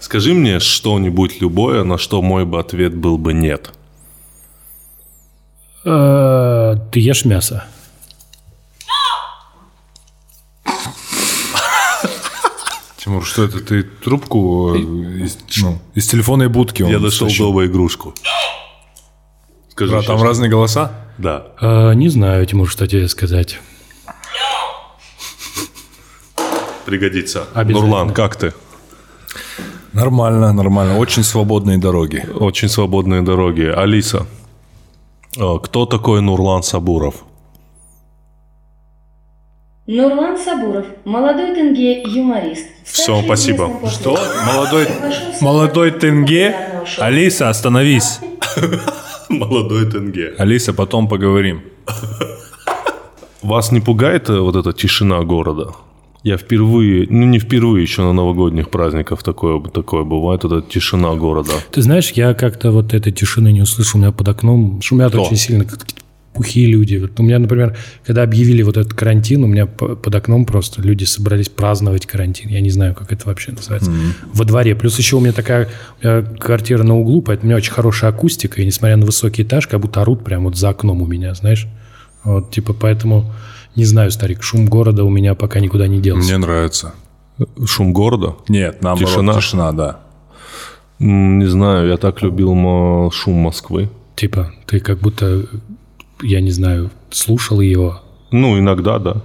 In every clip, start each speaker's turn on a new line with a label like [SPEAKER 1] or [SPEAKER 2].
[SPEAKER 1] Скажи мне что-нибудь любое, на что мой бы ответ был бы нет.
[SPEAKER 2] Э, Ты ешь мясо?
[SPEAKER 3] Тимур, что это? Ты трубку э, из, ну, из телефонной будки? он
[SPEAKER 1] Я дошел
[SPEAKER 3] стащил.
[SPEAKER 1] до игрушку. Скажи
[SPEAKER 3] Да, там
[SPEAKER 1] щас.
[SPEAKER 3] разные голоса?
[SPEAKER 1] Да.
[SPEAKER 2] Э, Не знаю, Тимур, что тебе сказать.
[SPEAKER 1] Пригодится.
[SPEAKER 2] Обязательно.
[SPEAKER 1] Нурлан, как ты?
[SPEAKER 3] Нормально, нормально. Очень свободные дороги.
[SPEAKER 1] Очень свободные дороги. Алиса, э, кто такой Нурлан Сабуров?
[SPEAKER 4] Нурлан Сабуров, молодой тенге юморист.
[SPEAKER 1] Всё, спасибо.
[SPEAKER 4] Что?
[SPEAKER 3] Молодой, молодой тенге. Алиса, остановись.
[SPEAKER 1] Молодой Тенге.
[SPEAKER 3] Алиса, потом поговорим.
[SPEAKER 1] Вас не пугает э, вот эта тишина города? Я впервые, ну не впервые, еще на новогодних праздниках такое, такое бывает, это тишина города.
[SPEAKER 2] Ты знаешь, я как-то вот этой тишины не услышал. У меня под окном шумят
[SPEAKER 1] Кто?
[SPEAKER 2] очень сильно как-то какие-то пухие люди. Вот у меня, например, когда объявили вот этот карантин, у меня п- под окном просто люди собрались праздновать карантин. Я не знаю, как это вообще называется. Во дворе. Плюс еще у меня такая у меня квартира на углу, поэтому у меня очень хорошая акустика. И несмотря на высокий этаж, как будто орут прямо вот за окном у меня, знаешь. Вот, типа, поэтому... Не знаю, старик, шум города у меня пока никуда не делся.
[SPEAKER 3] Мне нравится.
[SPEAKER 1] Шум города?
[SPEAKER 3] Нет, наоборот,
[SPEAKER 1] Тишина.
[SPEAKER 3] тишина, тишина да.
[SPEAKER 1] М, Не знаю, я так любил мо- шум Москвы.
[SPEAKER 2] Типа, ты как будто, я не знаю, слушал его,
[SPEAKER 1] Ну, иногда, да.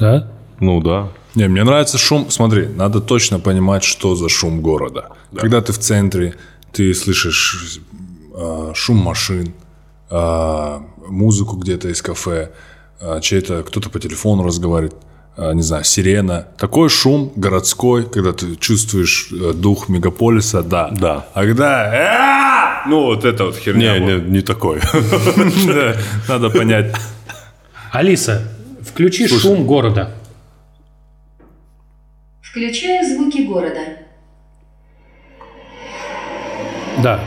[SPEAKER 2] да?
[SPEAKER 1] Ну, да.
[SPEAKER 3] Не, мне нравится шум. Смотри, надо точно понимать, что за шум города. Когда ты в центре, ты слышишь э, шум машин, э, музыку где-то из кафе, э, чей-то кто-то по телефону разговаривает, э, не знаю, сирена. Такой шум городской, когда ты чувствуешь э, дух мегаполиса, да.
[SPEAKER 1] Да.
[SPEAKER 3] А когда... «А!» Ну, вот это вот херня.
[SPEAKER 1] Не,
[SPEAKER 3] вот.
[SPEAKER 1] не, не такой.
[SPEAKER 3] Да, Надо понять.
[SPEAKER 2] Алиса, включи шум города.
[SPEAKER 4] Включая звуки города.
[SPEAKER 2] Да,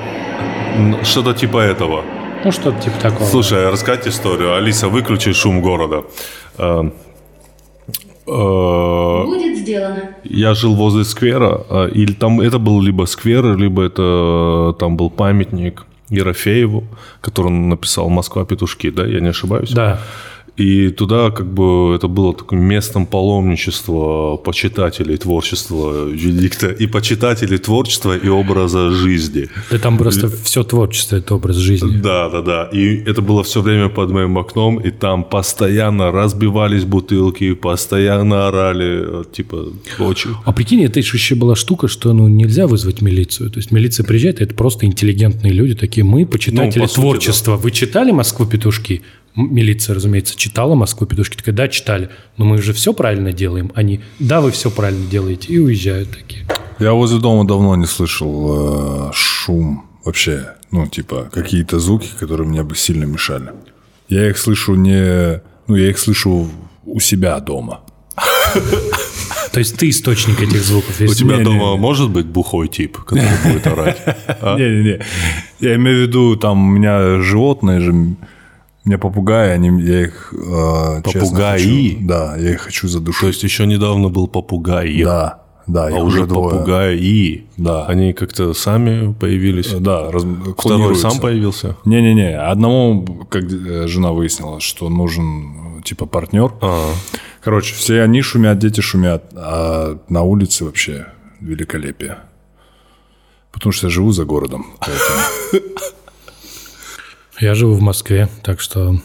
[SPEAKER 1] Н- Что-то типа этого.
[SPEAKER 2] ну что-то типа такого.
[SPEAKER 1] Слушай, а рассказать историю. Алиса, выключи шум города. Э, э,
[SPEAKER 4] Будет сделано.
[SPEAKER 1] Я жил возле сквера, э, или там это был либо сквер, либо это э, там был памятник Ерофееву, который он написал «Москва петушки», да, я не ошибаюсь?
[SPEAKER 2] Да,
[SPEAKER 1] И туда как бы это было таким местом паломничества почитателей творчества Венедикта и почитателей творчества и образа жизни.
[SPEAKER 2] да там просто все творчество, это образ жизни.
[SPEAKER 1] Да, да, да. И это было все время под моим окном, и там постоянно разбивались бутылки, постоянно орали, э, типа, очень...
[SPEAKER 2] А прикинь, это ж еще была штука, что ну нельзя вызвать милицию. То есть милиция приезжает, и это просто интеллигентные люди такие. Мы почитатели
[SPEAKER 1] Ну, по сути,
[SPEAKER 2] творчества. Вы читали «Москву петушки»? М, Милиция, разумеется, читала «Москву петушки». Такая, да, читали. Но мы же все правильно делаем. Они, да, вы все правильно делаете. И уезжают такие.
[SPEAKER 3] Я возле дома давно не слышал э, шум вообще. Ну, типа, какие-то звуки, которые мне бы сильно мешали. Я их слышу не... Ну, я их слышу у себя дома.
[SPEAKER 2] То есть ты источник этих звуков.
[SPEAKER 1] У
[SPEAKER 2] Если-
[SPEAKER 1] тебя
[SPEAKER 3] Не-не-не.
[SPEAKER 1] дома может быть бухой тип, который будет орать? А?
[SPEAKER 3] Не-не-не. Я имею в виду, там у меня животные же... У меня попугаи, они, я их... э, честно
[SPEAKER 1] Попугаи?
[SPEAKER 3] хочу- да, я их хочу
[SPEAKER 1] То
[SPEAKER 3] задушить.
[SPEAKER 1] есть еще недавно был попугай,
[SPEAKER 3] Да, да,
[SPEAKER 1] а
[SPEAKER 3] их
[SPEAKER 1] уже
[SPEAKER 3] двое.
[SPEAKER 1] попугаи.
[SPEAKER 3] Да.
[SPEAKER 1] Они как-то сами появились.
[SPEAKER 3] Э, Да, раз-
[SPEAKER 1] Второй
[SPEAKER 3] клонируются.
[SPEAKER 1] сам появился.
[SPEAKER 3] Не-не-не, одному, как э, жена выяснила, что нужен э, типа партнер.
[SPEAKER 1] А,
[SPEAKER 3] Короче, все они шумят, дети шумят, а на улице вообще великолепие. Потому что я живу за городом. поэтому.
[SPEAKER 2] Я живу в Москве, так что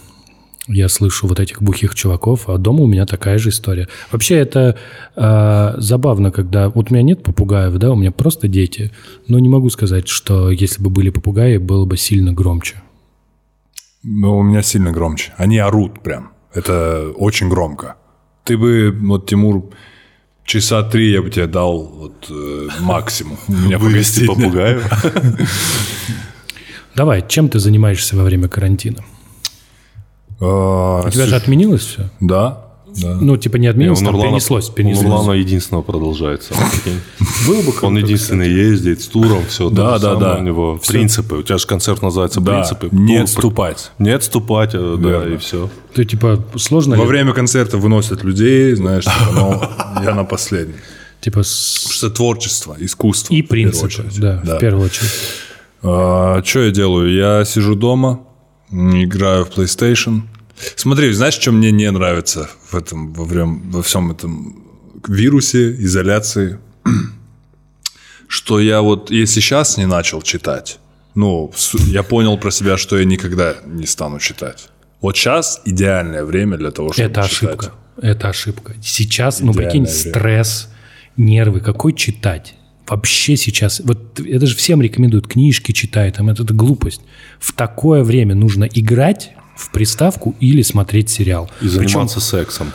[SPEAKER 2] я слышу вот этих бухих чуваков, а дома у меня такая же история. Вообще это э, забавно, когда... Вот у меня нет попугаев, да, у меня просто дети. Но не могу сказать, что если бы были попугаи, было бы сильно громче.
[SPEAKER 3] Но у меня сильно громче. Они орут прям. Это очень громко. Ты бы, вот, Тимур, часа три я бы тебе дал вот, э, максимум. У меня
[SPEAKER 1] вывести
[SPEAKER 3] погостить.
[SPEAKER 1] попугаю.
[SPEAKER 2] Давай, чем ты занимаешься во время карантина?
[SPEAKER 3] А,
[SPEAKER 2] У тебя же
[SPEAKER 3] слушай,
[SPEAKER 2] отменилось все?
[SPEAKER 3] Да, да.
[SPEAKER 2] Ну, типа не
[SPEAKER 1] У
[SPEAKER 2] отменилось, там
[SPEAKER 1] Нурлана-
[SPEAKER 2] перенеслось.
[SPEAKER 1] у
[SPEAKER 2] перенеслось.
[SPEAKER 1] Нурлана единственного продолжается. Прикинь. Он единственный ездит с туром, все.
[SPEAKER 3] Да, да, да.
[SPEAKER 1] У него
[SPEAKER 3] Всё.
[SPEAKER 1] принципы. У тебя же концерт называется
[SPEAKER 3] Да,
[SPEAKER 1] «Принципы».
[SPEAKER 3] не
[SPEAKER 1] Тур-
[SPEAKER 3] отступать.
[SPEAKER 1] Не отступать, э, да,
[SPEAKER 3] Верно.
[SPEAKER 1] и все.
[SPEAKER 2] Ты типа сложно
[SPEAKER 3] Во
[SPEAKER 2] ли-
[SPEAKER 3] время концерта выносят людей, знаешь, типа, но я «Ну, на последний.
[SPEAKER 2] Типа с...
[SPEAKER 3] Потому что творчество, искусство.
[SPEAKER 2] и
[SPEAKER 3] в первую
[SPEAKER 2] принципы,
[SPEAKER 3] очередь.
[SPEAKER 2] да, в первую очередь.
[SPEAKER 3] что А, я делаю? Я сижу дома, м, играю в PlayStation. Смотри, знаешь, что мне не нравится в этом, во, врем- во всем этом вирусе, изоляции? Что я вот, если сейчас не начал читать, ну, с- я понял про себя, что я никогда не стану читать. Вот сейчас идеальное время для того, чтобы
[SPEAKER 2] Это
[SPEAKER 3] читать.
[SPEAKER 2] ошибка. Это ошибка. Сейчас, ну прикинь,
[SPEAKER 3] Идеальное время.
[SPEAKER 2] стресс, нервы. Какой читать? Вообще сейчас, вот это же всем рекомендуют, книжки читай, там это, это глупость. В такое время нужно играть в приставку или смотреть сериал.
[SPEAKER 1] И заниматься сексом.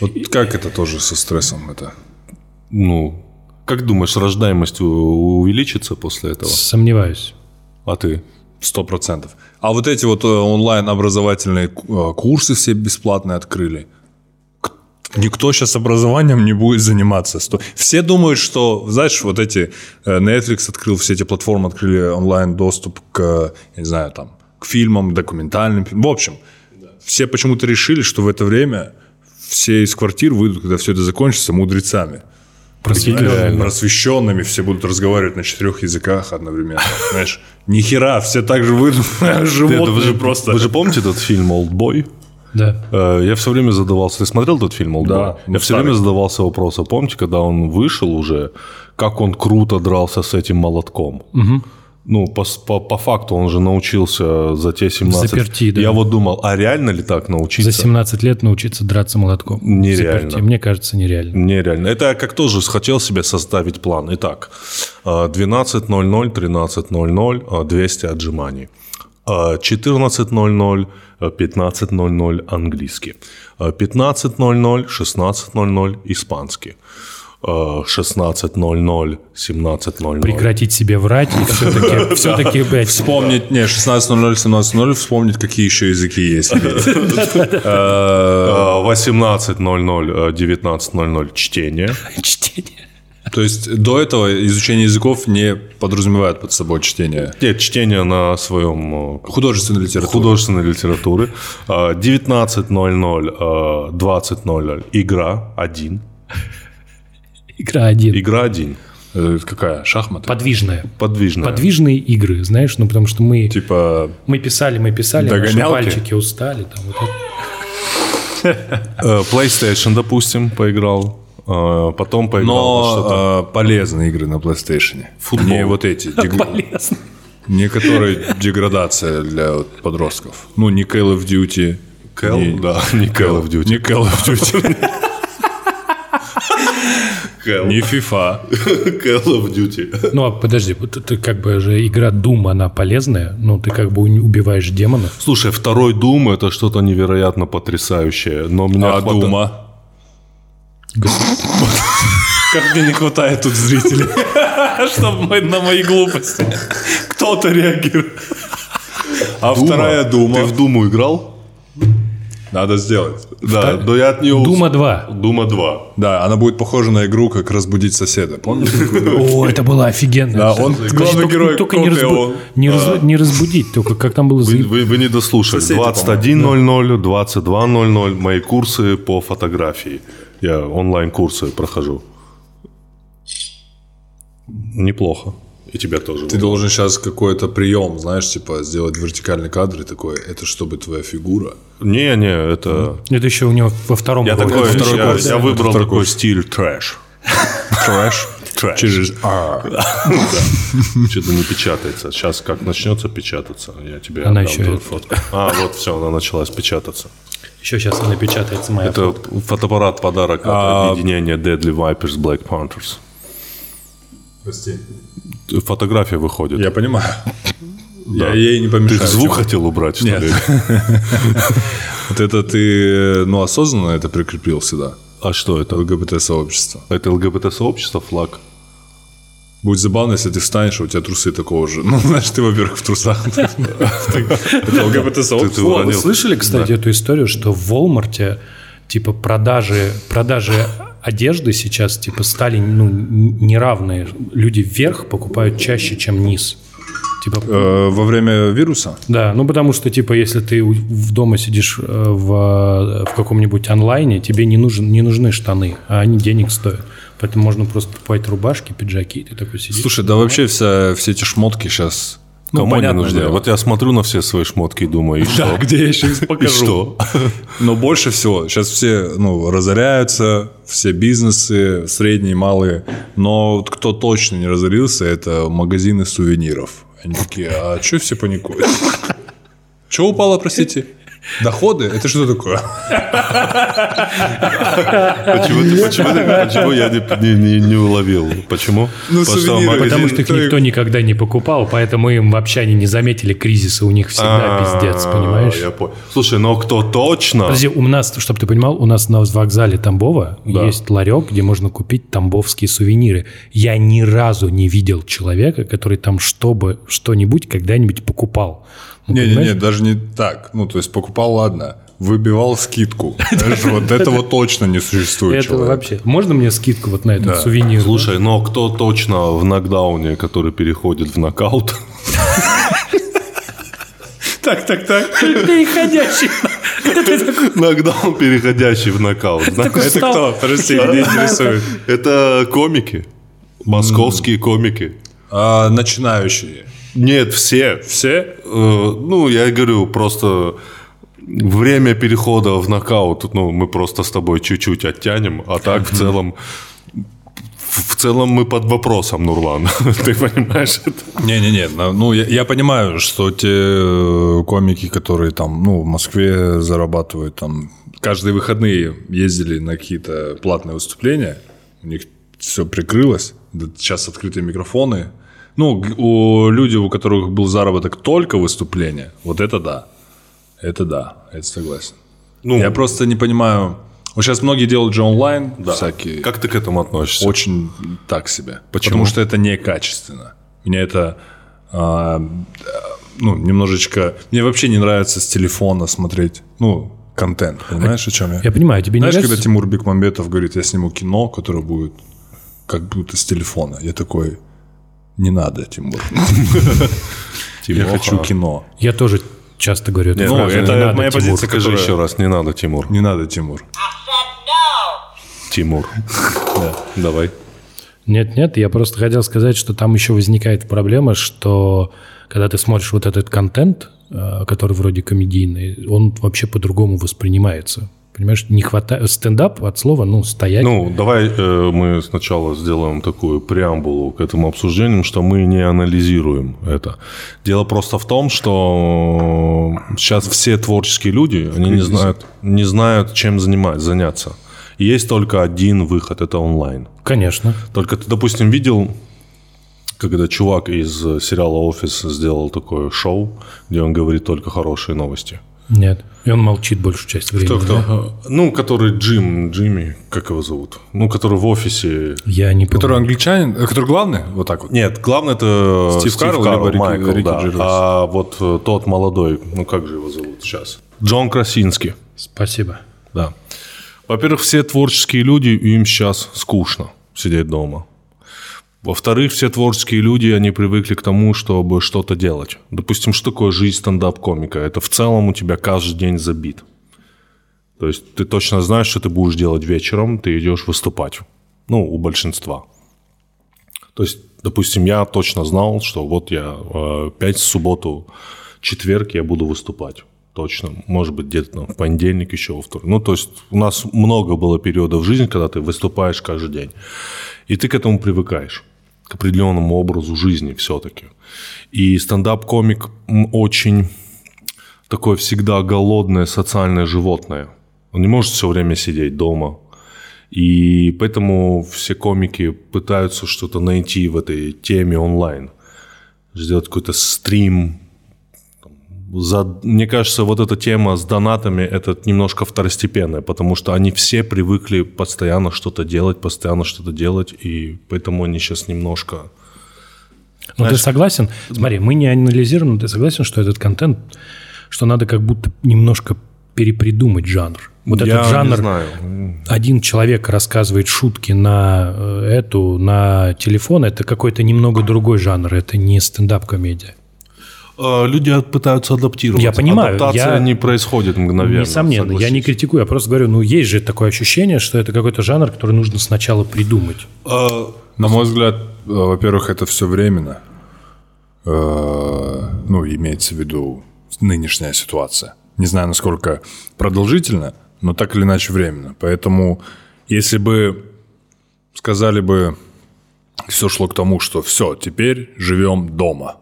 [SPEAKER 3] Вот как это тоже со стрессом это?
[SPEAKER 1] Ну, как думаешь, рождаемость у- увеличится после этого?
[SPEAKER 2] Сомневаюсь.
[SPEAKER 1] А ты?
[SPEAKER 3] Сто процентов. А вот эти вот э, онлайн-образовательные ку- э, курсы все бесплатные открыли. К- Никто сейчас образованием не будет заниматься. Сто- Все думают, что, знаешь, вот эти э, Netflix открыл, все эти платформы открыли онлайн-доступ к, э, я не знаю, там, к фильмам, документальным. пи- В общем, все почему-то решили, что в это время все из квартир выйдут, когда все это закончится, мудрецами.
[SPEAKER 2] Просветленный.
[SPEAKER 3] Просвещенными все будут разговаривать на четырех языках одновременно. Знаешь, нихера, все так же выйдут,
[SPEAKER 1] Нет, да
[SPEAKER 3] животные просто.
[SPEAKER 1] Вы же помните этот фильм «Олдбой»?
[SPEAKER 2] Да.
[SPEAKER 1] Э, Я все время задавался... Ты смотрел тот фильм «Олдбой»?
[SPEAKER 3] Да, ну,
[SPEAKER 1] Я все
[SPEAKER 3] старый.
[SPEAKER 1] время задавался вопросом. Помните, когда он вышел уже, как он круто дрался с этим молотком? Ну, по, с- по- по факту он же научился за те 17...
[SPEAKER 2] Взаперти, да.
[SPEAKER 1] Я вот думал, а реально ли так научиться?
[SPEAKER 2] За 17 лет научиться драться молотком.
[SPEAKER 1] Нереально.
[SPEAKER 2] Заперти. Мне кажется, нереально.
[SPEAKER 1] Нереально. Это я как тоже хотел себе составить план. Итак, э, 12.00, 13.00, э, 200 отжиманий. Э, 14.00, э, 15.00 английский. Э, 15.00, 16.00 испанский. Э, 16.00, 17.00.
[SPEAKER 2] Прекратить себе врать и все-таки, все-таки, блядь,
[SPEAKER 3] Вспомнить, не, 16.00, 17.00, вспомнить, какие еще языки есть. Э,
[SPEAKER 1] Э, 18.00, э, 19.00 чтение.
[SPEAKER 2] чтение.
[SPEAKER 3] То есть до этого изучение языков не подразумевает под собой чтение
[SPEAKER 1] Нет, чтение на своем э,
[SPEAKER 3] художественной литературы.
[SPEAKER 1] художественной литературы. А, 19.00, э, 20.00 игра 1.
[SPEAKER 2] Игра один.
[SPEAKER 1] Игра 1.
[SPEAKER 3] Э, Какая? Шахматы?
[SPEAKER 2] Подвижная.
[SPEAKER 1] Подвижная.
[SPEAKER 2] Подвижные игры, знаешь, ну потому что мы...
[SPEAKER 3] Типа
[SPEAKER 2] Мы писали, мы писали, наши
[SPEAKER 3] Догонялки?
[SPEAKER 2] пальчики устали. Там, вот это.
[SPEAKER 1] Э, PlayStation, допустим, поиграл. Э, Потом поиграл во что-то.
[SPEAKER 3] Но э, полезные игры на PlayStation.
[SPEAKER 1] Футбол.
[SPEAKER 3] Не вот эти. дег- Некоторые деградация для вот подростков. Ну, не Call of Duty.
[SPEAKER 1] Call?
[SPEAKER 3] не-
[SPEAKER 1] Да, не Call of Duty.
[SPEAKER 3] Не Call of Duty. Не FIFA.
[SPEAKER 1] Call of Duty.
[SPEAKER 2] Ну, а подожди, вот это как бы же игра Doom, она полезная, ну, ты как бы у- убиваешь демонов.
[SPEAKER 1] Слушай, второй Doom это что-то невероятно потрясающее. Но меня
[SPEAKER 3] А
[SPEAKER 1] хвата-
[SPEAKER 3] Дума. Как мне не хватает тут зрителей.
[SPEAKER 2] А
[SPEAKER 3] Чтобы на мои глупости кто-то реагирует. А
[SPEAKER 1] Дума?
[SPEAKER 3] вторая
[SPEAKER 1] Ты
[SPEAKER 3] Дума.
[SPEAKER 1] в Думу играл?
[SPEAKER 3] Надо сделать.
[SPEAKER 1] Да, но я от нее...
[SPEAKER 2] Дума 2.
[SPEAKER 1] Дума 2.
[SPEAKER 3] Да, она будет похожа на игру, как разбудить соседа. Помнишь?
[SPEAKER 2] О, это было офигенно.
[SPEAKER 3] Да, он
[SPEAKER 2] Подожди,
[SPEAKER 3] главный
[SPEAKER 2] только-
[SPEAKER 3] герой,
[SPEAKER 2] Только не,
[SPEAKER 3] копия
[SPEAKER 2] разбу-
[SPEAKER 3] он.
[SPEAKER 2] не раз- не разбудить, только как там было
[SPEAKER 1] Вы,
[SPEAKER 2] заеб-
[SPEAKER 1] вы- вы не дослушали.
[SPEAKER 3] Соседи,
[SPEAKER 1] 21.00, 22.00 мои курсы по фотографии. Я онлайн-курсы прохожу. Неплохо. И тебя тоже.
[SPEAKER 3] Ты должен сейчас какой-то прием, знаешь, типа сделать вертикальный кадр и такой, это чтобы твоя фигура.
[SPEAKER 1] Не, не, это...
[SPEAKER 2] Это еще у него во втором
[SPEAKER 1] Я,
[SPEAKER 2] было.
[SPEAKER 1] такой,
[SPEAKER 3] второй
[SPEAKER 1] я,
[SPEAKER 3] курс,
[SPEAKER 1] я
[SPEAKER 3] да.
[SPEAKER 1] выбрал
[SPEAKER 3] Второй
[SPEAKER 1] такой
[SPEAKER 3] курс.
[SPEAKER 1] стиль трэш.
[SPEAKER 3] Трэш. Через «А».
[SPEAKER 1] Что-то не печатается. Сейчас как начнется печататься, я тебе
[SPEAKER 2] Она
[SPEAKER 1] отдам
[SPEAKER 2] еще
[SPEAKER 1] твою
[SPEAKER 2] и-
[SPEAKER 1] фотку. А, вот все, она началась печататься.
[SPEAKER 2] Еще сейчас она печатается моя.
[SPEAKER 1] Это фотоаппарат подарок от
[SPEAKER 3] А,
[SPEAKER 1] объединения Deadly Vipers Black Panthers.
[SPEAKER 3] Прости.
[SPEAKER 1] Фотография выходит.
[SPEAKER 3] Я понимаю. Я ей не
[SPEAKER 1] Ты
[SPEAKER 3] помешаю.
[SPEAKER 1] звук
[SPEAKER 3] Тёма.
[SPEAKER 1] хотел убрать, что
[SPEAKER 3] Нет.
[SPEAKER 1] ли?
[SPEAKER 3] Вот это ты, ну, осознанно это прикрепил сюда.
[SPEAKER 1] А что это?
[SPEAKER 3] ЛГБТ-сообщество.
[SPEAKER 1] Это ЛГБТ-сообщество, флаг.
[SPEAKER 3] Будет забавно, если ты встанешь, а у тебя трусы такого же. Ну, знаешь, ты, во-первых, в трусах. Это
[SPEAKER 1] Ты
[SPEAKER 3] ЛГБТ-сообщество.
[SPEAKER 2] О, вы
[SPEAKER 1] уронил.
[SPEAKER 2] слышали, кстати, эту историю, что в Волмарте типа продажи, продажи одежды сейчас типа стали ну, н- неравные. Люди вверх покупают чаще, чем низ. Типа,
[SPEAKER 3] Э, Во время вируса?
[SPEAKER 2] да, ну потому что типа если ты у- в дома сидишь э, в, э, в каком-нибудь онлайне, тебе не, нужен, не нужны штаны, а они денег стоят. Поэтому можно просто покупать рубашки, пиджаки, и ты такой сидишь.
[SPEAKER 3] Слушай, да вообще вся, все эти шмотки сейчас...
[SPEAKER 1] Кому они
[SPEAKER 3] понятное
[SPEAKER 1] нужны?
[SPEAKER 3] дело.
[SPEAKER 1] Вот я смотрю на все свои шмотки и думаю, и что?
[SPEAKER 3] где я сейчас покажу.
[SPEAKER 1] И что?
[SPEAKER 3] Но больше всего сейчас все ну, разоряются, все бизнесы, средние, малые. Но вот кто точно не разорился, это магазины сувениров. Они такие, а что все паникуют? Что упало, простите? Доходы? Это что такое?
[SPEAKER 1] Почему, ты- почему ты- почему я не, не- не- не уловил? Почему?
[SPEAKER 3] Ну, сувениры.
[SPEAKER 1] магазин-
[SPEAKER 2] Потому что их
[SPEAKER 3] Ты-
[SPEAKER 2] никто никогда не покупал, поэтому им вообще они не заметили кризиса, у них всегда
[SPEAKER 1] А,
[SPEAKER 2] пиздец, понимаешь?
[SPEAKER 1] я понял. Слушай, но кто точно?
[SPEAKER 2] Подожди, у нас, чтобы ты понимал, у нас на вокзале Тамбова
[SPEAKER 1] Да.
[SPEAKER 2] есть ларек, где можно купить тамбовские сувениры. Я ни разу не видел человека, который там чтобы что-нибудь когда-нибудь покупал. Ну,
[SPEAKER 3] Не-не-не,
[SPEAKER 2] понимаешь?
[SPEAKER 3] даже не так. Ну, то есть покупал, ладно. Выбивал скидку. Знаешь, Вот этого точно не существует,
[SPEAKER 2] Это
[SPEAKER 3] человек.
[SPEAKER 2] вообще. Можно мне скидку вот на этот сувенир?
[SPEAKER 1] Слушай, но кто точно в нокдауне, который переходит в нокаут?
[SPEAKER 3] Так, так, так.
[SPEAKER 2] переходящий.
[SPEAKER 1] Нокдаун, переходящий в нокаут. знаешь?
[SPEAKER 3] Это
[SPEAKER 2] Стал-
[SPEAKER 3] кто? Подожди, меня интересует.
[SPEAKER 1] Это комики. Московские комики.
[SPEAKER 3] А, Начинающие.
[SPEAKER 1] Нет, все.
[SPEAKER 3] Все?
[SPEAKER 1] Э, Ну, я говорю, просто время перехода в нокаут, ну, мы просто с тобой чуть-чуть оттянем, а так в целом... В целом мы под вопросом, Нурлан. Ты понимаешь это?
[SPEAKER 3] Не-не-не, на- ну я, я понимаю, что те э, комики, которые там, ну, в Москве зарабатывают там, каждые выходные ездили на какие-то платные выступления, у них все прикрылось, Да сейчас открытые микрофоны. Ну, г- у людей, у которых был заработок только выступления, вот это да. Это да, это согласен.
[SPEAKER 1] Ну,
[SPEAKER 3] Я просто не понимаю. Вот сейчас многие делают же онлайн всякие.
[SPEAKER 1] Как ты к этому относишься?
[SPEAKER 3] Очень так себе. Потому что это некачественно. Меня это а, э, ну, немножечко... Мне вообще не нравится с телефона смотреть, ну, контент. Понимаешь, о чем я?
[SPEAKER 2] Я понимаю, тебе не
[SPEAKER 3] Знаешь, когда
[SPEAKER 2] нравится?
[SPEAKER 3] Тимур Бекмамбетов говорит, я сниму кино, которое будет как будто с телефона. Я такой, не надо, Тимур. Я
[SPEAKER 1] Тимоха.
[SPEAKER 3] хочу кино.
[SPEAKER 2] Я тоже часто говорю. это.
[SPEAKER 1] Нет,
[SPEAKER 2] Ну,
[SPEAKER 1] скажи,
[SPEAKER 3] это
[SPEAKER 1] не
[SPEAKER 3] моя
[SPEAKER 1] надо, Тимур.
[SPEAKER 3] позиция,
[SPEAKER 1] Скажи
[SPEAKER 3] которая-
[SPEAKER 1] еще раз, не надо, Тимур.
[SPEAKER 3] Не надо, Тимур.
[SPEAKER 1] Тимур. Давай.
[SPEAKER 2] Нет, нет, я просто хотел сказать, что там еще возникает проблема, что когда ты смотришь вот этот контент, э, который вроде комедийный, он вообще по-другому воспринимается. Понимаешь, не хватает стендап от слова, ну, стоять.
[SPEAKER 1] Ну, давай э, мы сначала сделаем такую преамбулу к этому обсуждению, что мы не анализируем это. Дело просто в том, что сейчас все творческие люди, они не знают, не знают, чем занимать, заняться. И есть только один выход, это онлайн.
[SPEAKER 2] Конечно.
[SPEAKER 1] Только ты, допустим, видел, когда чувак из э, сериала «Офис» сделал такое шоу, где он говорит только хорошие новости.
[SPEAKER 2] Нет. И он молчит большую часть времени. да?
[SPEAKER 1] Ну, который Джим, Джимми, как его зовут? Ну, который в офисе
[SPEAKER 2] Я не помню.
[SPEAKER 3] Который англичанин, э, который главный, вот так вот.
[SPEAKER 1] Нет, главное это
[SPEAKER 3] Стив Карелл либо Рики-
[SPEAKER 1] Майкл,
[SPEAKER 3] Рики
[SPEAKER 1] да.
[SPEAKER 3] Джервейс.
[SPEAKER 1] А вот э, тот молодой, ну как же его зовут сейчас? Джон Красинский,
[SPEAKER 2] Спасибо.
[SPEAKER 1] да. Во-первых, все творческие люди, им сейчас скучно сидеть дома. Во-вторых, все творческие люди, они привыкли к тому, чтобы что-то делать. Допустим, что такое жизнь стендап-комика? Это в целом у тебя каждый день забит. То есть ты точно знаешь, что ты будешь делать вечером, ты идешь выступать. Ну, у большинства. То есть, допустим, я точно знал, что вот я э, пять субботу, четверг я буду выступать. Точно. Может быть, где-то там в понедельник, еще во вторник. Ну, то есть у нас много было периодов в жизни, когда ты выступаешь каждый день. И ты к этому привыкаешь, к определенному образу жизни все-таки. И стендап-комик м, очень такое всегда голодное социальное животное. Он не может все время сидеть дома. И поэтому все комики пытаются что-то найти в этой теме онлайн. Сделать какой-то стрим. Там, за- Мне кажется, вот эта тема с донатами, это немножко второстепенная, потому что они все привыкли постоянно что-то делать, постоянно что-то делать, и поэтому они сейчас немножко...
[SPEAKER 2] Ну, ты согласен? Смотри, мы не анализируем, но ты согласен, что этот контент, что надо как будто немножко перепридумать жанр. Вот
[SPEAKER 1] Я
[SPEAKER 2] этот
[SPEAKER 1] не
[SPEAKER 2] жанр,
[SPEAKER 1] знаю.
[SPEAKER 2] один человек рассказывает шутки на э, эту, на телефон, это какой-то немного другой жанр, это не стендап-комедия.
[SPEAKER 1] э, люди от- пытаются адаптироваться.
[SPEAKER 2] Я понимаю,
[SPEAKER 1] Адаптация
[SPEAKER 2] я-
[SPEAKER 1] не происходит мгновенно.
[SPEAKER 2] Несомненно, я не
[SPEAKER 1] согласись.
[SPEAKER 2] критикую, я просто говорю, ну есть же такое ощущение, что это какой-то жанр, который нужно сначала придумать.
[SPEAKER 1] Э,
[SPEAKER 3] На мой взгляд, э, во-первых, это все временно. Э, Ну, имеется в виду нынешняя ситуация. Не знаю, насколько продолжительно, но так или иначе временно. Поэтому, если бы сказали бы, все шло к тому, что все, теперь живем дома.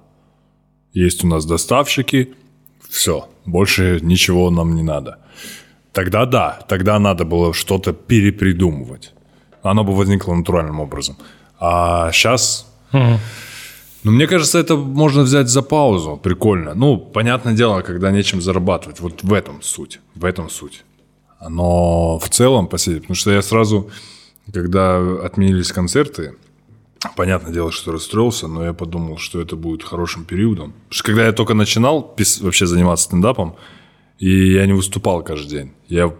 [SPEAKER 3] Есть у нас доставщики, все, больше ничего нам не надо. Тогда да, тогда надо было что-то перепридумывать. Оно бы возникло натуральным образом. А сейчас... Ну, мне кажется, это можно взять за паузу. Прикольно. Ну, понятное дело, когда нечем зарабатывать. Вот в этом суть. В этом суть. Но в целом посидеть. Потому что я сразу, когда отменились концерты, понятное дело, что расстроился, но я подумал, что это будет хорошим периодом. Потому что когда я только начинал пис- вообще заниматься стендапом, и я не выступал каждый день. Я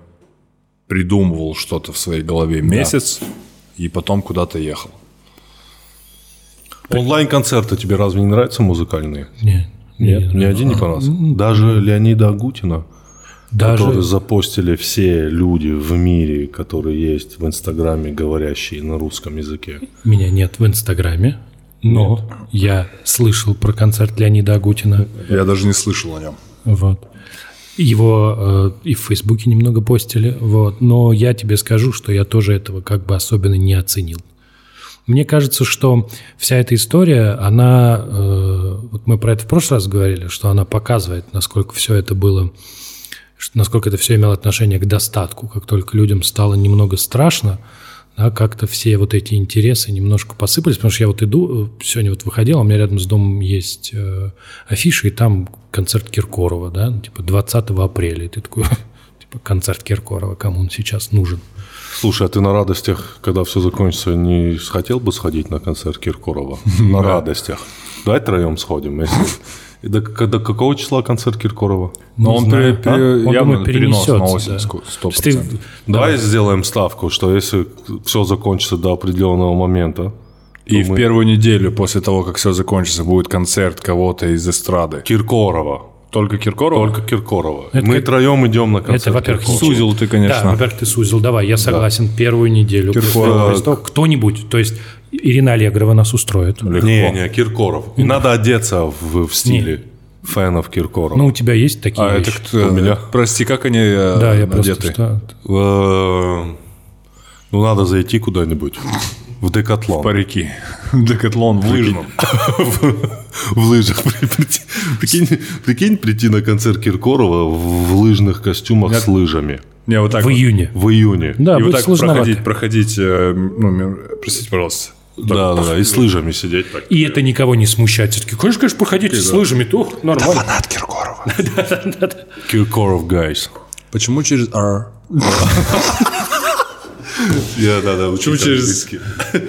[SPEAKER 3] придумывал что-то в своей голове месяц, и потом куда-то ехал.
[SPEAKER 1] Онлайн-концерты тебе разве не нравятся музыкальные?
[SPEAKER 2] Нет.
[SPEAKER 1] Ни один не понравился. Даже Леонида Агутина, который
[SPEAKER 2] Даже
[SPEAKER 1] запостили все люди в мире, которые есть в Инстаграме, говорящие на русском языке.
[SPEAKER 2] меня нет в Инстаграме, но я слышал про концерт Леонида Агутина.
[SPEAKER 3] Я даже не слышал о нем.
[SPEAKER 2] Вот. Его э, и в Фейсбуке немного постили, вот. Но я тебе скажу, что я тоже этого как бы особенно не оценил. Мне кажется, что вся эта история, она, э, вот мы про это в прошлый раз говорили, что она показывает, насколько все это было, ш- насколько это все имело отношение к достатку, как только людям стало немного страшно, да, как-то все вот эти интересы немножко посыпались, потому что я вот иду, э, сегодня вот выходил, а у меня рядом с домом есть э, афиша, и там концерт Киркорова, да, ну, типа 20 апреля, и ты такой, типа концерт Киркорова, кому он сейчас нужен?
[SPEAKER 1] Слушай, а ты на радостях, когда все закончится, не хотел бы сходить на концерт Киркорова? На радостях. Давай троем сходим. если- И До к- до какого числа концерт Киркорова?
[SPEAKER 3] Но
[SPEAKER 2] Не
[SPEAKER 3] он,
[SPEAKER 2] Ну, знаю.
[SPEAKER 3] пере- пере-
[SPEAKER 2] А? Он,
[SPEAKER 3] явно
[SPEAKER 2] думаю,
[SPEAKER 3] перенос на
[SPEAKER 2] перенесется,
[SPEAKER 3] осень
[SPEAKER 2] да.
[SPEAKER 3] ско-
[SPEAKER 2] То
[SPEAKER 3] 100%.
[SPEAKER 2] есть ты-
[SPEAKER 1] Давай сделаем ставку, что если все закончится до определенного момента,
[SPEAKER 3] И
[SPEAKER 1] то
[SPEAKER 3] в
[SPEAKER 1] мы-
[SPEAKER 3] первую неделю после того, как все закончится, будет концерт кого-то из эстрады.
[SPEAKER 1] Киркорова.
[SPEAKER 3] Только Киркорова?
[SPEAKER 1] Только Киркорова.
[SPEAKER 2] Это
[SPEAKER 1] мы
[SPEAKER 2] как-
[SPEAKER 1] троем идем на концерт.
[SPEAKER 2] Это, во-первых,
[SPEAKER 1] Киркорова.
[SPEAKER 3] Сузил ты, конечно.
[SPEAKER 2] Да, во-первых, ты сузил. Давай, я согласен. Первую неделю. после
[SPEAKER 3] Киркоров.
[SPEAKER 2] этого престола Кто-нибудь. То есть Ирина Аллегрова нас устроит.
[SPEAKER 1] Не, не, Киркоров. И надо одеться в, в стиле фэнов Киркорова.
[SPEAKER 2] Ну, у тебя есть такие
[SPEAKER 3] А это
[SPEAKER 2] вещи?
[SPEAKER 3] кто?
[SPEAKER 1] У меня.
[SPEAKER 3] Прости, как они э,
[SPEAKER 2] Да, я
[SPEAKER 3] надеты?
[SPEAKER 2] просто... что-
[SPEAKER 1] Э, Ну, надо зайти куда-нибудь. В Декатлон.
[SPEAKER 3] Парики. Декатлон в лыжном.
[SPEAKER 1] В лыжах. при- прийти. Прикинь, прикинь, прийти на концерт Киркорова в, в лыжных костюмах с лыжами.
[SPEAKER 3] Не, вот так
[SPEAKER 2] В
[SPEAKER 3] вот.
[SPEAKER 2] июне.
[SPEAKER 1] В июне.
[SPEAKER 2] Да,
[SPEAKER 3] И вот
[SPEAKER 2] будет
[SPEAKER 3] так
[SPEAKER 2] сложновато.
[SPEAKER 3] проходить, проходить, э, ну, мер- простите, пожалуйста.
[SPEAKER 1] да, да, да, и с лыжами сидеть так.
[SPEAKER 2] И это никого не смущает. Все таки, конечно, конечно, походите с лыжами, то нормально.
[SPEAKER 3] Фанат Киркорова.
[SPEAKER 1] Киркоров, guys.
[SPEAKER 3] Почему через R?
[SPEAKER 1] Да, да, да. Почему
[SPEAKER 3] через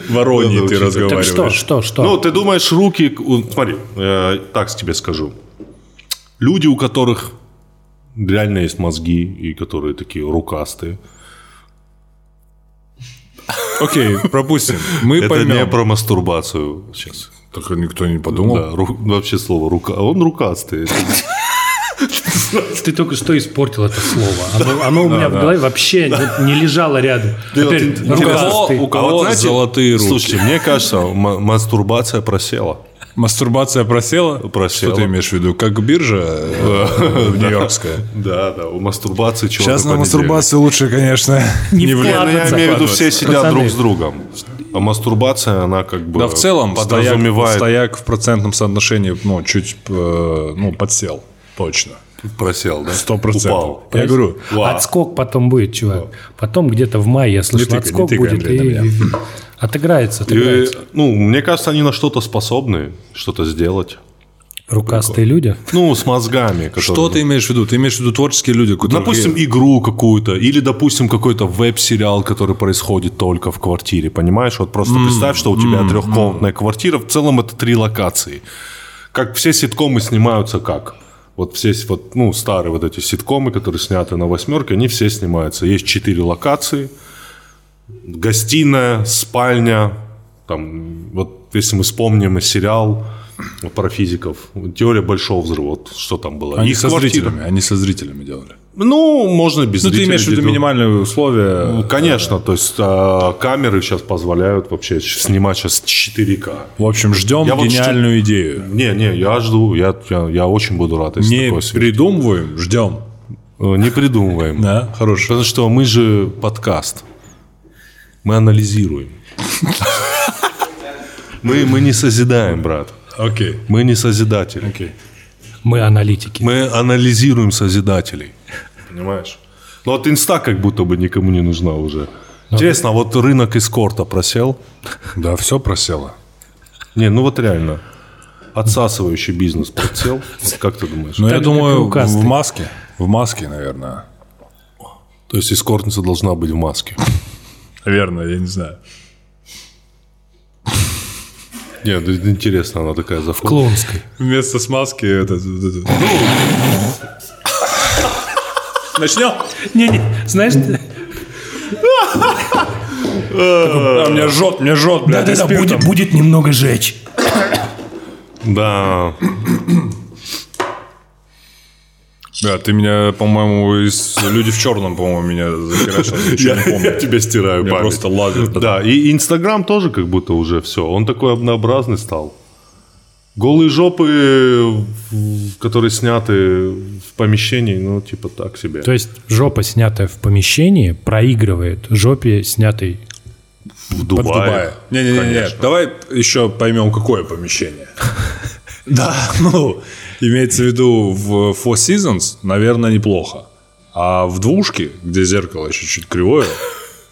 [SPEAKER 3] Воронье ты
[SPEAKER 1] Так
[SPEAKER 2] Так
[SPEAKER 3] разговариваешь?
[SPEAKER 2] что, что, что?
[SPEAKER 1] Ну, ты думаешь, руки... к- у- Смотри, э, так тебе скажу. Люди, у которых реально есть мозги, и которые такие рукастые.
[SPEAKER 3] Окей, пропустим. Мы
[SPEAKER 1] это не
[SPEAKER 3] поймем.
[SPEAKER 1] про мастурбацию сейчас.
[SPEAKER 3] Так никто не подумал.
[SPEAKER 1] Да, ру- вообще слово рука. Он рукастый.
[SPEAKER 2] Ты только что испортил это слово. Оно, оно у меня в голове вообще не, не лежало рядом. Опять,
[SPEAKER 1] Интересно.
[SPEAKER 2] рукастый.
[SPEAKER 3] У кого
[SPEAKER 1] А знаете,
[SPEAKER 3] золотые руки?
[SPEAKER 1] Слушайте, мне кажется, ма- мастурбация просела.
[SPEAKER 3] Мастурбация просела?
[SPEAKER 1] Просела.
[SPEAKER 3] Что ты имеешь в виду? Как биржа э, э, нью-йоркская?
[SPEAKER 1] Да, да, у мастурбации человек
[SPEAKER 3] Сейчас на мастурбацию лучше, конечно.
[SPEAKER 2] Не
[SPEAKER 1] Ну, я
[SPEAKER 2] вкладываться.
[SPEAKER 1] имею в виду, все сидят
[SPEAKER 2] Пацаны.
[SPEAKER 1] друг с другом. А мастурбация, она как бы
[SPEAKER 3] Да, в целом, стояк,
[SPEAKER 1] подразумевает...
[SPEAKER 3] стояк в процентном соотношении, ну, чуть, э, ну, подсел. Точно.
[SPEAKER 1] Просел, да?
[SPEAKER 3] Сто процентов.
[SPEAKER 1] Упал.
[SPEAKER 3] Я говорю, а
[SPEAKER 1] Ва.
[SPEAKER 2] Отскок потом будет, чувак. Потом где-то в мае, я слышал,
[SPEAKER 3] тыкай, не
[SPEAKER 2] отскок
[SPEAKER 3] тыкай,
[SPEAKER 2] будет.
[SPEAKER 3] Андрей, на
[SPEAKER 2] и-
[SPEAKER 3] меня.
[SPEAKER 2] и- и-
[SPEAKER 1] И,
[SPEAKER 2] Отыграется, отыграется.
[SPEAKER 1] ну, мне кажется, они на что-то способны, что-то сделать.
[SPEAKER 2] Рукастые люди.
[SPEAKER 1] Ну, с мозгами. которые-
[SPEAKER 3] что ты имеешь в виду? Ты имеешь в виду творческие люди? которые-
[SPEAKER 1] Допустим, игру какую-то, или, допустим, какой-то веб-сериал, который происходит только в квартире, понимаешь? Вот просто представь, что у тебя трехкомнатная квартира, в целом это три локации. Как все ситкомы снимаются как? Вот все с- вот, ну, старые вот эти ситкомы, которые сняты на восьмерке, они все снимаются. Есть четыре локации. Гостиная, спальня, там, вот если мы вспомним и сериал про физиков. Теория большого взрыва. Вот что там было.
[SPEAKER 3] Они
[SPEAKER 1] Их
[SPEAKER 3] со
[SPEAKER 1] квартира.
[SPEAKER 3] зрителями, они со зрителями делали.
[SPEAKER 1] Ну, можно без
[SPEAKER 3] Ну, ты
[SPEAKER 1] зрителей
[SPEAKER 3] имеешь в виду
[SPEAKER 1] где-то.
[SPEAKER 3] минимальные
[SPEAKER 1] Ну,
[SPEAKER 3] условия.
[SPEAKER 1] Конечно, то есть а, камеры сейчас позволяют вообще щ- снимать сейчас 4К.
[SPEAKER 3] В общем, ждем
[SPEAKER 1] Я вот
[SPEAKER 3] гениальную идею.
[SPEAKER 1] Не, не, я жду, я, я, я очень буду рад, если
[SPEAKER 3] Не
[SPEAKER 1] такое сви-
[SPEAKER 3] придумываем, ждем.
[SPEAKER 1] Э, Не придумываем.
[SPEAKER 3] Да, хорошо.
[SPEAKER 1] Потому что мы же подкаст. Мы анализируем. Мы, мы не созидаем, брат.
[SPEAKER 3] Окей.
[SPEAKER 1] Мы не созидатели.
[SPEAKER 3] Окей.
[SPEAKER 2] Мы аналитики.
[SPEAKER 1] Мы анализируем созидателей. Понимаешь? Ну, вот инста как будто бы никому не нужна
[SPEAKER 3] Ну,
[SPEAKER 1] уже. Интересно, а вот рынок эскорта просел?
[SPEAKER 3] Да, все просело.
[SPEAKER 1] Не, ну вот реально. Отсасывающий бизнес подсел. Как ты думаешь?
[SPEAKER 3] Но Ну, я
[SPEAKER 2] Так же, как и
[SPEAKER 3] думаю,
[SPEAKER 2] у касты.
[SPEAKER 3] в маске. В маске, наверное.
[SPEAKER 1] То есть эскортница должна быть в маске.
[SPEAKER 3] Наверное, я не знаю.
[SPEAKER 1] Нет, это ну, интересно, она такая за
[SPEAKER 2] Клоунской.
[SPEAKER 3] Вместо смазки это... Начнем?
[SPEAKER 2] Не-не, знаешь, ты-
[SPEAKER 3] Да, мне жжет, мне жжет, блядь, и
[SPEAKER 2] да-да-да,
[SPEAKER 3] спиртом.
[SPEAKER 2] будет, будет немного жечь.
[SPEAKER 1] Да.
[SPEAKER 3] Да, ты меня, по-моему, из... Люди в черном, по-моему, меня захерачил. Я, не помню.
[SPEAKER 1] тебя стираю
[SPEAKER 3] Меня просто лагает.
[SPEAKER 1] Да, и Инстаграм тоже как будто уже все. Он такой однообразный стал. Голые жопы, в- которые сняты в помещении, ну, типа так себе.
[SPEAKER 2] То есть жопа, снятая в помещении, проигрывает жопе, снятой...
[SPEAKER 1] В
[SPEAKER 3] Под Дубае. Не-не-не,
[SPEAKER 1] Конечно.
[SPEAKER 3] давай еще поймем, какое помещение. Да, ну, имеется в виду в Four Seasons, наверное, неплохо. А в двушке, где зеркало еще чуть кривое,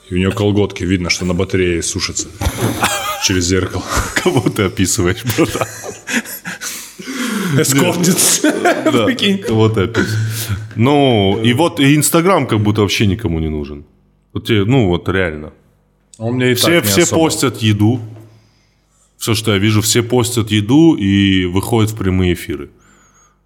[SPEAKER 3] и у нее колготки видно, что на батарее сушится через зеркало.
[SPEAKER 1] Кого ты описываешь, братан? Да, кого ты описываешь. Ну, и вот и Инстаграм как будто вообще никому не нужен. Вот тебе, ну, вот реально.
[SPEAKER 3] Он мне А и
[SPEAKER 1] Все,
[SPEAKER 3] так не
[SPEAKER 1] все
[SPEAKER 3] особо.
[SPEAKER 1] постят еду. Все, что я вижу, все постят еду и выходят в прямые эфиры.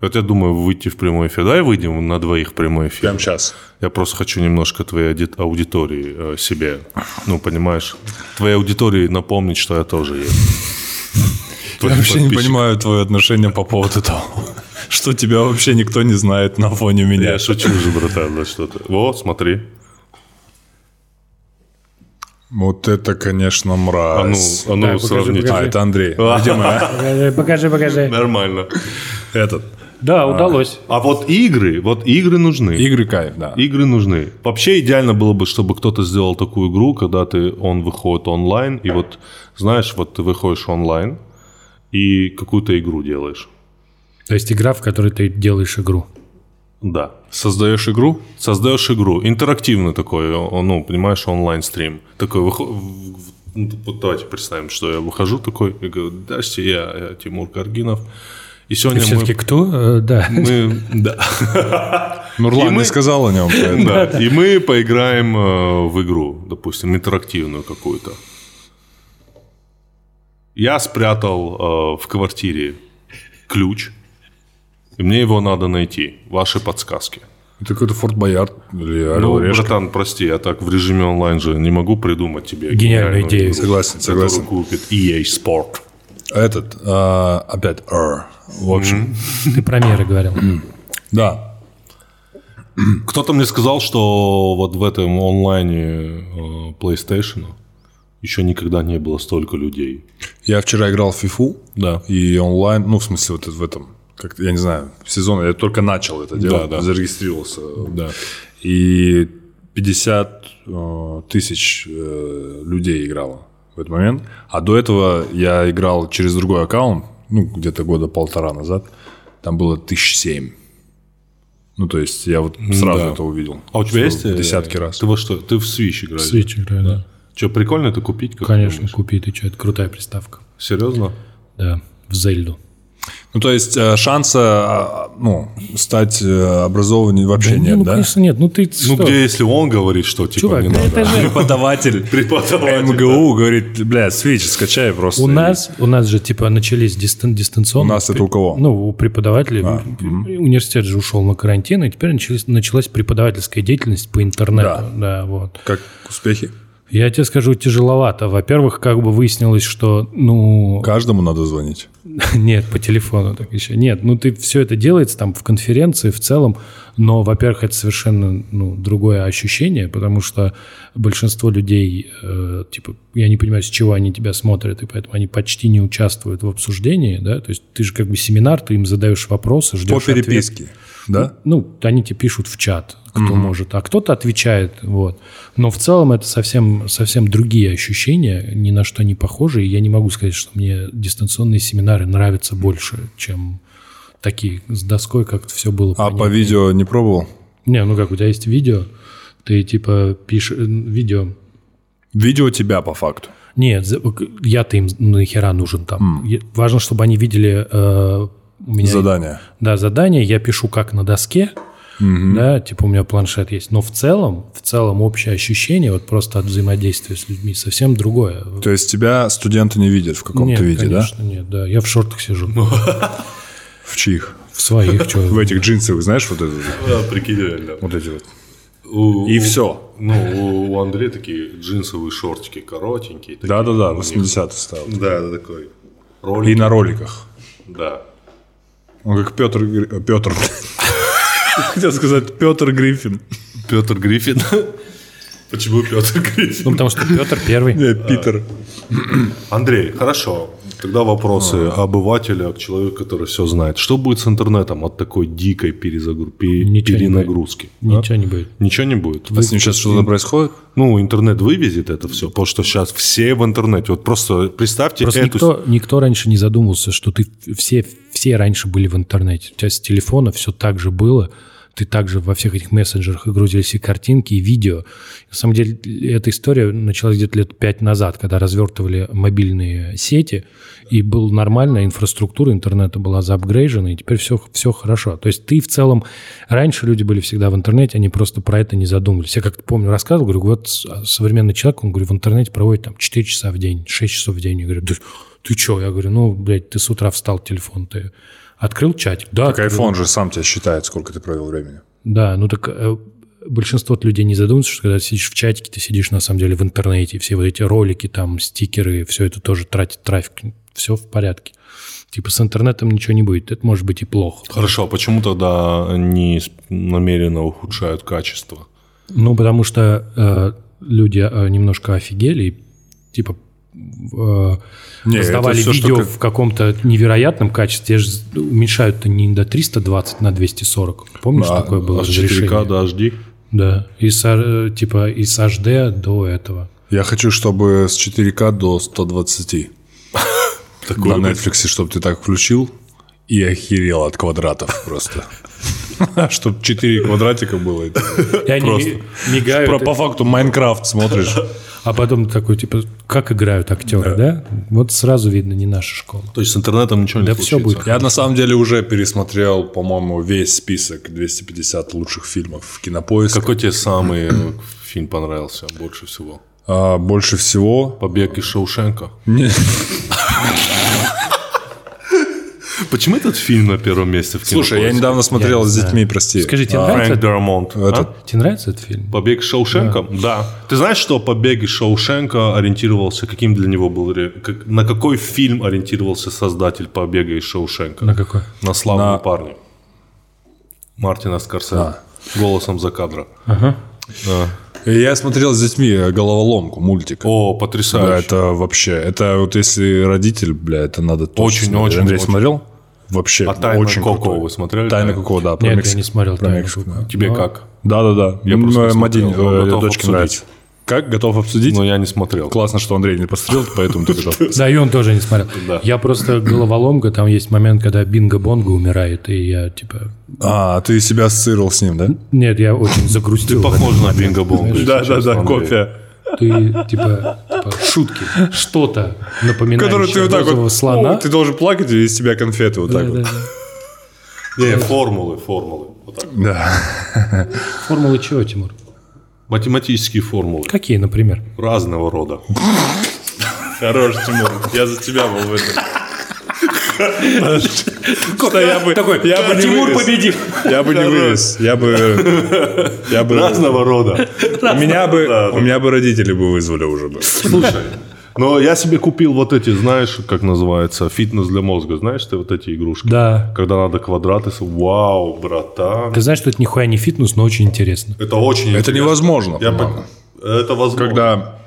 [SPEAKER 1] Вот я думаю, выйти в прямой эфир. Давай выйдем на двоих в прямой эфир.
[SPEAKER 3] Прям сейчас.
[SPEAKER 1] Я просто хочу немножко твоей ауди- аудитории э, себе, ну, понимаешь, твоей аудитории напомнить, что я тоже есть.
[SPEAKER 3] Я
[SPEAKER 1] Твой
[SPEAKER 3] вообще не
[SPEAKER 1] подписчик.
[SPEAKER 3] понимаю твое отношение по поводу того, что тебя вообще никто не знает на фоне меня.
[SPEAKER 1] Я шучу же, братан, да что ты. Вот, смотри.
[SPEAKER 3] Вот это, конечно,
[SPEAKER 1] А ну,
[SPEAKER 3] мразь.
[SPEAKER 1] а ну
[SPEAKER 2] Да, покажи,
[SPEAKER 1] сравните.
[SPEAKER 3] А, это Андрей. Где мы, а?
[SPEAKER 2] Покажи, покажи, покажи.
[SPEAKER 1] Нормально.
[SPEAKER 3] Этот.
[SPEAKER 2] Да, удалось.
[SPEAKER 1] А вот игры, вот игры нужны.
[SPEAKER 3] Игры кайф, да.
[SPEAKER 1] Игры нужны. Вообще идеально было бы, чтобы кто-то сделал такую игру, когда ты он выходит онлайн, и вот знаешь, вот ты выходишь онлайн и какую-то игру делаешь.
[SPEAKER 2] То есть игра, в которой ты делаешь игру.
[SPEAKER 1] Да. Создаешь игру? Создаешь игру. Интерактивный такой, о- ну, понимаешь, онлайн-стрим. Такой, выхо- в- в- ну, вот давайте представим, что я выхожу такой, и говорю, «Здрасте, я, я Тимур Каргинов. И сегодня
[SPEAKER 2] Все-таки
[SPEAKER 1] мы...
[SPEAKER 2] кто? Э, Да.
[SPEAKER 1] мы- да.
[SPEAKER 3] Нурлан
[SPEAKER 1] И мы-
[SPEAKER 3] не сказал о нем. поэтому.
[SPEAKER 1] Да, И мы поиграем э, в игру, допустим, интерактивную какую-то. Я спрятал э, в квартире ключ, и мне его надо найти. Ваши подсказки.
[SPEAKER 3] Это какой-то Форт Боярд или Орел
[SPEAKER 1] Ну,
[SPEAKER 3] и Решка.
[SPEAKER 1] братан, прости, я так в режиме онлайн же не могу придумать тебе
[SPEAKER 2] Гениальную идею.
[SPEAKER 1] игру,
[SPEAKER 3] Согласен,
[SPEAKER 1] которую
[SPEAKER 3] согласен.
[SPEAKER 1] купит EA Sport.
[SPEAKER 3] Этот, а, опять R. В общем,
[SPEAKER 2] Ты про меры говорил.
[SPEAKER 3] да.
[SPEAKER 1] Кто-то мне сказал, что вот в этом онлайне э, PlayStation еще никогда не было столько людей.
[SPEAKER 3] Я вчера играл в FIFA.
[SPEAKER 1] Да.
[SPEAKER 3] И онлайн, ну, в смысле, вот в этом, как я не знаю, сезон, я только начал это делать,
[SPEAKER 1] да.
[SPEAKER 3] зарегистрировался. Да. И 50 э, тысяч э, людей играло в этот момент. А до этого я играл через другой аккаунт, ну, где-то года полтора назад. Там было тысяч семь. Ну, то есть я вот сразу
[SPEAKER 1] Да.
[SPEAKER 3] это увидел.
[SPEAKER 1] А у тебя есть?
[SPEAKER 3] Что
[SPEAKER 1] э,
[SPEAKER 3] в Десятки раз.
[SPEAKER 1] Ты во что? Ты в Switch играешь?
[SPEAKER 2] Switch играю, да.
[SPEAKER 1] Че, прикольно это купить? как ты
[SPEAKER 2] Конечно,
[SPEAKER 1] думаешь?
[SPEAKER 2] купи ты что, это крутая приставка.
[SPEAKER 1] Серьезно?
[SPEAKER 2] Да, в Зельду.
[SPEAKER 3] Ну, то есть э, шанса, а, ну, стать э, образованнее вообще
[SPEAKER 2] Не,
[SPEAKER 3] нет,
[SPEAKER 2] ну,
[SPEAKER 3] да?
[SPEAKER 2] конечно, нет. Ну, ты что?
[SPEAKER 1] Ну, где если он говорит, что типа
[SPEAKER 2] Чувак,
[SPEAKER 1] не
[SPEAKER 2] да
[SPEAKER 1] надо.
[SPEAKER 2] это же...
[SPEAKER 3] Преподаватель.
[SPEAKER 1] Преподаватель,
[SPEAKER 3] МГУ говорит, бля, свич, скачай просто.
[SPEAKER 2] У нас, у нас же, типа, начались дистан-
[SPEAKER 3] У
[SPEAKER 2] дистанционные...
[SPEAKER 3] нас это у кого?
[SPEAKER 2] Ну, у преподавателей.
[SPEAKER 3] А,
[SPEAKER 2] Университет же ушел на карантин, и теперь начались- началась преподавательская деятельность по интернету. Да. вот.
[SPEAKER 3] Как успехи?
[SPEAKER 2] Я тебе скажу, тяжеловато. Во-первых, как бы выяснилось, что, ну...
[SPEAKER 3] Каждому надо звонить.
[SPEAKER 2] Нет, по телефону так еще. Нет, ну ты все это делается там в конференции в целом, но, во-первых, это совершенно ну, другое ощущение, потому что большинство людей, э, типа, я не понимаю, с чего они тебя смотрят, и поэтому они почти не участвуют в обсуждении, да, то есть ты же как бы семинар, ты им задаешь вопросы, ждешь
[SPEAKER 3] По
[SPEAKER 2] ответ.
[SPEAKER 3] переписке, да?
[SPEAKER 2] Ну, они тебе пишут в чат, кто может, а кто-то отвечает, вот. Но в целом это совсем, совсем другие ощущения, ни на что не похожие. И Я не могу сказать, что мне дистанционные семинары нравятся больше, чем такие с доской, как все было.
[SPEAKER 3] А
[SPEAKER 2] понятно.
[SPEAKER 3] по видео не пробовал?
[SPEAKER 2] Не, ну как, у тебя есть видео, ты типа пишешь э, видео.
[SPEAKER 3] Видео тебя по факту.
[SPEAKER 2] Нет, за- к- я-то им нахера нужен там. Я- Важно, чтобы они видели э, у меня
[SPEAKER 3] Задание.
[SPEAKER 2] да, задание я пишу как на доске, да, типа у меня планшет есть. Но в целом, в целом общее ощущение вот просто от взаимодействия с людьми совсем другое.
[SPEAKER 3] То есть тебя студенты не видят в каком-то
[SPEAKER 2] Нет,
[SPEAKER 3] виде, Ну.
[SPEAKER 2] конечно, нет, да. Я в шортах сижу.
[SPEAKER 3] да? В чьих?
[SPEAKER 2] В своих, чё.
[SPEAKER 3] В этих джинсовых, знаешь, вот это
[SPEAKER 1] Да, прикинь, реально.
[SPEAKER 3] вот эти вот.
[SPEAKER 1] У-
[SPEAKER 3] И
[SPEAKER 1] у-
[SPEAKER 3] все.
[SPEAKER 1] Ну, у- у Андрея такие джинсовые шортики коротенькие. такие.
[SPEAKER 3] Да-да-да,
[SPEAKER 1] У них-
[SPEAKER 3] 80 стал.
[SPEAKER 1] Да, да, такой.
[SPEAKER 3] И
[SPEAKER 1] Ролик.
[SPEAKER 3] на роликах.
[SPEAKER 1] Да.
[SPEAKER 3] Он как Петр... Петр. Хотел сказать Петр Гриффин.
[SPEAKER 1] Петр Гриффин. Почему Петр
[SPEAKER 2] Ну,
[SPEAKER 1] Гриффин?
[SPEAKER 2] потому что Петр первый.
[SPEAKER 3] Не,
[SPEAKER 1] А,
[SPEAKER 3] Питер.
[SPEAKER 1] Андрей, хорошо. Тогда вопросы
[SPEAKER 2] А.
[SPEAKER 1] обывателя к человеку, который все знает. Что будет с интернетом от такой дикой перезагру- пе-
[SPEAKER 2] Ничего не
[SPEAKER 1] перенагрузки? а?
[SPEAKER 2] Ничего не будет.
[SPEAKER 1] Ничего не будет.
[SPEAKER 3] А с ним сейчас что-то происходит?
[SPEAKER 1] Ну, интернет вывезет это все, потому что сейчас все в интернете. Вот просто представьте
[SPEAKER 2] Просто
[SPEAKER 1] эту...
[SPEAKER 2] никто, никто раньше не задумывался, что ты все, все раньше были в интернете. У тебя с телефона все так же было. Ты также во всех этих мессенджерах и грузились и картинки, и видео. На самом деле эта история началась где-то лет пять назад, когда развертывали мобильные сети, и была нормальная инфраструктура интернета была заапгрейжена, и теперь все, все хорошо. То есть ты в целом... Раньше люди были всегда в интернете, они просто про это не задумывались. Я как-то помню, рассказывал, говорю, вот с- а, современный человек, он, говорю, в интернете проводит там 4 часа в день, 6 часов в день. Я говорю, «Да ты чё? Я говорю, ну, блядь, ты с утра встал, телефон ты открыл чатик. Да,
[SPEAKER 3] Так
[SPEAKER 2] открыл.
[SPEAKER 3] айфон же сам тебя считает, сколько ты провел времени.
[SPEAKER 2] Да, ну так э, большинство от людей не задумываются, что когда ты сидишь в чатике, ты сидишь на самом деле в интернете, и все вот эти ролики, там, стикеры, все это тоже тратит трафик. Все в порядке. Типа с интернетом ничего не будет. Это может быть и плохо.
[SPEAKER 1] Хорошо, а почему тогда они с- намеренно ухудшают качество?
[SPEAKER 2] Ну, потому что э, люди э, немножко офигели и типа в- э,
[SPEAKER 3] Не, это
[SPEAKER 2] раздавали
[SPEAKER 3] всё, что
[SPEAKER 2] видео
[SPEAKER 3] как-
[SPEAKER 2] в каком-то невероятном качестве. Те же уменьшают-то не до 320 на 240. Помнишь,
[SPEAKER 3] Да,
[SPEAKER 2] такое было
[SPEAKER 1] От 4К
[SPEAKER 2] разрешение?
[SPEAKER 1] до HD?
[SPEAKER 2] Да. И с, э, типа и с HD до этого.
[SPEAKER 3] Я хочу, чтобы с 4К до 120. на Netflix, чтобы ты так включил и охерел от квадратов просто. Чтобы 4 квадратика было. и ты
[SPEAKER 2] И они
[SPEAKER 3] просто.
[SPEAKER 2] ми- мигают.
[SPEAKER 3] Про- По факту Майнкрафт смотришь.
[SPEAKER 2] А потом такой, типа, как играют актеры, да? Вот сразу видно, не наша школа.
[SPEAKER 1] То есть с интернетом ничего не
[SPEAKER 2] Да
[SPEAKER 1] случится?
[SPEAKER 2] все будет.
[SPEAKER 3] Я на самом деле уже пересмотрел, по-моему, весь список 250 лучших фильмов в кинопоиск.
[SPEAKER 1] Какой тебе самый э, фильм понравился больше всего?
[SPEAKER 3] А, больше всего...
[SPEAKER 1] «Побег из Шоушенка». Почему этот фильм на первом месте в
[SPEAKER 3] Слушай, я
[SPEAKER 1] кинопоиске?
[SPEAKER 3] недавно смотрел с детьми, прости.
[SPEAKER 2] Скажи, тебе нравится,
[SPEAKER 1] Фрэнк
[SPEAKER 2] этот-
[SPEAKER 1] Дермонт.
[SPEAKER 3] Этот-
[SPEAKER 1] А?
[SPEAKER 2] тебе нравится этот фильм?
[SPEAKER 1] «Побег из Шоушенка»? Да. Ты знаешь, что «Побег из Шоушенка» ориентировался, каким для него был... ре- как- на какой фильм ориентировался создатель «Побега из Шоушенка»?
[SPEAKER 2] На какой?
[SPEAKER 1] На славные
[SPEAKER 3] На-
[SPEAKER 1] парни. Мартина Скорсезе.
[SPEAKER 3] Да.
[SPEAKER 1] Голосом за кадра. Да.
[SPEAKER 3] И Я смотрел с детьми «Головоломку», мультик.
[SPEAKER 1] О,
[SPEAKER 3] Да,
[SPEAKER 1] потрясающе.
[SPEAKER 3] это вообще... Это вот если родитель, бля, это надо точно
[SPEAKER 1] Очень,
[SPEAKER 3] смотреть.
[SPEAKER 1] очень,
[SPEAKER 3] Андрей
[SPEAKER 1] очень.
[SPEAKER 3] смотрел? Вообще
[SPEAKER 1] А «Тайны
[SPEAKER 3] очень
[SPEAKER 1] Коко»
[SPEAKER 3] крутой.
[SPEAKER 1] вы смотрели?
[SPEAKER 3] «Тайны
[SPEAKER 1] «Тайны»?
[SPEAKER 3] Коко», да. про
[SPEAKER 2] Нет, я
[SPEAKER 3] Мексику.
[SPEAKER 2] не Ну, а смотрел
[SPEAKER 3] Про
[SPEAKER 2] «Тайны
[SPEAKER 3] Мексику,
[SPEAKER 2] Коко».
[SPEAKER 3] да.
[SPEAKER 1] Тебе как?
[SPEAKER 3] Да-да-да.
[SPEAKER 1] Я просто не
[SPEAKER 3] М, Мадин,
[SPEAKER 1] смотрел, но
[SPEAKER 3] э,
[SPEAKER 1] готов
[SPEAKER 3] дочке
[SPEAKER 1] обсудить.
[SPEAKER 3] нравится. Как? Готов обсудить?
[SPEAKER 1] Но Ну, я не смотрел.
[SPEAKER 3] Классно, что Андрей не посмотрел, поэтому ты бежал.
[SPEAKER 2] Да, и он тоже не смотрел. Я просто головоломка, там есть момент, когда Бинго Бонго умирает, и я типа...
[SPEAKER 3] А, ты себя ассоциировал с ним, да?
[SPEAKER 2] Нет, я очень загрустил. в
[SPEAKER 1] Похоже на Бинго Бонго.
[SPEAKER 3] Да-да-да, кофе.
[SPEAKER 2] этом. Ты типа, типа, шутки, что-то напоминающее розового слона.
[SPEAKER 3] «О, Ты должен плакать, и из тебя конфеты вот
[SPEAKER 2] Да,
[SPEAKER 3] так
[SPEAKER 2] да,
[SPEAKER 3] вот.
[SPEAKER 2] да.
[SPEAKER 1] Не, формулы, формулы. Вот так.
[SPEAKER 3] Да.
[SPEAKER 2] Формулы чего, Тимур?
[SPEAKER 1] Математические формулы.
[SPEAKER 2] Какие, например?
[SPEAKER 1] Разного рода.
[SPEAKER 3] Хорош, Тимур. Я за тебя был в этом.
[SPEAKER 1] Что я бы,
[SPEAKER 2] Такой,
[SPEAKER 1] я бы не
[SPEAKER 2] Тимур
[SPEAKER 1] вывез.
[SPEAKER 2] победил.
[SPEAKER 1] Я бы не вывез. Я бы... Я бы...
[SPEAKER 5] Разного рода.
[SPEAKER 1] У меня бы,
[SPEAKER 5] Да,
[SPEAKER 1] у меня бы родители бы вызвали уже бы.
[SPEAKER 5] Слушай, но я себе купил вот эти, знаешь, как называется, фитнес для мозга. Знаешь ты вот эти игрушки?
[SPEAKER 2] Да.
[SPEAKER 5] Когда надо квадраты. с- Вау, братан.
[SPEAKER 2] Ты знаешь, что это нихуя не фитнес, но очень интересно.
[SPEAKER 5] Это очень
[SPEAKER 3] Это невозможно.
[SPEAKER 5] Я
[SPEAKER 3] по-моему.
[SPEAKER 5] пон- Это возможно.
[SPEAKER 3] Когда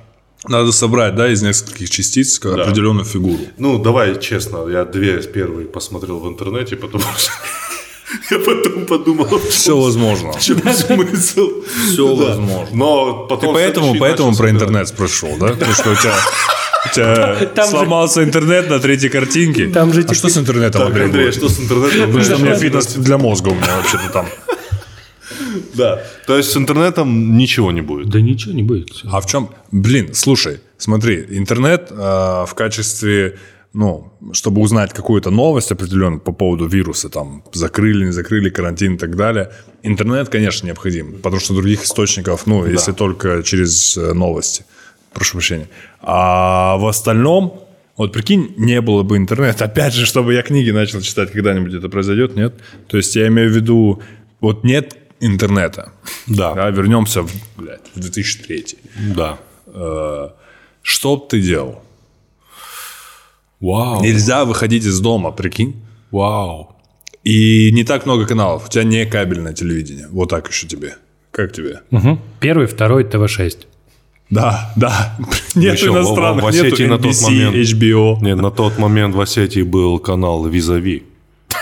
[SPEAKER 3] надо собрать, да, из нескольких частиц к- определенную фигуру.
[SPEAKER 5] Ну, давай честно, я две первые посмотрел в интернете, потому что я потом подумал, в чем-
[SPEAKER 3] Все возможно.
[SPEAKER 5] в чем смысл.
[SPEAKER 3] Все
[SPEAKER 5] Да.
[SPEAKER 3] возможно.
[SPEAKER 5] Но
[SPEAKER 3] Ты
[SPEAKER 5] потом...
[SPEAKER 3] поэтому,
[SPEAKER 5] следующий
[SPEAKER 3] поэтому
[SPEAKER 5] начал
[SPEAKER 3] про
[SPEAKER 5] собирать.
[SPEAKER 3] интернет спрашивал, да? Потому что у тебя, у тебя
[SPEAKER 2] Там же-
[SPEAKER 3] сломался интернет на третьей картинке.
[SPEAKER 2] Там же
[SPEAKER 3] а что с интернетом,
[SPEAKER 5] Так,
[SPEAKER 3] Андрей?
[SPEAKER 5] Андрей, а
[SPEAKER 3] будет?
[SPEAKER 5] что с интернетом?
[SPEAKER 3] Потому что у меня фитнес для мозга у меня вообще-то там.
[SPEAKER 5] Да. То есть с интернетом ничего не будет.
[SPEAKER 2] Да ничего не будет. всё.
[SPEAKER 3] А в чем? Блин, слушай, смотри, интернет э, в качестве, ну, чтобы узнать какую-то новость определенную по поводу вируса, там, закрыли, не закрыли, карантин и так далее, интернет, конечно, необходим, потому что других источников, ну, если только через э, новости, прошу прощения. А в остальном, вот прикинь, не было бы интернета, опять же, чтобы я книги начал читать, когда-нибудь это произойдет, нет? То есть я имею в виду, вот нет интернета.
[SPEAKER 1] Да.
[SPEAKER 3] вернемся в, блядь, в 2003.
[SPEAKER 1] Да.
[SPEAKER 3] Э, Что б ты делал?
[SPEAKER 1] Вау.
[SPEAKER 3] Нельзя выходить из дома, прикинь.
[SPEAKER 1] Вау.
[SPEAKER 3] И не так много каналов. У тебя не кабельное телевидение. Вот так еще тебе. Как тебе?
[SPEAKER 1] Хм.
[SPEAKER 2] Мгм. Первый, второй, ТВ-6.
[SPEAKER 3] Да, да.
[SPEAKER 1] Ну
[SPEAKER 3] Нет
[SPEAKER 1] еще в- в-
[SPEAKER 3] иностранных,
[SPEAKER 1] в
[SPEAKER 3] нету
[SPEAKER 1] Осетии на тот
[SPEAKER 3] NBC,
[SPEAKER 1] момент.
[SPEAKER 3] HBO.
[SPEAKER 1] Нет, на тот момент в Осетии был канал Визави.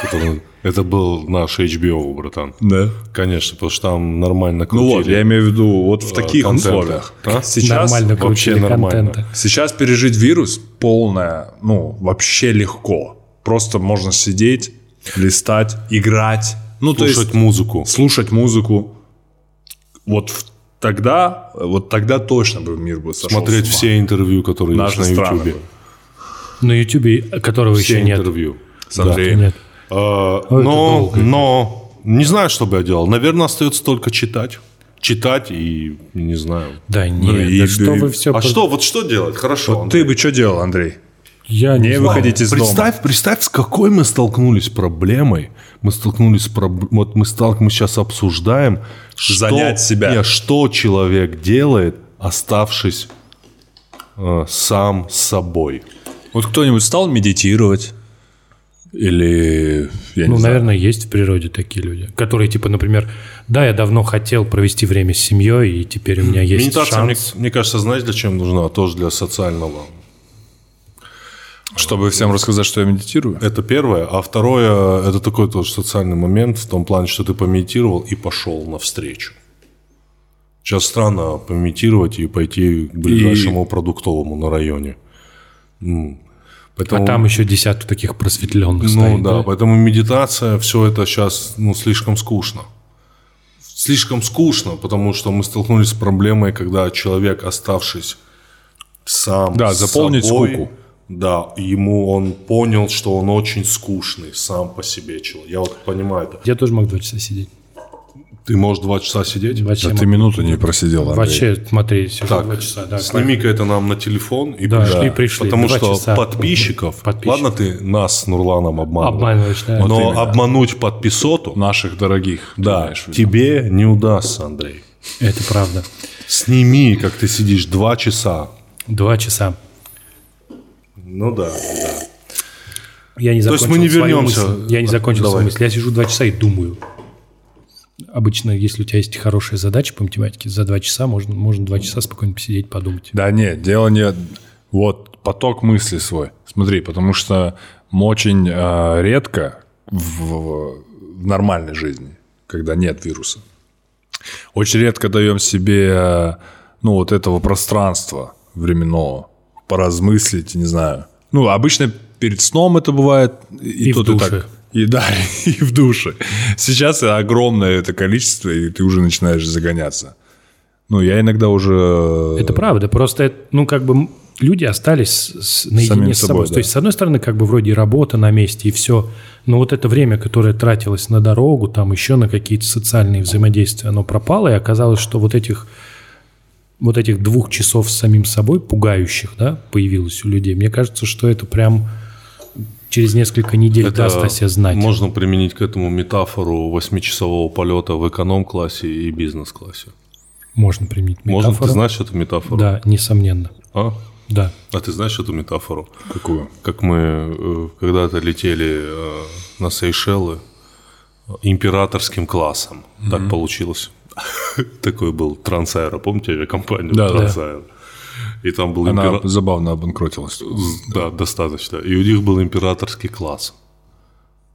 [SPEAKER 1] Это, это был наш HBO, братан.
[SPEAKER 3] Да.
[SPEAKER 1] Конечно, потому что там нормально
[SPEAKER 3] Ну
[SPEAKER 1] крутили.
[SPEAKER 3] вот, я имею в виду вот в
[SPEAKER 1] э,
[SPEAKER 3] таких
[SPEAKER 1] контента.
[SPEAKER 3] условиях.
[SPEAKER 1] А?
[SPEAKER 3] Сейчас
[SPEAKER 2] нормально
[SPEAKER 1] вообще
[SPEAKER 2] крутили
[SPEAKER 1] нормально.
[SPEAKER 2] контента.
[SPEAKER 3] Сейчас пережить вирус полное, ну, вообще легко. Просто можно сидеть, листать, играть. Ну, то
[SPEAKER 1] Слушать
[SPEAKER 3] есть-
[SPEAKER 1] музыку.
[SPEAKER 3] слушать музыку. Вот в- тогда, вот тогда точно бы мир бы сошел
[SPEAKER 1] Смотреть
[SPEAKER 3] с ума.
[SPEAKER 1] все интервью, которые
[SPEAKER 3] Наши
[SPEAKER 1] есть на
[SPEAKER 3] страны
[SPEAKER 1] Ютубе.
[SPEAKER 3] бы.
[SPEAKER 2] На Ютубе, которого
[SPEAKER 1] Все
[SPEAKER 2] еще нет.
[SPEAKER 1] интервью.
[SPEAKER 3] с Андреем.
[SPEAKER 2] Нет.
[SPEAKER 3] А,
[SPEAKER 1] Э, но, но, не знаю, что бы я делал. Наверное, остается только читать. Читать и, не знаю.
[SPEAKER 2] Да нет, да
[SPEAKER 3] и-
[SPEAKER 2] что вы все...
[SPEAKER 1] А что, вот что делать? Хорошо.
[SPEAKER 3] Ты бы что делал, Андрей?
[SPEAKER 2] Я не,
[SPEAKER 3] Не
[SPEAKER 2] знаю.
[SPEAKER 3] выходить из дома.
[SPEAKER 1] представь, представь, с какой мы столкнулись проблемой. Мы столкнулись с проб- вот мы сталк- мы сейчас обсуждаем, что,
[SPEAKER 3] Занять себя.
[SPEAKER 1] не, что человек делает, оставшись э, сам с собой.
[SPEAKER 3] Вот кто-нибудь стал медитировать? Или, я не
[SPEAKER 2] Ну,
[SPEAKER 3] знаю.
[SPEAKER 2] наверное, есть в природе такие люди, которые, типа, например, да, я давно хотел провести время с семьей, и теперь у меня
[SPEAKER 1] Хм,
[SPEAKER 2] есть
[SPEAKER 1] Медитация, мне,
[SPEAKER 2] шанс.
[SPEAKER 1] мне кажется, знаешь, для чем нужна? Тоже для социального.
[SPEAKER 3] Чтобы всем рассказать, что я медитирую?
[SPEAKER 1] Это первое. А второе, это такой тоже социальный момент в том плане, что ты помедитировал и пошел навстречу. Сейчас странно помедитировать и пойти к ближайшему продуктовому на районе. М. Поэтому,
[SPEAKER 2] А там еще десяток таких просветленных
[SPEAKER 1] ну
[SPEAKER 2] стоит,
[SPEAKER 1] да,
[SPEAKER 2] да?
[SPEAKER 1] поэтому медитация, все это сейчас ну, слишком скучно. Слишком скучно, потому что мы столкнулись с проблемой, когда человек, оставшись сам
[SPEAKER 3] Да,
[SPEAKER 1] с
[SPEAKER 3] заполнить
[SPEAKER 1] собой,
[SPEAKER 3] скуку.
[SPEAKER 1] Да, ему он понял, что он очень скучный сам по себе человек. Я вот понимаю это.
[SPEAKER 2] Я тоже мог два часа сидеть.
[SPEAKER 1] Ты можешь два часа сидеть?
[SPEAKER 2] Вообще,
[SPEAKER 3] Да
[SPEAKER 2] мог.
[SPEAKER 3] ты минуту не просидел, Андрей.
[SPEAKER 2] вообще смотри, сижу
[SPEAKER 1] Так,
[SPEAKER 2] два часа. Да,
[SPEAKER 1] Сними-ка это нам на телефон и
[SPEAKER 2] Да,
[SPEAKER 1] пришли.
[SPEAKER 2] и пришли.
[SPEAKER 1] Потому
[SPEAKER 2] Два
[SPEAKER 1] что
[SPEAKER 2] часа.
[SPEAKER 1] подписчиков,
[SPEAKER 2] Подписчиков.
[SPEAKER 1] Ладно, ты нас с Нурланом обманывал.
[SPEAKER 2] Обманываешь, да.
[SPEAKER 1] Но
[SPEAKER 3] именно.
[SPEAKER 1] обмануть подписоту,
[SPEAKER 3] Наших дорогих. ты
[SPEAKER 1] да,
[SPEAKER 3] знаешь,
[SPEAKER 1] тебе не удастся, Андрей.
[SPEAKER 2] Это правда.
[SPEAKER 1] Сними, как ты сидишь два часа.
[SPEAKER 2] Два часа.
[SPEAKER 1] Ну да, да.
[SPEAKER 2] Я не
[SPEAKER 1] То есть
[SPEAKER 2] закончил
[SPEAKER 1] мы не
[SPEAKER 2] свою
[SPEAKER 1] вернемся.
[SPEAKER 2] мысль. Я не закончил
[SPEAKER 1] Давай.
[SPEAKER 2] свою мысль. Я сижу два часа и думаю. Обычно, если у тебя есть хорошая задача по математике, за два часа можно, можно два часа спокойно посидеть, подумать.
[SPEAKER 3] Да нет, дело не... Вот, поток мысли свой. Смотри, потому что мы очень э, редко в, в нормальной жизни, когда нет вируса, очень редко даем себе, э, ну, вот этого пространства временного, поразмыслить, не знаю. Ну, обычно перед сном это бывает. И,
[SPEAKER 2] И в
[SPEAKER 3] то ты
[SPEAKER 2] душе.
[SPEAKER 3] так- и да, и в душе. Сейчас огромное это количество, и ты уже начинаешь загоняться. Ну, я иногда уже... э,
[SPEAKER 2] Это правда. Просто, это, ну, как бы м, люди остались с- с-
[SPEAKER 3] Самим
[SPEAKER 2] наедине с собой.
[SPEAKER 3] собой, да.
[SPEAKER 2] То есть, с одной стороны, как бы вроде и работа на месте, и все. Но вот это время, которое тратилось на дорогу, там еще на какие-то социальные взаимодействия, оно пропало, и оказалось, что вот этих вот этих двух часов с самим собой, пугающих, да, появилось у людей. Мне кажется, что это прям через несколько недель даст о себе знать.
[SPEAKER 1] Можно применить к этому метафору восьмичасового полета в эконом-классе и бизнес-классе.
[SPEAKER 2] Можно применить
[SPEAKER 1] Можно, ты
[SPEAKER 2] метафору.
[SPEAKER 1] знаешь эту метафору?
[SPEAKER 2] Да, несомненно.
[SPEAKER 1] А?
[SPEAKER 2] Да.
[SPEAKER 1] А ты знаешь эту метафору?
[SPEAKER 3] Какую?
[SPEAKER 1] Как мы э, когда-то летели э, на Сейшелы э, императорским классом. Так получилось. Такой был Трансаэро, помните авиакомпанию?
[SPEAKER 3] Да, да.
[SPEAKER 1] Трансаэро. И там был
[SPEAKER 3] Она
[SPEAKER 1] импера-
[SPEAKER 3] забавно обанкротилась.
[SPEAKER 1] Да, достаточно. И у них был императорский класс.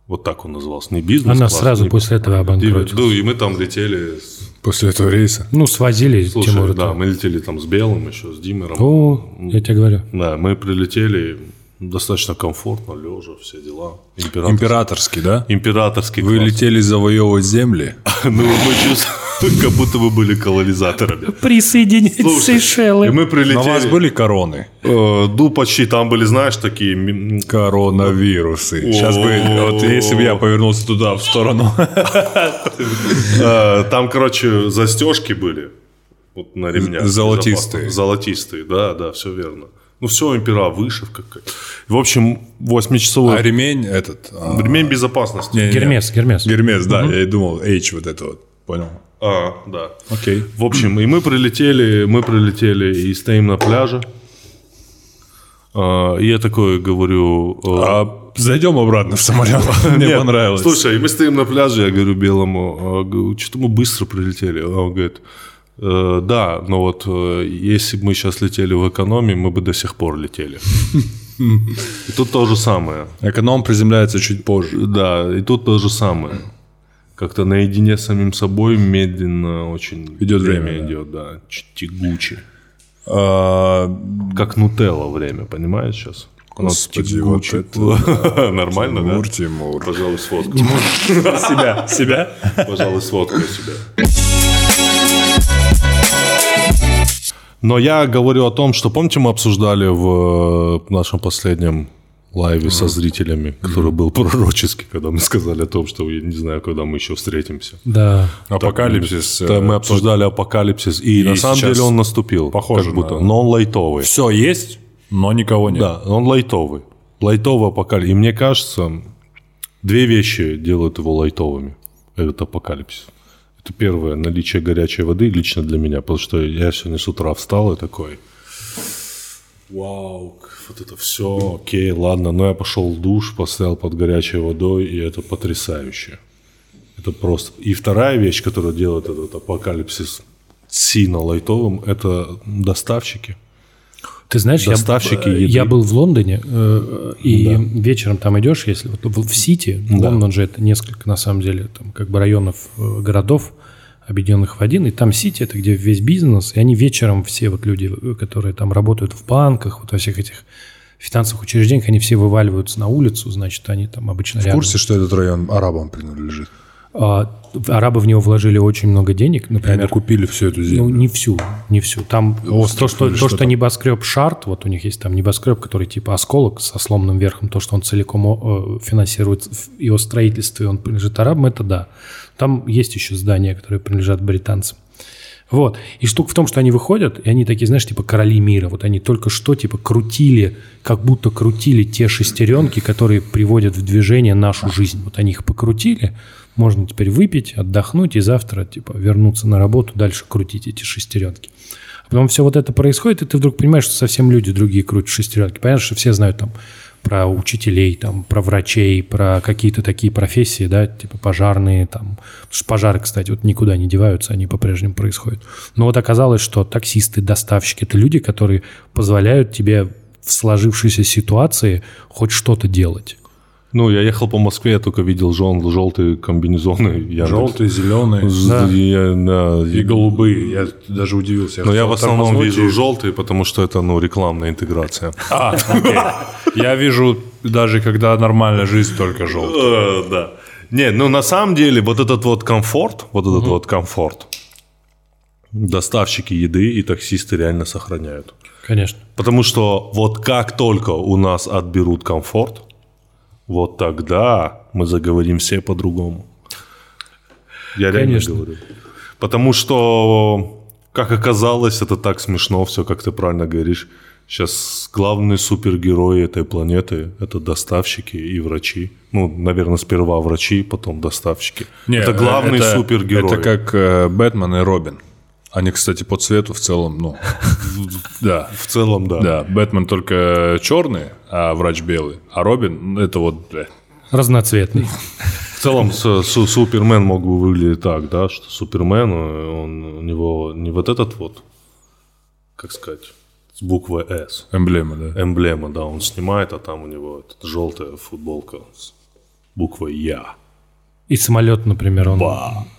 [SPEAKER 1] Вот так он назывался. Не бизнес
[SPEAKER 2] Она сразу после этого обанкротилась.
[SPEAKER 1] Ну, и мы там летели... с-
[SPEAKER 3] После этого рейса.
[SPEAKER 2] Ну, свозили
[SPEAKER 1] Слушай,
[SPEAKER 2] Тимура.
[SPEAKER 1] да, мы летели там с Белым еще, с Димером.
[SPEAKER 2] О, я тебе говорю.
[SPEAKER 1] Да, мы прилетели достаточно комфортно, лежа, все дела. Император-
[SPEAKER 3] Императорский, да?
[SPEAKER 1] Императорский
[SPEAKER 3] Вы
[SPEAKER 1] класс.
[SPEAKER 3] летели завоевывать земли.
[SPEAKER 1] Ну, мы чувствуем, как будто мы были колонизаторами.
[SPEAKER 2] Присоединить
[SPEAKER 1] Слушай,
[SPEAKER 2] Сейшелы.
[SPEAKER 1] И мы прилетели...
[SPEAKER 3] На вас были короны?
[SPEAKER 1] Э, ну, почти. Там были, знаешь, такие... м,
[SPEAKER 3] Коронавирусы. Сейчас бы, вот если бы я повернулся туда, в сторону.
[SPEAKER 1] Э, Там, короче, застежки были. Вот на ремнях.
[SPEAKER 3] Золотистые.
[SPEAKER 1] Золотистые, да, да, все верно. Ну, все, импера, вышивка. как- В общем, восьмичасовой
[SPEAKER 3] А ремень этот... а,
[SPEAKER 1] ремень безопасности.
[SPEAKER 3] не-не-не.
[SPEAKER 2] Гермес, Гермес.
[SPEAKER 3] Гермес, да, я и думал, H вот это вот, понял.
[SPEAKER 1] А, да.
[SPEAKER 3] Окей.
[SPEAKER 1] В общем, и мы прилетели, мы прилетели и стоим на пляже. А, и я такой говорю... э,
[SPEAKER 3] А зайдем обратно в самолет, мне
[SPEAKER 1] Нет,
[SPEAKER 3] понравилось.
[SPEAKER 1] Слушай, и мы стоим на пляже, я говорю белому, что-то мы быстро прилетели. А Он говорит, «Э, да, но вот э, если бы мы сейчас летели в экономе, мы бы до сих пор летели. И тут то же самое.
[SPEAKER 3] эконом приземляется чуть позже.
[SPEAKER 1] Да, и тут то же самое. Как-то наедине с самим собой медленно очень...
[SPEAKER 3] Идет время, да.
[SPEAKER 1] идет, да. ч- Тягуче.
[SPEAKER 3] А,
[SPEAKER 1] Как нутелла время, понимаешь сейчас? Оно
[SPEAKER 3] Господи, вот
[SPEAKER 1] тягуче. Нормально, да?
[SPEAKER 3] Тимур, Тимур.
[SPEAKER 1] Пожалуй, сфоткай.
[SPEAKER 3] Себя, себя.
[SPEAKER 1] Пожалуй, сфоткаю себя. Но я говорю о том, что, помните, мы обсуждали в э, нашем последнем лайве со зрителями, который был пророческий, когда мы сказали о том, что я не знаю, когда мы еще встретимся.
[SPEAKER 2] Да.
[SPEAKER 3] Апокалипсис. э,
[SPEAKER 1] Да, мы обсуждали апокалипсис, и, на самом
[SPEAKER 3] сейчас
[SPEAKER 1] деле он наступил.
[SPEAKER 3] похоже
[SPEAKER 1] Как будто,
[SPEAKER 3] на-
[SPEAKER 1] но он лайтовый.
[SPEAKER 3] Все есть, но никого нет.
[SPEAKER 1] Да, он лайтовый. Лайтовый апокалипсис. И мне кажется, две вещи делают его лайтовыми. Этот апокалипсис. Это первое, наличие горячей воды лично для меня, потому что я сегодня с утра встал и такой... Вау, вот это все, окей, ладно. Но я пошел в душ, постоял под горячей водой, и это потрясающе. Это просто... И вторая вещь, которая делает этот апокалипсис сильно лайтовым, это доставщики.
[SPEAKER 2] Ты знаешь, я,
[SPEAKER 1] Доставщики
[SPEAKER 2] э,
[SPEAKER 1] еды.
[SPEAKER 2] я был в Лондоне, э, и вечером там идешь, если вот в в Сити, ну, Лондон же это несколько, на самом деле, там как бы районов э, городов, объединенных в один, и там Сити, это где весь бизнес, и они вечером все вот люди, э, которые там работают в банках, вот во всех этих финансовых учреждениях, они все вываливаются на улицу, значит, они там обычно
[SPEAKER 3] В
[SPEAKER 2] рядом.
[SPEAKER 3] курсе, что этот район арабам принадлежит?
[SPEAKER 2] А, в- арабы в него вложили очень много денег,
[SPEAKER 3] Они
[SPEAKER 2] например.
[SPEAKER 3] купили всю эту
[SPEAKER 2] Ну,
[SPEAKER 3] землю.
[SPEAKER 2] не всю, не всю. Там
[SPEAKER 3] Остров
[SPEAKER 2] то, что,
[SPEAKER 3] или
[SPEAKER 2] то,
[SPEAKER 3] что
[SPEAKER 2] что
[SPEAKER 3] там?
[SPEAKER 2] небоскреб Шарт, вот у них есть там небоскреб, который типа осколок со сломанным верхом, то, что он целиком о, э, финансирует в- его строительство, и он принадлежит арабам, это да. Там есть еще здания, которые принадлежат британцам. Вот. И штука в том, что они выходят, и они такие, знаешь, типа короли мира. Вот они только что, типа, крутили, как будто крутили те шестеренки, которые приводят в движение нашу жизнь. Вот они их покрутили, можно теперь выпить, отдохнуть и завтра, типа, вернуться на работу, дальше крутить эти шестеренки. А потом все вот это происходит, и ты вдруг понимаешь, что совсем люди другие крутят шестеренки. Понятно, что все знают там про учителей, там, про врачей, про какие-то такие профессии, да, типа пожарные, там, потому что пожары, кстати, вот никуда не деваются, они по-прежнему происходят. Но вот оказалось, что таксисты, доставщики – это люди, которые позволяют тебе в сложившейся ситуации хоть что-то делать.
[SPEAKER 1] Ну, я ехал по Москве, я только видел жен, желтые комбинезоны. Яндекс.
[SPEAKER 3] Желтые, зеленые
[SPEAKER 1] З- я, да,
[SPEAKER 3] Ну, и
[SPEAKER 1] и-
[SPEAKER 3] голубые. Я даже удивился.
[SPEAKER 1] Но я
[SPEAKER 3] хотел
[SPEAKER 1] в основном
[SPEAKER 3] тормознуть
[SPEAKER 1] вижу
[SPEAKER 3] и-
[SPEAKER 1] желтые, потому что это, ну, рекламная интеграция.
[SPEAKER 3] А, окей. Я вижу даже когда нормальная жизнь только желтая.
[SPEAKER 1] Э, Да. Не, ну, на самом деле, вот этот вот комфорт, вот этот вот комфорт, доставщики еды и таксисты реально сохраняют.
[SPEAKER 2] Конечно.
[SPEAKER 1] Потому что вот как только у нас отберут комфорт, вот тогда мы заговорим все по-другому. Я
[SPEAKER 2] Конечно.
[SPEAKER 1] реально говорю. Потому что, как оказалось, это так смешно, все, как ты правильно говоришь. Сейчас главные супергерои этой планеты – это доставщики и врачи. Ну, наверное, сперва врачи, потом доставщики.
[SPEAKER 3] Не, э,
[SPEAKER 1] это главные
[SPEAKER 3] это-
[SPEAKER 1] супергерои.
[SPEAKER 3] Это как э, Бэтмен и Робин. Они, кстати, по цвету в целом, ну, да.
[SPEAKER 1] В целом, да.
[SPEAKER 3] Да, Бэтмен только черный, а врач белый. А Робин, это вот... э, бля.
[SPEAKER 2] Разноцветный.
[SPEAKER 1] В целом, с- су- Супермен мог бы выглядеть так, да, что Супермен, э, он, у него не вот этот вот, как сказать, с буквы «С»,
[SPEAKER 3] Эмблема, да.
[SPEAKER 1] эмблема, да, он снимает, а там у него этот желтая футболка с буквой «Я».
[SPEAKER 2] И самолет, например, он...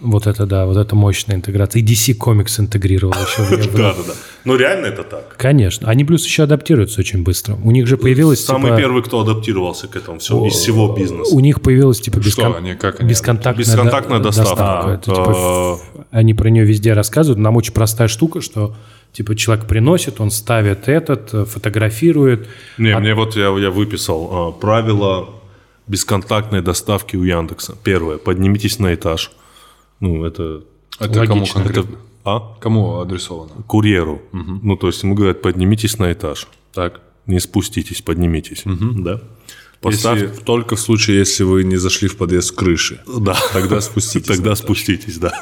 [SPEAKER 2] Вот это, да, вот это мощная интеграция. И DC Comics интегрировал еще. в него.
[SPEAKER 1] Да-да-да. Ну, реально это так.
[SPEAKER 2] Конечно. Они плюс еще адаптируются очень быстро. У них же появилось...
[SPEAKER 1] Самый
[SPEAKER 2] типа,
[SPEAKER 1] первый, кто адаптировался к этому всё- из всего бизнеса.
[SPEAKER 2] У них появилась типа
[SPEAKER 3] Что
[SPEAKER 2] бескон-
[SPEAKER 3] они, как они?
[SPEAKER 2] бесконтактная,
[SPEAKER 1] Бесконтактная
[SPEAKER 2] да-
[SPEAKER 1] доставка.
[SPEAKER 2] Это, типа, ф- Они про нее везде рассказывают. Нам очень простая штука, что типа человек приносит, он ставит этот, э, фотографирует.
[SPEAKER 1] Не, мне вот я, я выписал а, правила бесконтактной доставки у Яндекса. Первое, поднимитесь на этаж. Ну, это...
[SPEAKER 3] Это кому
[SPEAKER 2] Логично.
[SPEAKER 3] конкретно?
[SPEAKER 1] А?
[SPEAKER 3] Кому адресовано?
[SPEAKER 1] курьеру. Ну, то есть ему говорят, поднимитесь на этаж. Так. Не спуститесь, поднимитесь. Да. Поставь...
[SPEAKER 3] Если- только в случае, если вы не зашли в подъезд крыши.
[SPEAKER 1] Да.
[SPEAKER 3] Тогда спуститесь на
[SPEAKER 1] Тогда спуститесь, да.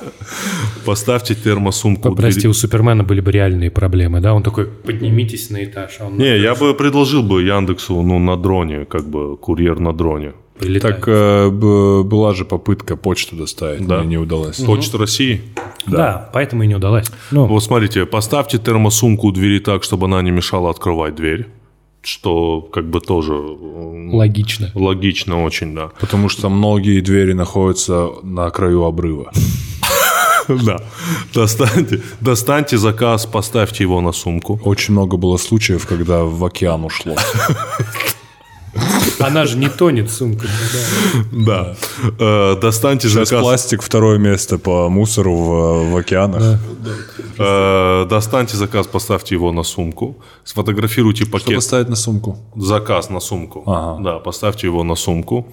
[SPEAKER 1] Поставьте термосумку. у
[SPEAKER 2] Прости,
[SPEAKER 1] двери.
[SPEAKER 2] у Супермена были бы реальные проблемы, да? Он такой, поднимитесь на этаж, а он
[SPEAKER 1] Не, я бы предложил бы Яндексу, ну, на дроне, как бы курьер на дроне.
[SPEAKER 2] прилетает.
[SPEAKER 3] Так э, б- была же попытка почту доставить,
[SPEAKER 1] Да.
[SPEAKER 3] мне не удалось.
[SPEAKER 1] Почта России.
[SPEAKER 2] да. поэтому и не удалось. Ну,
[SPEAKER 1] Вот смотрите, поставьте термосумку у двери так, чтобы она не мешала открывать дверь. Что как бы тоже м,
[SPEAKER 2] логично.
[SPEAKER 1] логично очень, да.
[SPEAKER 3] Потому что многие двери находятся на краю обрыва.
[SPEAKER 1] Да. Достаньте, достаньте заказ, поставьте его на сумку.
[SPEAKER 3] Очень много было случаев, когда в океан ушло.
[SPEAKER 2] Она же не тонет, сумка.
[SPEAKER 1] Да. Э, Достаньте
[SPEAKER 3] Сейчас
[SPEAKER 1] заказ.
[SPEAKER 3] пластик второе место по мусору в, в океанах.
[SPEAKER 1] э, Достаньте заказ, поставьте его на сумку. Сфотографируйте
[SPEAKER 3] Что
[SPEAKER 1] пакет.
[SPEAKER 3] поставить на сумку?
[SPEAKER 1] Заказ на сумку.
[SPEAKER 3] Ага.
[SPEAKER 1] Да, поставьте его на сумку.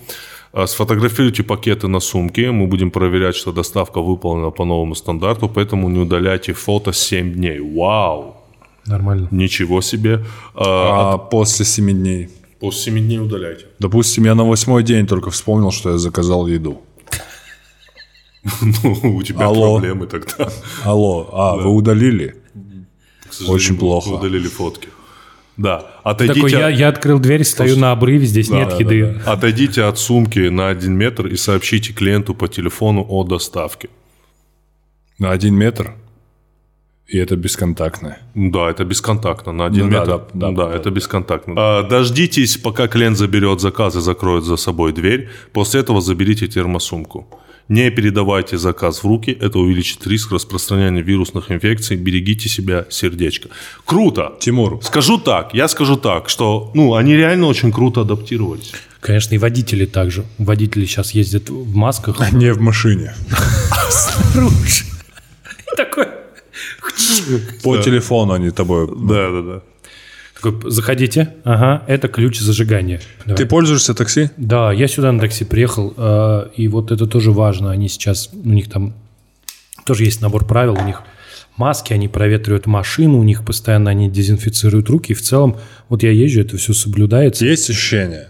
[SPEAKER 1] Э, Сфотографируйте пакеты на сумке. Мы будем проверять, что доставка выполнена по новому стандарту, поэтому не удаляйте фото 7 дней. Вау!
[SPEAKER 2] Нормально.
[SPEAKER 1] Ничего себе. Э,
[SPEAKER 3] А после семи дней.
[SPEAKER 1] По 7 дней удаляйте.
[SPEAKER 3] Допустим, я на восьмой день только вспомнил, что я заказал еду.
[SPEAKER 1] Ну, у тебя
[SPEAKER 3] Алло.
[SPEAKER 1] проблемы тогда.
[SPEAKER 3] Алло, а вы удалили?
[SPEAKER 1] К сожалению,
[SPEAKER 3] Очень плохо.
[SPEAKER 1] Удалили фотки. Да. Отойдите
[SPEAKER 2] Такой,
[SPEAKER 1] от-
[SPEAKER 2] я, я открыл дверь, стою на обрыве, здесь нет еды.
[SPEAKER 1] Отойдите от сумки на один метр и сообщите клиенту по телефону о доставке.
[SPEAKER 3] На один метр? И это бесконтактное.
[SPEAKER 1] Да, это бесконтактно, на один
[SPEAKER 3] Ну да,
[SPEAKER 1] метр.
[SPEAKER 3] да, да,
[SPEAKER 1] Ну
[SPEAKER 3] да,
[SPEAKER 1] это бесконтактно. А, дождитесь, пока клиент заберет заказ и закроет за собой дверь. После этого заберите термосумку. Не передавайте заказ в руки, это увеличит риск распространения вирусных инфекций. Берегите себя, сердечко. Круто!
[SPEAKER 3] Тимур,
[SPEAKER 1] Скажу так, я скажу так, что ну они реально очень круто адаптировались.
[SPEAKER 2] Конечно, и водители также. Водители сейчас ездят в масках.
[SPEAKER 3] не в машине.
[SPEAKER 2] Такой,
[SPEAKER 3] По телефону они тобой.
[SPEAKER 1] Да, да, да.
[SPEAKER 2] такой, заходите. Ага, это ключ зажигания. Давай.
[SPEAKER 3] Ты пользуешься такси?
[SPEAKER 2] Да, я сюда на такси приехал, э, и вот это тоже важно. Они сейчас, у них там тоже есть набор правил, у них маски, они проветривают машину, у них постоянно они дезинфицируют руки, и в целом, вот я езжу, это все соблюдается.
[SPEAKER 3] Есть ощущение,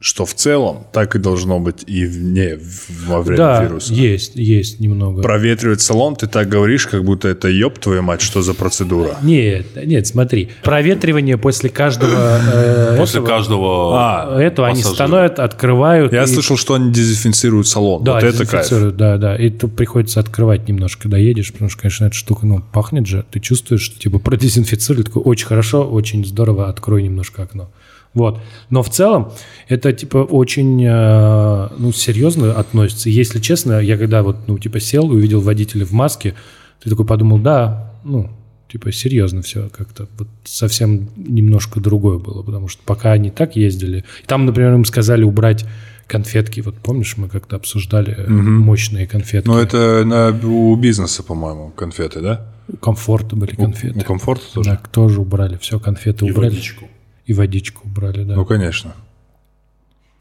[SPEAKER 3] что в целом так и должно быть и вне, в- во время
[SPEAKER 2] да,
[SPEAKER 3] вируса.
[SPEAKER 2] есть, есть немного.
[SPEAKER 3] Проветривать салон, ты так говоришь, как будто это ёб твою мать, что за процедура.
[SPEAKER 2] Нет, нет, смотри. Проветривание после каждого э,
[SPEAKER 1] После
[SPEAKER 2] этого-
[SPEAKER 1] каждого
[SPEAKER 3] А,
[SPEAKER 2] этого они
[SPEAKER 1] пассажира.
[SPEAKER 2] становят, открывают.
[SPEAKER 3] я
[SPEAKER 2] и-
[SPEAKER 3] слышал, что они дезинфицируют салон.
[SPEAKER 2] да,
[SPEAKER 3] вот это кайф.
[SPEAKER 2] дезинфицируют, да, да. И тут приходится открывать немножко, когда едешь, потому что, конечно, эта штука, ну, пахнет же. Ты чувствуешь, что типа продезинфицировали, такой, очень хорошо, очень здорово, открой немножко окно. Вот. Но в целом это типа очень э, ну, серьезно относится. И Если честно, я когда вот, ну, типа сел и увидел водителя в маске, ты такой подумал, да, ну, типа серьезно все как-то. Вот совсем немножко другое было, потому что пока они так ездили. Там, например, им сказали убрать конфетки. Вот помнишь, мы как-то обсуждали э, мощные конфетки.
[SPEAKER 3] Но это на- у бизнеса, по-моему, конфеты, да?
[SPEAKER 2] Комфорт были
[SPEAKER 3] У-
[SPEAKER 2] конфеты.
[SPEAKER 3] У комфорта тоже?
[SPEAKER 2] Да, тоже убрали. Все, конфеты
[SPEAKER 1] и
[SPEAKER 2] убрали.
[SPEAKER 1] водичку.
[SPEAKER 2] И водичку убрали, да.
[SPEAKER 3] Ну, конечно.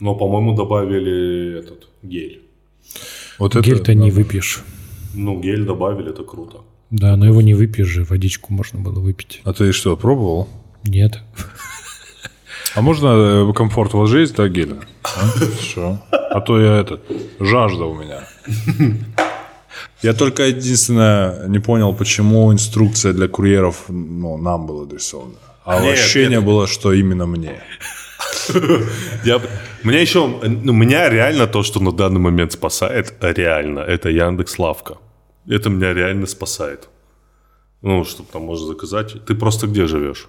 [SPEAKER 1] Но, по-моему, добавили этот гель.
[SPEAKER 3] Вот это-
[SPEAKER 2] Гель-то не выпьешь.
[SPEAKER 1] Ну, гель добавили, это круто.
[SPEAKER 2] Да, но его не выпьешь же, водичку можно было выпить.
[SPEAKER 3] А ты что, пробовал?
[SPEAKER 2] Нет.
[SPEAKER 3] А можно э, комфорт у вас же есть, да, гель? Все. А то я этот, жажда у меня. Я только единственное не понял, почему инструкция для курьеров ну, нам была адресована. А
[SPEAKER 1] Нет,
[SPEAKER 3] ощущение было, что именно мне.
[SPEAKER 1] Я, б- меня еще, ну, меня реально то, что на данный момент спасает, реально, это Яндекс Лавка. Это меня реально спасает. Ну, что там можно заказать. Ты просто где живешь?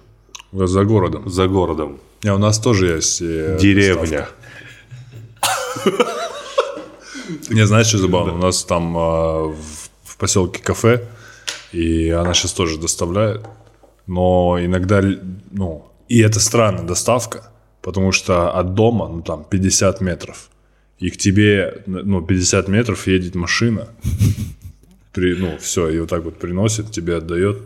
[SPEAKER 3] За городом.
[SPEAKER 1] За городом.
[SPEAKER 3] Не, у нас тоже есть... э,
[SPEAKER 1] Деревня.
[SPEAKER 3] Не, знаешь, что забавно? У нас там а, в, поселке кафе, и она сейчас тоже доставляет. Но иногда, л- ну, и это странная доставка, потому что от дома, ну, там, 50 метров, и к тебе, ну, 50 метров едет машина, При- ну, все, и вот так вот приносит, тебе отдает,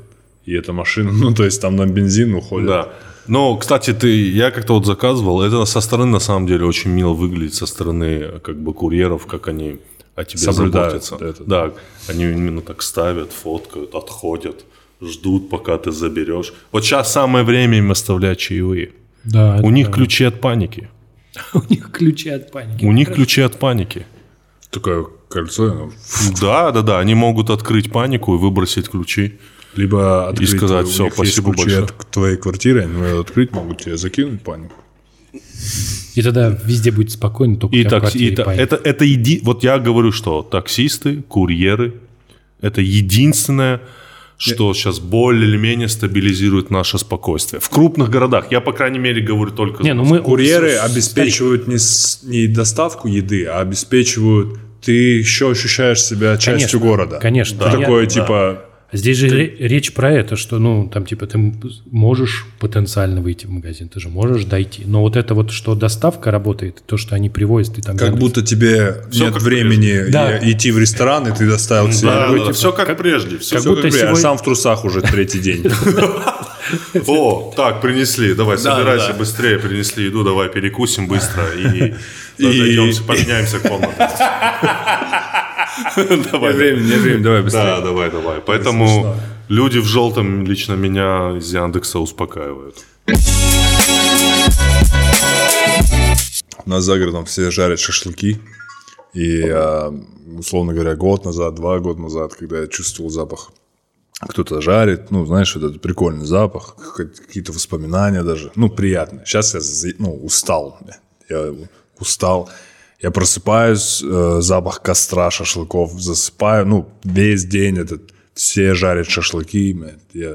[SPEAKER 3] и эта машина, ну, то есть там на бензин уходит.
[SPEAKER 1] Да. Но, кстати, ты, я как-то вот заказывал, это со стороны, на самом деле, очень мило выглядит, со стороны, как бы, курьеров, как они о тебе
[SPEAKER 3] Соблюдают
[SPEAKER 1] заботятся.
[SPEAKER 3] это.
[SPEAKER 1] Да, они именно так ставят, фоткают, отходят, ждут, пока ты заберешь. Вот сейчас самое время им оставлять чаевые.
[SPEAKER 2] Да,
[SPEAKER 1] У
[SPEAKER 2] это-
[SPEAKER 1] них ключи от паники.
[SPEAKER 2] у них ключи от паники.
[SPEAKER 1] У них ключи от паники.
[SPEAKER 3] Такое кольцо, ну,
[SPEAKER 1] Да, да, да. Они могут открыть панику и выбросить ключи.
[SPEAKER 3] либо открыть,
[SPEAKER 1] сказать,
[SPEAKER 3] у
[SPEAKER 1] «Всё,
[SPEAKER 3] них есть
[SPEAKER 1] спасибо
[SPEAKER 3] ключи
[SPEAKER 1] большое».
[SPEAKER 3] от твоей квартиры, они могут открыть, могут тебя закинуть панику.
[SPEAKER 2] И тогда везде будет спокойно, только
[SPEAKER 1] И
[SPEAKER 2] у тебя в
[SPEAKER 1] такси-
[SPEAKER 2] квартире
[SPEAKER 1] и та-
[SPEAKER 2] паника.
[SPEAKER 1] это, это еди- вот я говорю, что таксисты, курьеры, это единственное, что сейчас более-менее стабилизирует наше спокойствие. В крупных городах, я, по крайней мере, говорю только... за
[SPEAKER 2] Не, ну мы...
[SPEAKER 3] Курьеры обеспечивают не, с- не доставку еды, а обеспечивают... Ты еще ощущаешь себя частью
[SPEAKER 2] Конечно,
[SPEAKER 3] города.
[SPEAKER 2] конечно.
[SPEAKER 3] Ты
[SPEAKER 2] Да.
[SPEAKER 3] такое,
[SPEAKER 1] Да.
[SPEAKER 3] типа...
[SPEAKER 2] Здесь же ре- речь про это, что, ну, там, типа, ты м- можешь потенциально выйти в магазин, ты же можешь дойти. Но вот это вот, что доставка работает, то, что они привозят, ты там...
[SPEAKER 3] Как
[SPEAKER 2] Яндекс-
[SPEAKER 3] будто тебе
[SPEAKER 1] Всё
[SPEAKER 3] нет
[SPEAKER 1] как
[SPEAKER 3] времени
[SPEAKER 2] Да.
[SPEAKER 3] и- идти в ресторан, и ты доставил себе...
[SPEAKER 1] Да,
[SPEAKER 3] еду.
[SPEAKER 1] да, все как, прежде. всё
[SPEAKER 2] как
[SPEAKER 3] Всё
[SPEAKER 1] как-
[SPEAKER 2] будто
[SPEAKER 3] как бы, а
[SPEAKER 2] сегодня-
[SPEAKER 3] сам в трусах уже третий день.
[SPEAKER 1] О, так, принесли, давай,
[SPEAKER 3] Да,
[SPEAKER 1] собирайся
[SPEAKER 3] да.
[SPEAKER 1] быстрее, принесли еду, давай перекусим быстро и
[SPEAKER 3] И-
[SPEAKER 1] разойдёмся, поменяемся комнатами. Давай,
[SPEAKER 3] нет времени, давай
[SPEAKER 1] Да, давай, давай. Поэтому люди в желтом лично меня из Яндекса успокаивают.
[SPEAKER 3] У нас за городом все жарят шашлыки. И, а, условно говоря, год назад, два года назад, когда я чувствовал запах, кто-то жарит, ну, знаешь, вот этот прикольный запах, как- какие-то воспоминания даже, ну, приятно. Сейчас я, за- ну, устал, бля. я устал. Я просыпаюсь, э, запах костра, шашлыков, засыпаю, ну, весь день этот, все жарят шашлыки, бля. я,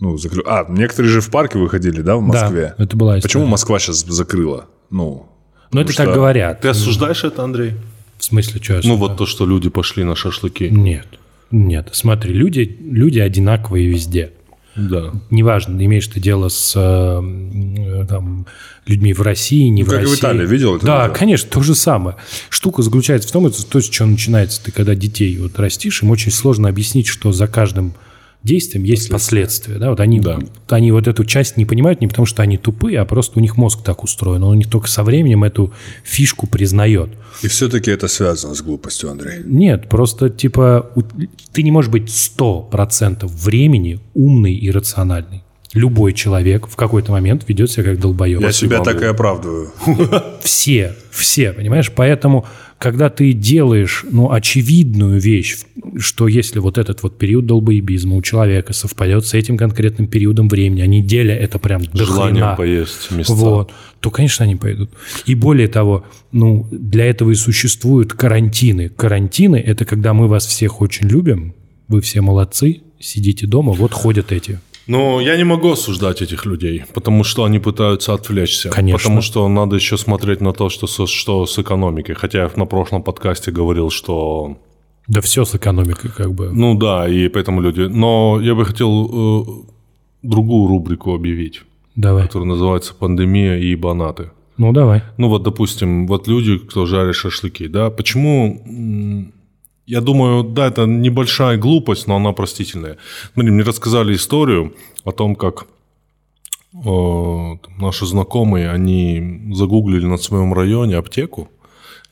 [SPEAKER 3] ну, заклю... А, некоторые же в парке выходили, да, в Москве?
[SPEAKER 2] это была история.
[SPEAKER 3] Почему Москва сейчас закрыла? Ну,
[SPEAKER 2] Ну, это
[SPEAKER 3] что-
[SPEAKER 2] так говорят.
[SPEAKER 1] Ты осуждаешь это, Андрей?
[SPEAKER 2] В смысле, что я
[SPEAKER 1] Ну,
[SPEAKER 2] осуждаю?
[SPEAKER 1] вот то, что люди пошли на шашлыки.
[SPEAKER 2] Нет, нет. Смотри, люди, люди одинаковые везде.
[SPEAKER 1] Да.
[SPEAKER 2] Неважно, имеешь ты дело с э, м, э, там, людьми в России, не в
[SPEAKER 3] Ну, как и в
[SPEAKER 2] России.
[SPEAKER 3] Италии, видел это
[SPEAKER 2] Да,
[SPEAKER 3] видео?
[SPEAKER 2] конечно, то же самое. Штука заключается в том, это то, с чего начинается. Ты когда детей вот растишь, им очень сложно объяснить, что за каждым действием есть последствия. Да? Вот они, вот они вот эту часть не понимают не потому, что они тупые, а просто у них мозг так устроен. Он у них только со временем эту фишку признает.
[SPEAKER 3] И все-таки это связано с глупостью, Андрей.
[SPEAKER 2] Нет, просто типа у- ты не можешь быть 100% времени умный и рациональный. Любой человек в какой-то момент ведет себя как долбоеб.
[SPEAKER 3] Я себя так и оправдываю.
[SPEAKER 2] Все, все, понимаешь? Поэтому, когда ты делаешь, ну, очевидную вещь, в- что если вот этот вот период долбоебизма у человека совпадет с этим конкретным периодом времени, а неделя это прям до
[SPEAKER 1] Желание
[SPEAKER 2] хрена.
[SPEAKER 1] поесть места.
[SPEAKER 2] Вот. То, конечно, они пойдут. И более того, ну, для этого и существуют карантины. Карантины – это когда мы вас всех очень любим, вы все молодцы, сидите дома, вот ходят эти.
[SPEAKER 1] Но я не могу осуждать этих людей, потому что они пытаются отвлечься.
[SPEAKER 2] Конечно.
[SPEAKER 1] Потому что надо еще смотреть на то, что со- что с экономикой. Хотя я на прошлом подкасте говорил, что
[SPEAKER 2] Да все с экономикой как бы.
[SPEAKER 1] Ну да, и поэтому люди. Но я бы хотел э, другую рубрику объявить,
[SPEAKER 2] Давай.
[SPEAKER 1] которая называется Пандемия и банаты.
[SPEAKER 2] Ну, давай.
[SPEAKER 1] Ну вот, допустим, вот люди, кто жарит шашлыки, да, почему... м, Я думаю, да, это небольшая глупость, но она простительная. Смотри, мне рассказали историю о том, как э, там наши знакомые, они загуглили на своем районе аптеку,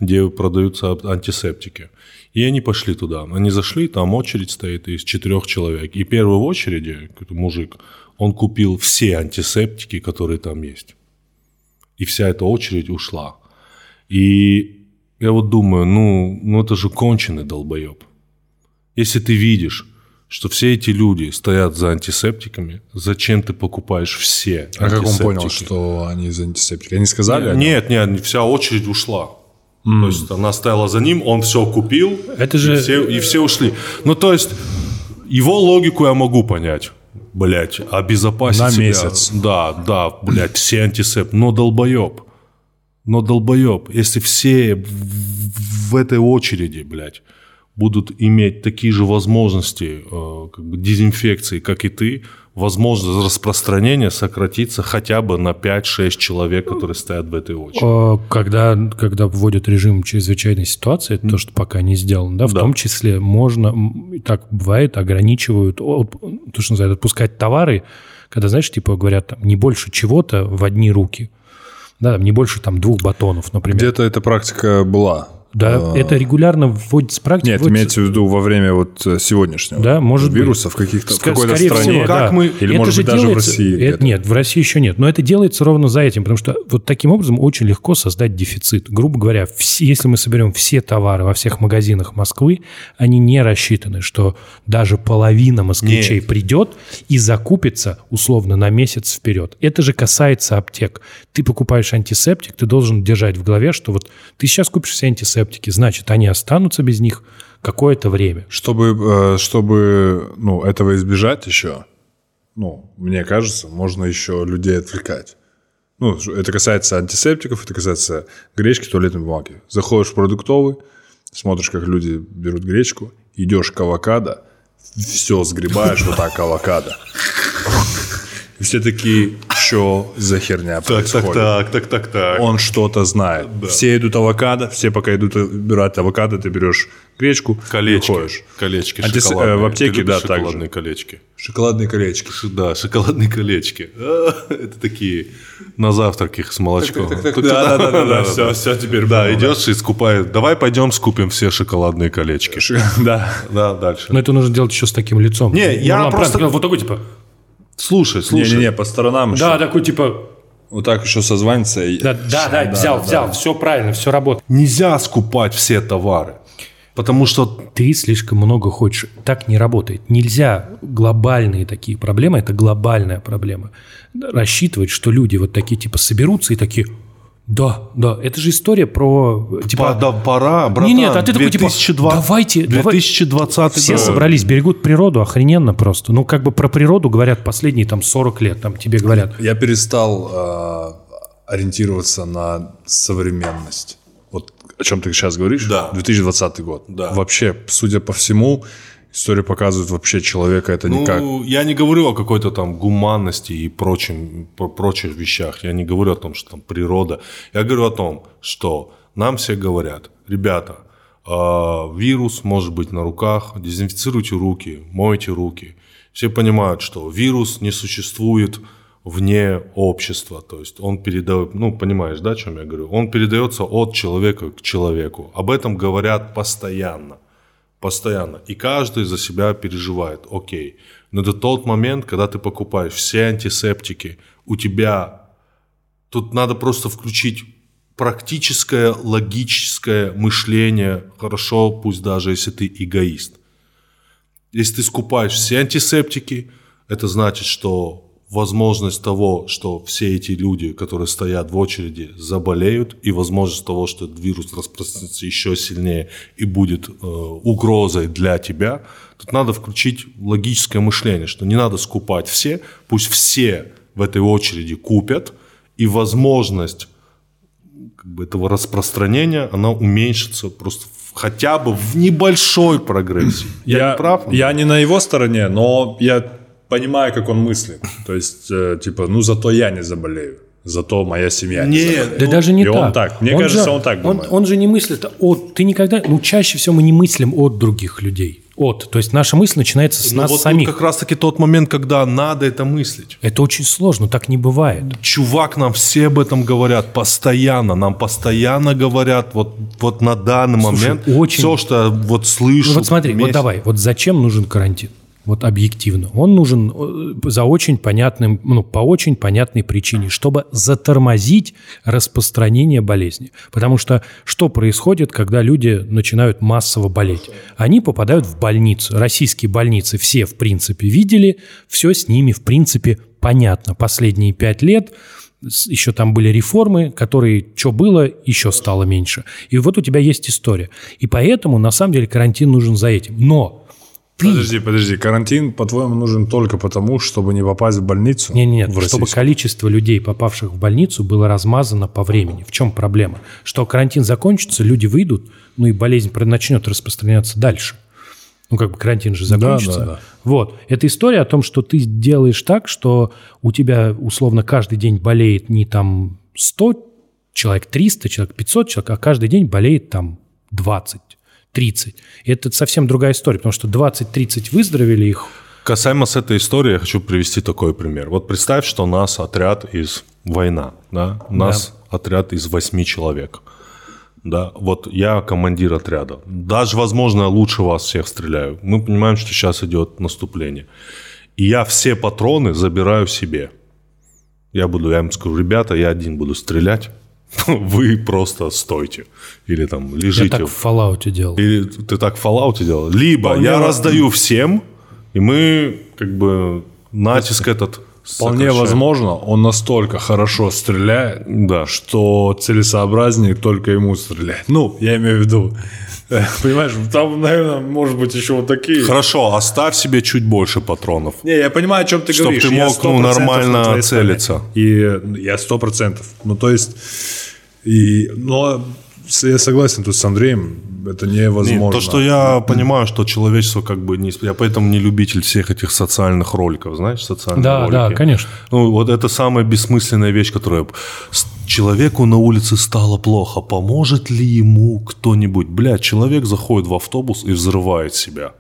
[SPEAKER 1] где продаются ап- антисептики. И они пошли туда. Они зашли, там очередь стоит из четырех человек. И первый в очереди, какой-то мужик, он купил все антисептики, которые там есть. И вся эта очередь ушла. И я вот думаю, ну, ну это же конченый долбоеб. Если ты видишь, что все эти люди стоят за антисептиками, зачем ты покупаешь все
[SPEAKER 3] А как он понял,
[SPEAKER 1] антисептики?
[SPEAKER 3] что они из антисептика? Они сказали? о нем?
[SPEAKER 1] Нет, нет, вся очередь ушла. То есть она стояла за ним, он все купил,
[SPEAKER 2] Это
[SPEAKER 1] и
[SPEAKER 2] же-
[SPEAKER 1] все- и все ушли. Ну, то есть, его логику я могу понять. Блять, обезопасить
[SPEAKER 3] На
[SPEAKER 1] себя.
[SPEAKER 3] месяц.
[SPEAKER 1] Да, да, блять, все антисеп. Но долбоеб. Но долбоеб. Если все в- в в этой очереди, блядь, будут иметь такие же возможности э, как бы дезинфекции, как и ты, возможность распространения сократится хотя бы на 5-6 человек, которые стоят в этой очереди.
[SPEAKER 2] Э, Когда, когда вводят режим чрезвычайной ситуации, это то, что пока не сделано, да, в
[SPEAKER 1] Да.
[SPEAKER 2] том числе можно, м, и так бывает, ограничивают, о- от- то, что называют, отпускать товары, когда, знаешь, типа говорят, там, не больше чего-то в одни руки, да, там, не больше там двух батонов, например.
[SPEAKER 3] Где-то эта практика была.
[SPEAKER 2] Да,
[SPEAKER 3] А,
[SPEAKER 2] это регулярно вводится практика.
[SPEAKER 3] Нет,
[SPEAKER 2] вводится-
[SPEAKER 3] имеется в виду во время вот э, сегодняшнего
[SPEAKER 2] Да, может
[SPEAKER 3] вируса в каких-то в
[SPEAKER 2] Ска-
[SPEAKER 3] какой-то
[SPEAKER 2] скорее
[SPEAKER 3] стране.
[SPEAKER 2] всего, да.
[SPEAKER 3] мы или
[SPEAKER 2] Это
[SPEAKER 3] может
[SPEAKER 2] же
[SPEAKER 3] быть даже в
[SPEAKER 2] делается-
[SPEAKER 3] России?
[SPEAKER 2] это-
[SPEAKER 3] где-то.
[SPEAKER 2] нет, в России еще нет. Но это делается ровно за этим, потому что вот таким образом очень легко создать дефицит. Грубо говоря, все- если мы соберем все товары во всех магазинах Москвы, они не рассчитаны, что даже половина москвичей придет и закупится условно на месяц вперед. Это же касается аптек. Ты покупаешь антисептик, ты должен держать в голове, что вот ты сейчас купишь все антисептики, значит, они останутся без них какое-то время.
[SPEAKER 3] Чтобы, э, чтобы ну, этого избежать еще, ну, мне кажется, можно еще людей отвлекать. Ну, ж- это касается антисептиков, это касается гречки, туалетной бумаги. Заходишь в продуктовый, смотришь, как люди берут гречку, идешь к авокадо, все сгребаешь вот так авокадо. И все такие, что за херня происходит?
[SPEAKER 1] так, так, так.
[SPEAKER 3] он что-то знает. Все идут авокадо, все пока идут убирать авокадо, ты берешь гречку,
[SPEAKER 1] Колечки.
[SPEAKER 3] уходишь.
[SPEAKER 1] Колечки
[SPEAKER 3] Антис- э,
[SPEAKER 1] шоколадные.
[SPEAKER 3] в аптеке,
[SPEAKER 1] Ты любишь
[SPEAKER 3] да, так
[SPEAKER 1] шоколадные
[SPEAKER 3] же.
[SPEAKER 1] колечки.
[SPEAKER 3] Шоколадные колечки.
[SPEAKER 1] Ш- Да, шоколадные колечки. А, Это такие на завтрак их с молочком.
[SPEAKER 3] Да, да, да, да,
[SPEAKER 1] все, все теперь. Да, идешь и скупаешь. Давай пойдем скупим все шоколадные колечки.
[SPEAKER 3] Да.
[SPEAKER 1] Да, дальше.
[SPEAKER 2] Но это нужно делать еще с таким лицом.
[SPEAKER 1] Не, я просто-
[SPEAKER 2] Нурлан правильно сказал, вот такой типа.
[SPEAKER 1] Слушай, слушай.
[SPEAKER 3] Не-не-не, по сторонам
[SPEAKER 2] Да,
[SPEAKER 3] еще.
[SPEAKER 2] такой типа.
[SPEAKER 3] Вот так еще созваниться. и-
[SPEAKER 2] Да, да, да, взял, взял, все правильно, все работает.
[SPEAKER 1] Нельзя скупать все товары. Потому что
[SPEAKER 2] Ты слишком много хочешь. Так не работает. Нельзя глобальные такие проблемы, это глобальная проблема. Рассчитывать, что люди вот такие типа соберутся и такие. Да, да, это же история про э, типа.
[SPEAKER 1] по- да, пора, братан.
[SPEAKER 2] Не, нет, а ты такой типа,
[SPEAKER 1] 2020
[SPEAKER 2] давайте, давай-
[SPEAKER 1] 2020
[SPEAKER 2] Все
[SPEAKER 1] год.
[SPEAKER 2] собрались, берегут природу, охрененно просто. Ну, как бы про природу говорят последние там 40 лет, там тебе говорят.
[SPEAKER 3] Я перестал э, ориентироваться на современность. Вот о чем ты сейчас говоришь?
[SPEAKER 1] Да.
[SPEAKER 3] 2020 год.
[SPEAKER 1] Да.
[SPEAKER 3] Вообще, судя по всему, история показывает вообще человека это никак.
[SPEAKER 1] Ну, я не говорю о какой-то там гуманности и прочим, про- прочих вещах. Я не говорю о том, что там природа. Я говорю о том, что нам все говорят, ребята, а, вирус может быть на руках, дезинфицируйте руки, мойте руки. Все понимают, что вирус не существует вне общества, то есть он передает, ну понимаешь, да, о чем я говорю? Он передается от человека к человеку. Об этом говорят постоянно. Постоянно. И каждый за себя переживает. Окей. Но это тот момент, когда ты покупаешь все антисептики. У тебя... Тут надо просто включить практическое, логическое мышление. Хорошо, пусть даже если ты эгоист. Если ты скупаешь все антисептики, это значит, что возможность того, что все эти люди, которые стоят в очереди, заболеют, и возможность того, что этот вирус распространится еще сильнее и будет э, угрозой для тебя, тут надо включить логическое мышление, что не надо скупать все, пусть все в этой очереди купят, и возможность как бы, этого распространения, она уменьшится просто в- хотя бы в небольшой прогрессии. Я, не прав?
[SPEAKER 3] я не на его стороне, но я понимаю, как он мыслит. То есть, э, типа, ну зато я не заболею. зато моя семья
[SPEAKER 1] Нет, ну,
[SPEAKER 2] Да даже не
[SPEAKER 3] и
[SPEAKER 2] так.
[SPEAKER 3] он так. Мне кажется, он так
[SPEAKER 2] он,
[SPEAKER 3] думает.
[SPEAKER 2] он же не мыслит от... Ты никогда... Ну, чаще всего мы не мыслим от других людей. От. То есть наша мысль начинается с
[SPEAKER 1] Ну,
[SPEAKER 2] нас
[SPEAKER 1] вот тут
[SPEAKER 2] самих.
[SPEAKER 1] как раз-таки тот момент, когда надо это мыслить.
[SPEAKER 2] Это очень сложно, так не бывает.
[SPEAKER 1] Чувак, нам все об этом говорят постоянно. Нам постоянно говорят вот, вот на данный момент
[SPEAKER 2] очень-
[SPEAKER 1] все, что я вот слышу.
[SPEAKER 2] Ну вот смотри, вот
[SPEAKER 1] вместе.
[SPEAKER 2] давай, вот зачем нужен карантин? Вот объективно. Он нужен э, за очень понятным, ну, по очень понятной причине, чтобы затормозить распространение болезни. Потому что что происходит, когда люди начинают массово болеть? Они попадают в больницу. Российские больницы все, в принципе, видели, все с ними, в принципе, понятно. Последние пять лет с- еще там были реформы, которые, что было, еще стало меньше. И вот у тебя есть история. И поэтому, на самом деле, карантин нужен за этим. Но ты...
[SPEAKER 3] Подожди, подожди. Карантин, по-твоему, нужен только потому, чтобы не попасть в больницу?
[SPEAKER 2] Не, не, нет,
[SPEAKER 3] В
[SPEAKER 2] чтобы
[SPEAKER 3] российскую?
[SPEAKER 2] количество людей, попавших в больницу, было размазано по времени. В чем проблема? Что карантин закончится, люди выйдут, ну и болезнь про- начнет распространяться дальше. Ну, как бы карантин же закончится.
[SPEAKER 3] да, да.
[SPEAKER 2] Вот. Это история о том, что ты делаешь так, что у тебя, условно, каждый день болеет не там 100 человек, 300 человек, 500 человек, а каждый день болеет там 20, 30. Это совсем другая история, потому что 20-30 выздоровели их.
[SPEAKER 1] Касаемо с этой истории, я хочу привести такой пример. Вот представь, что у нас отряд из война, да? У нас отряд из восьми человек. Да, вот я командир отряда. Даже, возможно, я лучше вас всех стреляю. Мы понимаем, что сейчас идет наступление. И я все патроны забираю себе. Я буду, я им скажу, ребята, я один буду стрелять. Вы просто стойте. Или там
[SPEAKER 2] Я
[SPEAKER 1] лежите.
[SPEAKER 2] так в
[SPEAKER 1] в-
[SPEAKER 2] Fallout делал.
[SPEAKER 1] или ты так в Fallout делал? Либо
[SPEAKER 3] Вполне
[SPEAKER 1] я
[SPEAKER 3] во-
[SPEAKER 1] раздаю всем, и мы как бы натиск этот
[SPEAKER 3] Вполне
[SPEAKER 1] сокращаем.
[SPEAKER 3] возможно, он настолько хорошо стреляет,
[SPEAKER 1] Да.
[SPEAKER 3] что целесообразнее только ему стрелять. Ну, я имею в виду. э, Понимаешь, там, наверное, может быть еще вот такие.
[SPEAKER 1] Хорошо, оставь себе чуть больше патронов.
[SPEAKER 3] Не, я понимаю, о чем ты
[SPEAKER 1] Чтоб
[SPEAKER 3] говоришь.
[SPEAKER 1] ты
[SPEAKER 3] Я
[SPEAKER 1] мог, ну,
[SPEAKER 3] 100%
[SPEAKER 1] нормально
[SPEAKER 3] на твоей стороне.
[SPEAKER 1] целиться.
[SPEAKER 3] И э, я сто процентов. Ну, то есть, и, но с- я согласен тут с Андреем, это
[SPEAKER 1] Не,
[SPEAKER 3] невозможно.
[SPEAKER 1] то, что я понимаю, что человечество как бы не... Я поэтому не любитель всех этих социальных роликов, знаешь, социальных
[SPEAKER 2] Да, да, конечно.
[SPEAKER 1] Ну, вот это самая бессмысленная вещь, которая... С- Человеку на улице стало плохо. Поможет ли ему кто-нибудь? Блядь, человек заходит в автобус и взрывает себя.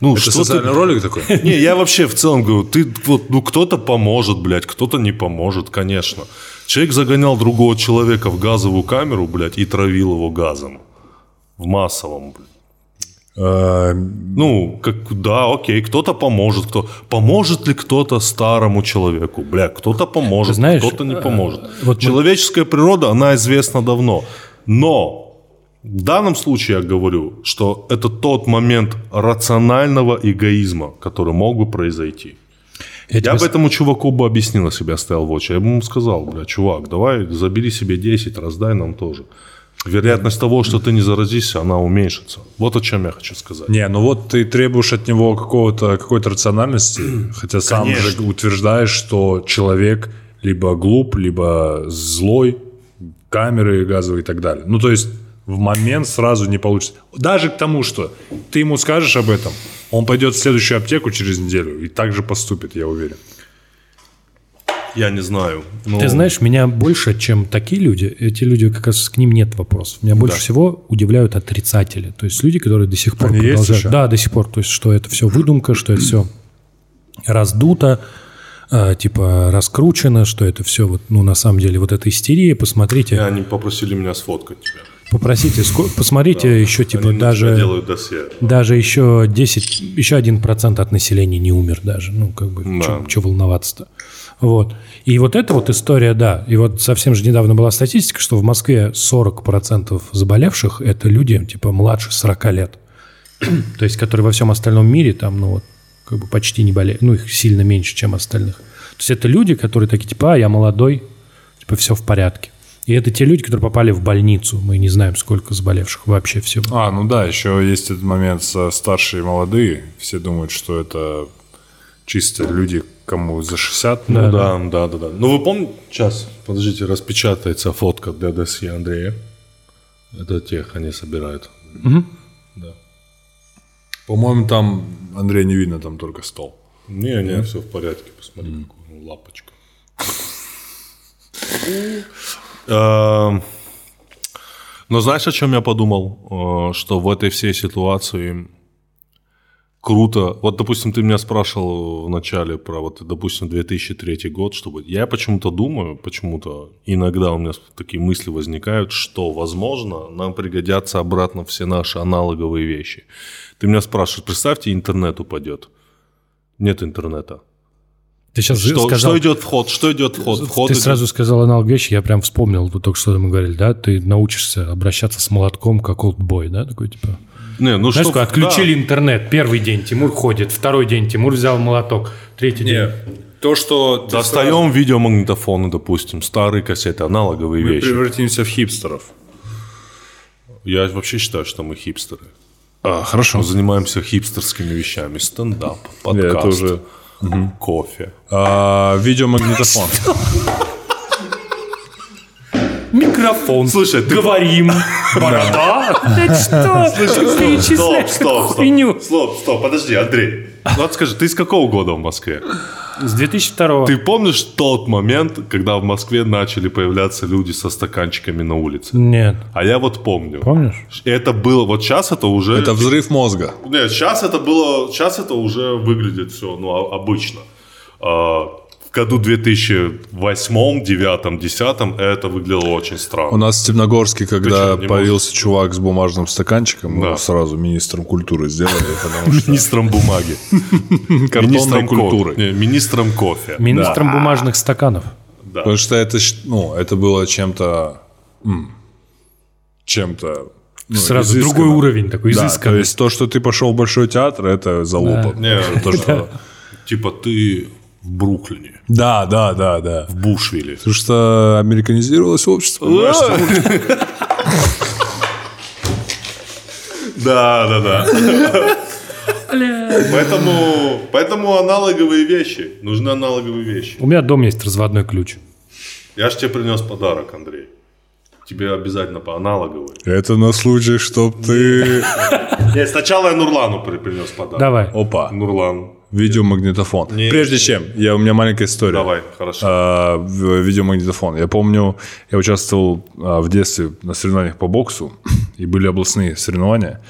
[SPEAKER 1] Ну,
[SPEAKER 3] Это
[SPEAKER 1] что ты...
[SPEAKER 3] социальный ролик такой?
[SPEAKER 1] Не, я вообще в целом говорю, ты вот, ну кто-то поможет, блядь, кто-то не поможет, конечно. Человек загонял другого человека в газовую камеру, блядь, и травил его газом. В массовом, блядь.
[SPEAKER 3] Э,
[SPEAKER 1] Ну, как, да, окей, кто-то поможет, кто... Поможет ли кто-то старому человеку? Бля, кто-то поможет,
[SPEAKER 2] Ты знаешь, э,
[SPEAKER 1] кто-то не поможет.
[SPEAKER 2] вот мы-
[SPEAKER 1] Человеческая природа, она известна давно. Но в данном случае я говорю, что это тот момент рационального эгоизма, который мог бы произойти. Я
[SPEAKER 2] тебе
[SPEAKER 1] бы этому чуваку бы объяснил, если бы я стоял в очереди. Я бы ему сказал, бля, чувак, давай забери себе 10, раздай нам тоже. Вероятность того, что ты не заразишься, она уменьшится. Вот о чем я хочу сказать.
[SPEAKER 3] Не, ну вот ты требуешь от него какого-то какой-то рациональности, хотя сам
[SPEAKER 1] Конечно.
[SPEAKER 3] же утверждаешь, что человек либо глуп, либо злой, камеры газовые и так далее. Ну то есть в момент сразу не получится. Даже к тому, что ты ему скажешь об этом, он пойдет в следующую аптеку через неделю и так же поступит, я уверен.
[SPEAKER 1] Я не знаю. Ну, но-
[SPEAKER 2] Ты знаешь, меня больше, чем такие люди, эти люди, как раз к ним нет вопросов.
[SPEAKER 1] Ну
[SPEAKER 2] Меня больше всего удивляют отрицатели. То есть люди, которые до сих пор
[SPEAKER 3] Они есть
[SPEAKER 2] продолжают.
[SPEAKER 3] еще?
[SPEAKER 2] да, до сих пор. То есть, что это все выдумка, что это все раздуто, э, типа раскручено, что это все вот, ну, на самом деле, вот эта истерия. Посмотрите,
[SPEAKER 1] И Они попросили меня сфоткать тебя.
[SPEAKER 2] попросите, ско- посмотрите еще, типа,
[SPEAKER 1] Они на тебя
[SPEAKER 2] даже.
[SPEAKER 1] делают досье.
[SPEAKER 2] Даже еще 10, еще 1% от населения не умер даже. Ну, как бы,
[SPEAKER 1] Да.
[SPEAKER 2] что волноваться-то? Вот. И вот эта вот история, да. И вот совсем же недавно была статистика, что в Москве 40% заболевших – это люди, типа, младше 40 лет. То есть, которые во всем остальном мире там, ну, вот, как бы почти не болеют. Ну, их сильно меньше, чем остальных. То есть, это люди, которые такие, типа, а, я молодой, типа, все в порядке. И это те люди, которые попали в больницу. Мы не знаем, сколько заболевших вообще всего.
[SPEAKER 3] А, ну да, еще есть этот момент со старшие и молодые. Все думают, что это чисто люди, кому за 60. ну,
[SPEAKER 1] Ну да, да, да, да. Ну вы помните, сейчас, подождите, распечатается фотка для досье Андрея. Это тех они собирают.
[SPEAKER 3] По-моему, там Андрей не видно, там только стол.
[SPEAKER 1] Не, не, все в порядке, посмотри, какую он лапочку. Эм, Но знаешь, о чем я подумал? Э, Что в этой всей ситуации круто. Вот, допустим, ты меня спрашивал в начале про, вот, допустим, 2003 год, чтобы... Я почему-то думаю, почему-то иногда у меня такие мысли возникают, что, возможно, нам пригодятся обратно все наши аналоговые вещи. Ты меня спрашиваешь, представьте, интернет упадет. Нет интернета.
[SPEAKER 2] Ты сейчас
[SPEAKER 1] Что,
[SPEAKER 2] сказал...
[SPEAKER 1] что идет вход? Что идет вход? Вход
[SPEAKER 2] ты
[SPEAKER 1] идет-
[SPEAKER 2] сразу сказал аналог вещи, я прям вспомнил, вот только что мы говорили, да, ты научишься обращаться с молотком, как олдбой, да, такой типа.
[SPEAKER 1] Не, ну
[SPEAKER 2] Знаешь,
[SPEAKER 1] что-
[SPEAKER 2] такое, отключили
[SPEAKER 1] да.
[SPEAKER 2] интернет, первый день Тимур ходит, второй день Тимур взял молоток, третий день.
[SPEAKER 3] то, что ты сразу-
[SPEAKER 1] Достаем видеомагнитофоны, допустим, старые кассеты, аналоговые
[SPEAKER 3] мы
[SPEAKER 1] вещи.
[SPEAKER 3] превратимся в хипстеров.
[SPEAKER 1] Я вообще считаю, что мы хипстеры.
[SPEAKER 3] хорошо.
[SPEAKER 1] Мы занимаемся хипстерскими вещами. Стендап, подкаст,
[SPEAKER 3] это уже-
[SPEAKER 1] кофе.
[SPEAKER 3] А, видеомагнитофон.
[SPEAKER 2] Микрофон.
[SPEAKER 1] Слушай, ты-
[SPEAKER 2] Говорим. Борода. Блядь, что? Ты перечисляешь какую хуйню.
[SPEAKER 1] Стоп, стоп, подожди, Андрей. Ну, вот скажи, ты из какого года в Москве?
[SPEAKER 2] С 2002
[SPEAKER 1] Ты помнишь тот момент, когда в Москве начали появляться люди со стаканчиками на улице?
[SPEAKER 2] Нет.
[SPEAKER 1] А я вот помню.
[SPEAKER 2] Помнишь?
[SPEAKER 1] Это было, вот сейчас это уже...
[SPEAKER 3] Это взрыв мозга.
[SPEAKER 1] Нет, сейчас это было, сейчас это уже выглядит все, ну, а- обычно. А, в году 2008, 2009, 2010 это выглядело очень странно.
[SPEAKER 3] У нас в Степногорске, когда
[SPEAKER 1] Ты чё, не
[SPEAKER 3] появился чувак с бумажным стаканчиком, мы
[SPEAKER 1] Да.
[SPEAKER 3] его сразу министром культуры сделали, потому что
[SPEAKER 1] Министром бумаги.
[SPEAKER 3] картонной
[SPEAKER 1] Министром
[SPEAKER 3] культуры.
[SPEAKER 1] культуры. Министром кофе.
[SPEAKER 2] Министром бумажных стаканов.
[SPEAKER 1] Да.
[SPEAKER 3] Потому что это, щ- ну, это было чем-то... м, Чем-то... ну,
[SPEAKER 2] Сразу
[SPEAKER 3] изысканно.
[SPEAKER 2] другой уровень такой,
[SPEAKER 3] Да, то
[SPEAKER 2] изысканно.
[SPEAKER 3] есть то, что ты пошел в Большой театр, это залупа.
[SPEAKER 1] Не,
[SPEAKER 3] Это то, что-
[SPEAKER 1] Типа ты в Бруклине,
[SPEAKER 3] Да, да, да, да.
[SPEAKER 1] в Бушвилле.
[SPEAKER 3] Потому что американизировалось общество. понимаешь?
[SPEAKER 1] Да, да, да. Поэтому, поэтому аналоговые вещи. Нужны аналоговые вещи.
[SPEAKER 2] У меня дома есть разводной ключ.
[SPEAKER 1] Я же тебе принес подарок, Андрей. Тебе обязательно по аналоговой.
[SPEAKER 3] Это на случай, чтоб ты...
[SPEAKER 1] Нет, сначала я Нурлану при- принес подарок.
[SPEAKER 2] Давай.
[SPEAKER 3] Опа,
[SPEAKER 1] Нурлан,
[SPEAKER 3] видеомагнитофон.
[SPEAKER 1] Не-
[SPEAKER 3] Прежде чем, я, у меня маленькая история.
[SPEAKER 1] давай, хорошо.
[SPEAKER 3] а, в- видеомагнитофон. Я помню, я участвовал а, в детстве на соревнованиях по боксу, и были областные соревнования.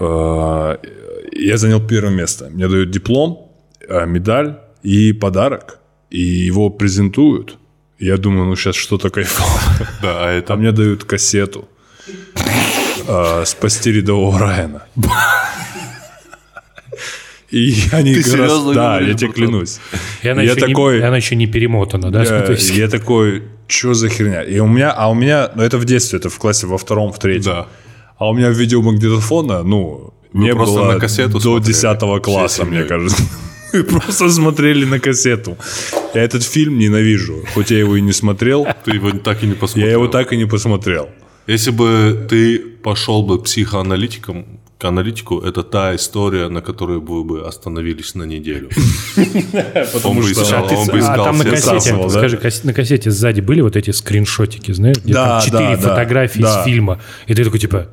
[SPEAKER 3] А, и Я занял первое место. Мне дают диплом, а, медаль и подарок, и его презентуют. Я думаю, ну сейчас что-то кайфовое.
[SPEAKER 1] Да, а
[SPEAKER 3] А
[SPEAKER 1] это...
[SPEAKER 3] мне дают кассету а, «Спасти рядового Райана». И они
[SPEAKER 1] Ты
[SPEAKER 3] как раз-
[SPEAKER 1] серьезно
[SPEAKER 3] Да,
[SPEAKER 1] говоришь,
[SPEAKER 3] я тебе
[SPEAKER 1] братан?
[SPEAKER 3] клянусь.
[SPEAKER 2] И она,
[SPEAKER 3] Я
[SPEAKER 2] еще
[SPEAKER 3] такой-
[SPEAKER 2] не, и она еще не перемотана, да?
[SPEAKER 3] Я,
[SPEAKER 2] То есть-
[SPEAKER 3] я такой, что за херня? И у меня, а у меня, ну это в детстве, это в классе во втором, в третьем.
[SPEAKER 1] Да.
[SPEAKER 3] А у меня видеомагнитофона, ну, не
[SPEAKER 1] просто
[SPEAKER 3] было
[SPEAKER 1] на кассету
[SPEAKER 3] до
[SPEAKER 1] смотрели
[SPEAKER 3] 10 класса,
[SPEAKER 1] всей
[SPEAKER 3] мне
[SPEAKER 1] семьей.
[SPEAKER 3] кажется. Мы просто смотрели на кассету. Я этот фильм ненавижу, хоть я его и не смотрел,
[SPEAKER 1] Ты его так и не посмотрел.
[SPEAKER 3] я его так и не посмотрел.
[SPEAKER 1] Если бы ты пошел бы психоаналитиком, к аналитику, это та история, на которой вы бы остановились на неделю. Он бы
[SPEAKER 3] что-
[SPEAKER 1] искал-
[SPEAKER 2] А ты-
[SPEAKER 1] он бы
[SPEAKER 2] а
[SPEAKER 1] искал
[SPEAKER 2] там на
[SPEAKER 1] все
[SPEAKER 2] кассете,
[SPEAKER 1] сразу.
[SPEAKER 3] да?
[SPEAKER 2] скажи, кас- на кассете сзади были вот эти скриншотики, знаешь, где
[SPEAKER 3] Да,
[SPEAKER 2] там четыре
[SPEAKER 3] да, да,
[SPEAKER 2] фотографии
[SPEAKER 3] да.
[SPEAKER 2] из фильма, и ты такой типа.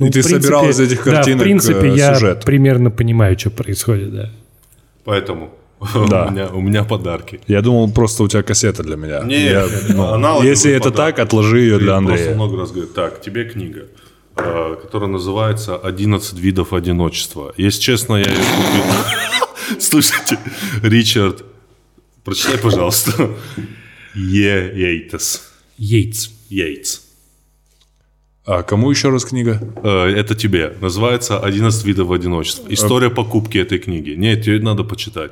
[SPEAKER 3] И ты
[SPEAKER 2] в принципе,
[SPEAKER 3] собирал из этих
[SPEAKER 2] Да,
[SPEAKER 3] картинок,
[SPEAKER 2] в принципе,
[SPEAKER 3] э,
[SPEAKER 2] я
[SPEAKER 3] сюжет.
[SPEAKER 2] примерно понимаю, что происходит, да.
[SPEAKER 1] Поэтому
[SPEAKER 3] Да.
[SPEAKER 1] у меня- у меня подарки.
[SPEAKER 3] Я думал, просто у тебя кассета для меня.
[SPEAKER 1] Не,
[SPEAKER 3] Я, ну,
[SPEAKER 1] аналоговый
[SPEAKER 3] если это
[SPEAKER 1] подарок.
[SPEAKER 3] так, отложи ее для
[SPEAKER 1] Я просто
[SPEAKER 3] Андрея.
[SPEAKER 1] много раз говорю, так, тебе книга, э, которая называется «11 видов одиночества». Если честно, я ее купил. Слушайте, Ричард, прочитай, пожалуйста. Е. Ейтес.
[SPEAKER 2] Йейтс.
[SPEAKER 1] Йейтс.
[SPEAKER 3] А кому еще раз книга?
[SPEAKER 1] Э, Это тебе. Называется «11 видов одиночества». История покупки этой книги. Нет, ее надо почитать.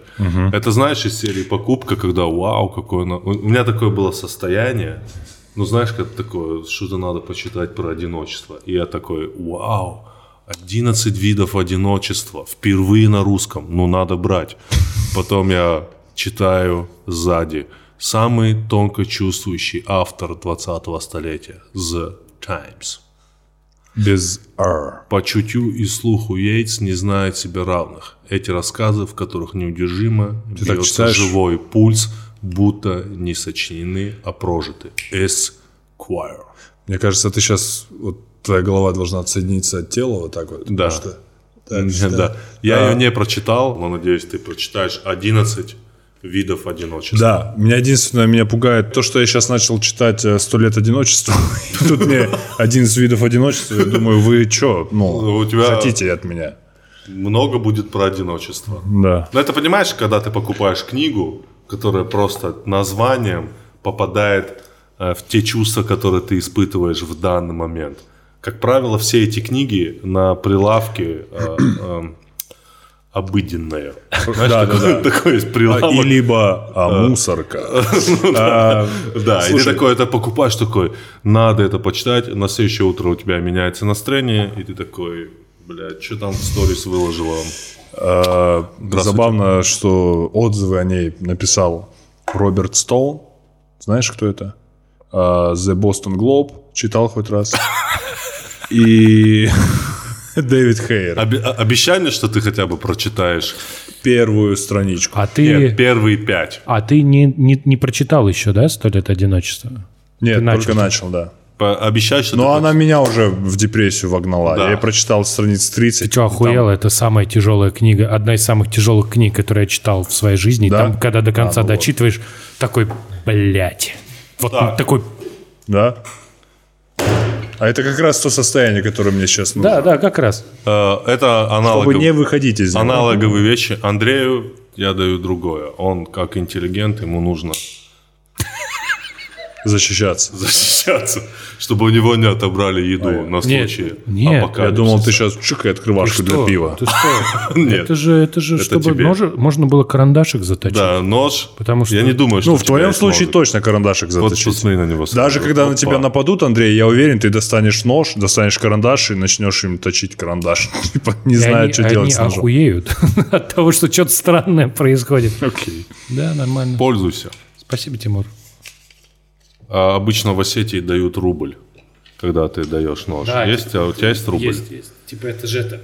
[SPEAKER 1] Это знаешь из серии «Покупка», когда «Вау, какое...» она-» У у меня такое было состояние. Ну, знаешь, как такое, что-то надо почитать про одиночество. И я такой «Вау, 11 видов одиночества. Впервые на русском. Ну, надо брать». Потом я читаю сзади. Самый тонко чувствующий автор 20-го столетия. The Times.
[SPEAKER 3] Без R.
[SPEAKER 1] По чутью и слуху Йейтс не знает себе равных. Эти рассказы, в которых неудержимо
[SPEAKER 3] так
[SPEAKER 1] бьется
[SPEAKER 3] читаешь?
[SPEAKER 1] живой пульс, будто не сочинены, а прожиты. Esquire.
[SPEAKER 3] Мне кажется, ты сейчас, вот твоя голова должна отсоединиться от тела вот так вот.
[SPEAKER 1] Да.
[SPEAKER 3] Что?
[SPEAKER 1] Да. Я ее не прочитал, но надеюсь, ты прочитаешь 11
[SPEAKER 5] видов одиночества.
[SPEAKER 3] Да, меня единственное, меня пугает то, что я сейчас начал читать э, «Сто лет одиночества». И Тут мне один из видов одиночества. Я думаю, вы что,
[SPEAKER 5] Ну,
[SPEAKER 3] ну,
[SPEAKER 5] у тебя-
[SPEAKER 3] хотите от меня?
[SPEAKER 5] Много будет про одиночество.
[SPEAKER 3] Да.
[SPEAKER 5] Но это понимаешь, когда ты покупаешь книгу, которая просто названием попадает э, в те чувства, которые ты испытываешь в данный момент. Как правило, все эти книги на прилавке э, эм, обыденные. Знаешь,
[SPEAKER 3] да,
[SPEAKER 5] такой,
[SPEAKER 3] Ну да.
[SPEAKER 5] такой есть
[SPEAKER 3] А,
[SPEAKER 5] прилавок.
[SPEAKER 3] И либо а, мусорка. А,
[SPEAKER 5] Ну Да, и ты
[SPEAKER 3] слушай,
[SPEAKER 5] такой это покупаешь, такой, надо это почитать, на следующее утро у тебя меняется настроение, и ты такой, блядь, что там в сторис выложила?
[SPEAKER 3] а, Забавно, что отзывы о ней написал Роберт Стол. Знаешь, кто это? А, The Boston Globe. Читал хоть раз. И Дэвид Хейер.
[SPEAKER 5] Обе- о- Обещай мне, что ты хотя бы прочитаешь
[SPEAKER 3] Первую страничку.
[SPEAKER 2] А ты,
[SPEAKER 5] Нет, первые пять.
[SPEAKER 2] а ты не, не, не прочитал еще, да, «Сто лет одиночества»?
[SPEAKER 3] Нет,
[SPEAKER 2] Ты начал.
[SPEAKER 3] только начал, да.
[SPEAKER 5] По- Обещай, что
[SPEAKER 3] Но
[SPEAKER 5] ты
[SPEAKER 3] она меня уже в депрессию вогнала.
[SPEAKER 5] Да.
[SPEAKER 3] Я прочитал страниц 30.
[SPEAKER 2] Ты что, охуел? Это самая тяжелая книга, одна из самых тяжелых книг, которую я читал в своей жизни. И
[SPEAKER 3] Да?
[SPEAKER 2] Там, когда до конца
[SPEAKER 3] А, ну вот.
[SPEAKER 2] дочитываешь, такой, блядь. Вот
[SPEAKER 5] Да.
[SPEAKER 2] такой,
[SPEAKER 3] Да? А это как раз то состояние, которое мне сейчас нужно.
[SPEAKER 2] да, да, как раз.
[SPEAKER 5] Э, Это
[SPEAKER 3] Чтобы
[SPEAKER 5] аналогов-
[SPEAKER 3] не выходить из него.
[SPEAKER 5] аналоговые вещи. Андрею я даю другое. Он как интеллигент, ему нужно
[SPEAKER 3] Защищаться.
[SPEAKER 5] защищаться, чтобы у него не отобрали еду ну, на
[SPEAKER 2] Нет,
[SPEAKER 5] случай
[SPEAKER 2] нет.
[SPEAKER 5] апокалипсиса.
[SPEAKER 3] Я думал, ты сейчас чик и открывашку
[SPEAKER 2] Ты
[SPEAKER 3] для
[SPEAKER 2] что?
[SPEAKER 3] пива.
[SPEAKER 2] Ты что?
[SPEAKER 5] Нет.
[SPEAKER 2] Это же, это же, чтобы
[SPEAKER 5] тебе.
[SPEAKER 2] ножи- можно было карандашик заточить.
[SPEAKER 5] Да, Э, нож.
[SPEAKER 2] Потому что-
[SPEAKER 5] Я не думаю, что
[SPEAKER 3] Ну,
[SPEAKER 5] у
[SPEAKER 3] в
[SPEAKER 5] тебя
[SPEAKER 3] твоем
[SPEAKER 5] есть
[SPEAKER 3] случае
[SPEAKER 5] нож.
[SPEAKER 3] точно карандашик
[SPEAKER 5] Вот
[SPEAKER 3] заточить.
[SPEAKER 5] посмотри на него.
[SPEAKER 3] Даже
[SPEAKER 5] смотри.
[SPEAKER 3] когда на
[SPEAKER 5] Опа.
[SPEAKER 3] тебя нападут, Андрей, я уверен, ты достанешь нож, достанешь карандаш и начнешь им точить карандаш. Типа не
[SPEAKER 2] И
[SPEAKER 3] знаю,
[SPEAKER 2] они-
[SPEAKER 3] что делать
[SPEAKER 2] они
[SPEAKER 3] с ножом.
[SPEAKER 2] охуеют от того, что что-то странное происходит.
[SPEAKER 3] Окей.
[SPEAKER 2] Да, нормально.
[SPEAKER 5] Пользуйся.
[SPEAKER 2] Спасибо, Тимур.
[SPEAKER 5] А обычно в Осетии дают рубль, когда ты даешь нож.
[SPEAKER 2] Да,
[SPEAKER 5] есть? А у тебя есть рубль?
[SPEAKER 2] есть. Типа это же это.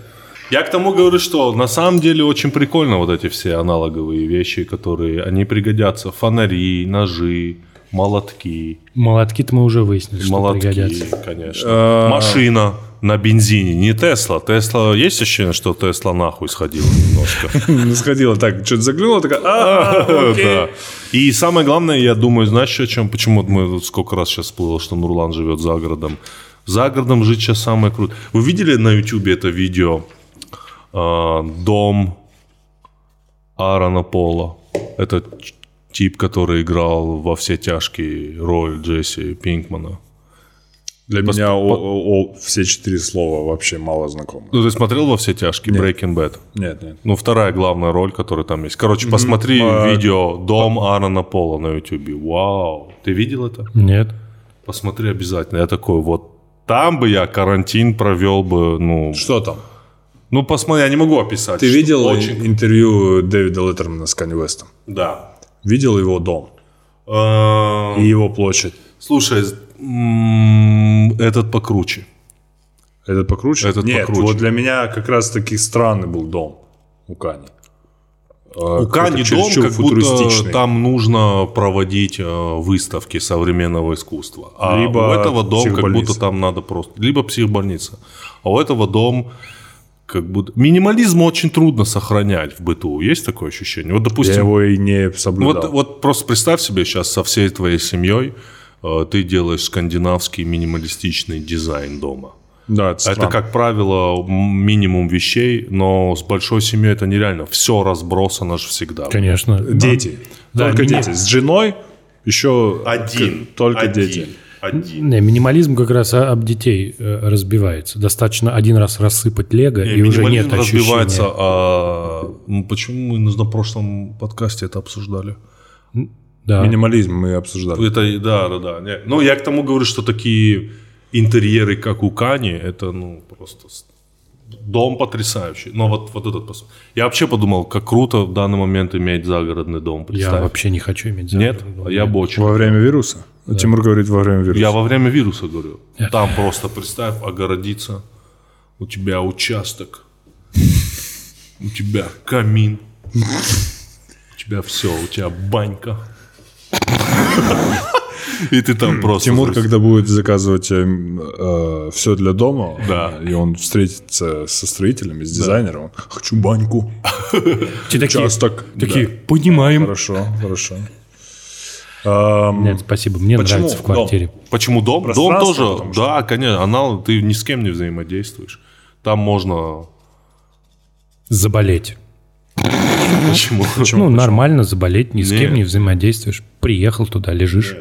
[SPEAKER 5] Я к тому говорю, что на самом деле очень прикольно вот эти все аналоговые вещи, которые, они пригодятся. Фонари, ножи, молотки.
[SPEAKER 2] Молотки-то мы уже выяснили, что
[SPEAKER 5] молотки,
[SPEAKER 2] пригодятся.
[SPEAKER 5] конечно. Машина на бензине, не Тесла. Тесла, есть ощущение, что Тесла нахуй сходила немножко?
[SPEAKER 3] Сходила так, что-то заглянула, такая... «А, окей».
[SPEAKER 5] Да. И самое главное, я думаю, знаешь, о чем? Почему вот мы вот сколько раз сейчас всплыло, что Нурлан живет за городом. За городом жить сейчас самое круто. Вы видели на Ютубе это видео? А, Дом Аарона Пола. Это ч- тип, который играл во все тяжкие роль Джесси Пинкмана.
[SPEAKER 3] Для меня о- о- о- все четыре слова вообще мало знакомы.
[SPEAKER 5] Ну, ты смотрел во все тяжкие Breaking Bad?
[SPEAKER 3] Нет, нет.
[SPEAKER 5] Ну, вторая главная роль, которая там есть. Короче, посмотри
[SPEAKER 3] А-
[SPEAKER 5] видео Дом Аарона Пола на Ютубе. Вау. Ты видел это?
[SPEAKER 2] Нет.
[SPEAKER 5] Посмотри обязательно. Я такой, вот там бы я карантин провел бы, ну...
[SPEAKER 3] Что там?
[SPEAKER 5] Ну, посмотри, я не могу описать.
[SPEAKER 3] Ты
[SPEAKER 5] что-
[SPEAKER 3] видел
[SPEAKER 5] Очень...
[SPEAKER 3] интервью Дэвида Леттермана с Канни Вестом?
[SPEAKER 5] Да.
[SPEAKER 3] Видел его дом
[SPEAKER 5] Эм,
[SPEAKER 3] и его площадь?
[SPEAKER 5] Слушай, м, этот покруче.
[SPEAKER 3] Этот покруче?
[SPEAKER 5] Этот
[SPEAKER 3] Нет,
[SPEAKER 5] покруче.
[SPEAKER 3] вот для меня как раз-таки странный был дом у Кани. А,
[SPEAKER 5] У Кани дом, как будто там нужно проводить э, выставки современного искусства. А
[SPEAKER 3] Либо
[SPEAKER 5] у этого дом, как
[SPEAKER 3] психбольница.
[SPEAKER 5] будто там надо просто... Либо психбольница. А у этого дом как будто... Минимализм очень трудно сохранять в быту. Есть такое ощущение? Вот,
[SPEAKER 3] Я
[SPEAKER 5] допустим,
[SPEAKER 3] его и не соблюдал.
[SPEAKER 5] Вот, вот просто представь себе сейчас со всей твоей семьей э, ты делаешь скандинавский минималистичный дизайн дома.
[SPEAKER 3] да, это,
[SPEAKER 5] А Это,
[SPEAKER 3] странно.
[SPEAKER 5] как правило, м- минимум вещей, но с большой семьей это нереально. Все разбросано же всегда.
[SPEAKER 2] Конечно.
[SPEAKER 3] Дети.
[SPEAKER 2] Да,
[SPEAKER 3] только
[SPEAKER 2] не-
[SPEAKER 3] дети. С женой еще
[SPEAKER 5] Один.
[SPEAKER 3] к- только
[SPEAKER 5] один,
[SPEAKER 3] дети.
[SPEAKER 5] Один.
[SPEAKER 2] Не, минимализм как раз а, об детей э, разбивается. Достаточно один раз рассыпать лего, и уже
[SPEAKER 5] Минимализм
[SPEAKER 2] нет ощущения.
[SPEAKER 5] разбивается. а, ну, почему мы на прошлом подкасте это обсуждали?
[SPEAKER 2] Да.
[SPEAKER 3] Минимализм мы обсуждали.
[SPEAKER 5] Это, да, да, да. Не, Ну, я к тому говорю, что такие интерьеры, как у Кани, это, ну, просто с- дом потрясающий. Но вот, вот этот... пос- Я вообще подумал, как круто в данный момент иметь загородный дом.
[SPEAKER 2] Я
[SPEAKER 5] Представь.
[SPEAKER 2] вообще не хочу иметь
[SPEAKER 5] Нет? А
[SPEAKER 2] загородный дом.
[SPEAKER 5] Я бы очень...
[SPEAKER 3] Во время вируса? Тимур говорит во время вируса.
[SPEAKER 5] Я во время вируса говорю. Там просто, представь, огородиться. У тебя участок. У тебя камин. У тебя все. У тебя банька. И ты там просто...
[SPEAKER 3] Тимур,
[SPEAKER 5] завис-
[SPEAKER 3] когда будет заказывать все для дома,
[SPEAKER 5] Да.
[SPEAKER 3] и он встретится со строителями, с дизайнером, он, хочу баньку.
[SPEAKER 2] Те такие,
[SPEAKER 3] Часток.
[SPEAKER 2] такие,
[SPEAKER 3] Да.
[SPEAKER 2] понимаем.
[SPEAKER 3] Хорошо, хорошо. Эм, Ам,
[SPEAKER 2] Нет, спасибо, мне
[SPEAKER 3] Почему?
[SPEAKER 2] нравится в
[SPEAKER 3] Дом.
[SPEAKER 2] квартире.
[SPEAKER 5] Почему дом? Дом
[SPEAKER 3] Пространство,
[SPEAKER 5] тоже.
[SPEAKER 3] потому что-
[SPEAKER 5] Да, конечно. Анал, ты ни с кем не взаимодействуешь. Там можно...
[SPEAKER 2] Заболеть.
[SPEAKER 5] Почему?
[SPEAKER 2] ну, нормально заболеть, ни с
[SPEAKER 5] Нет.
[SPEAKER 2] кем не взаимодействуешь. Приехал туда, лежишь.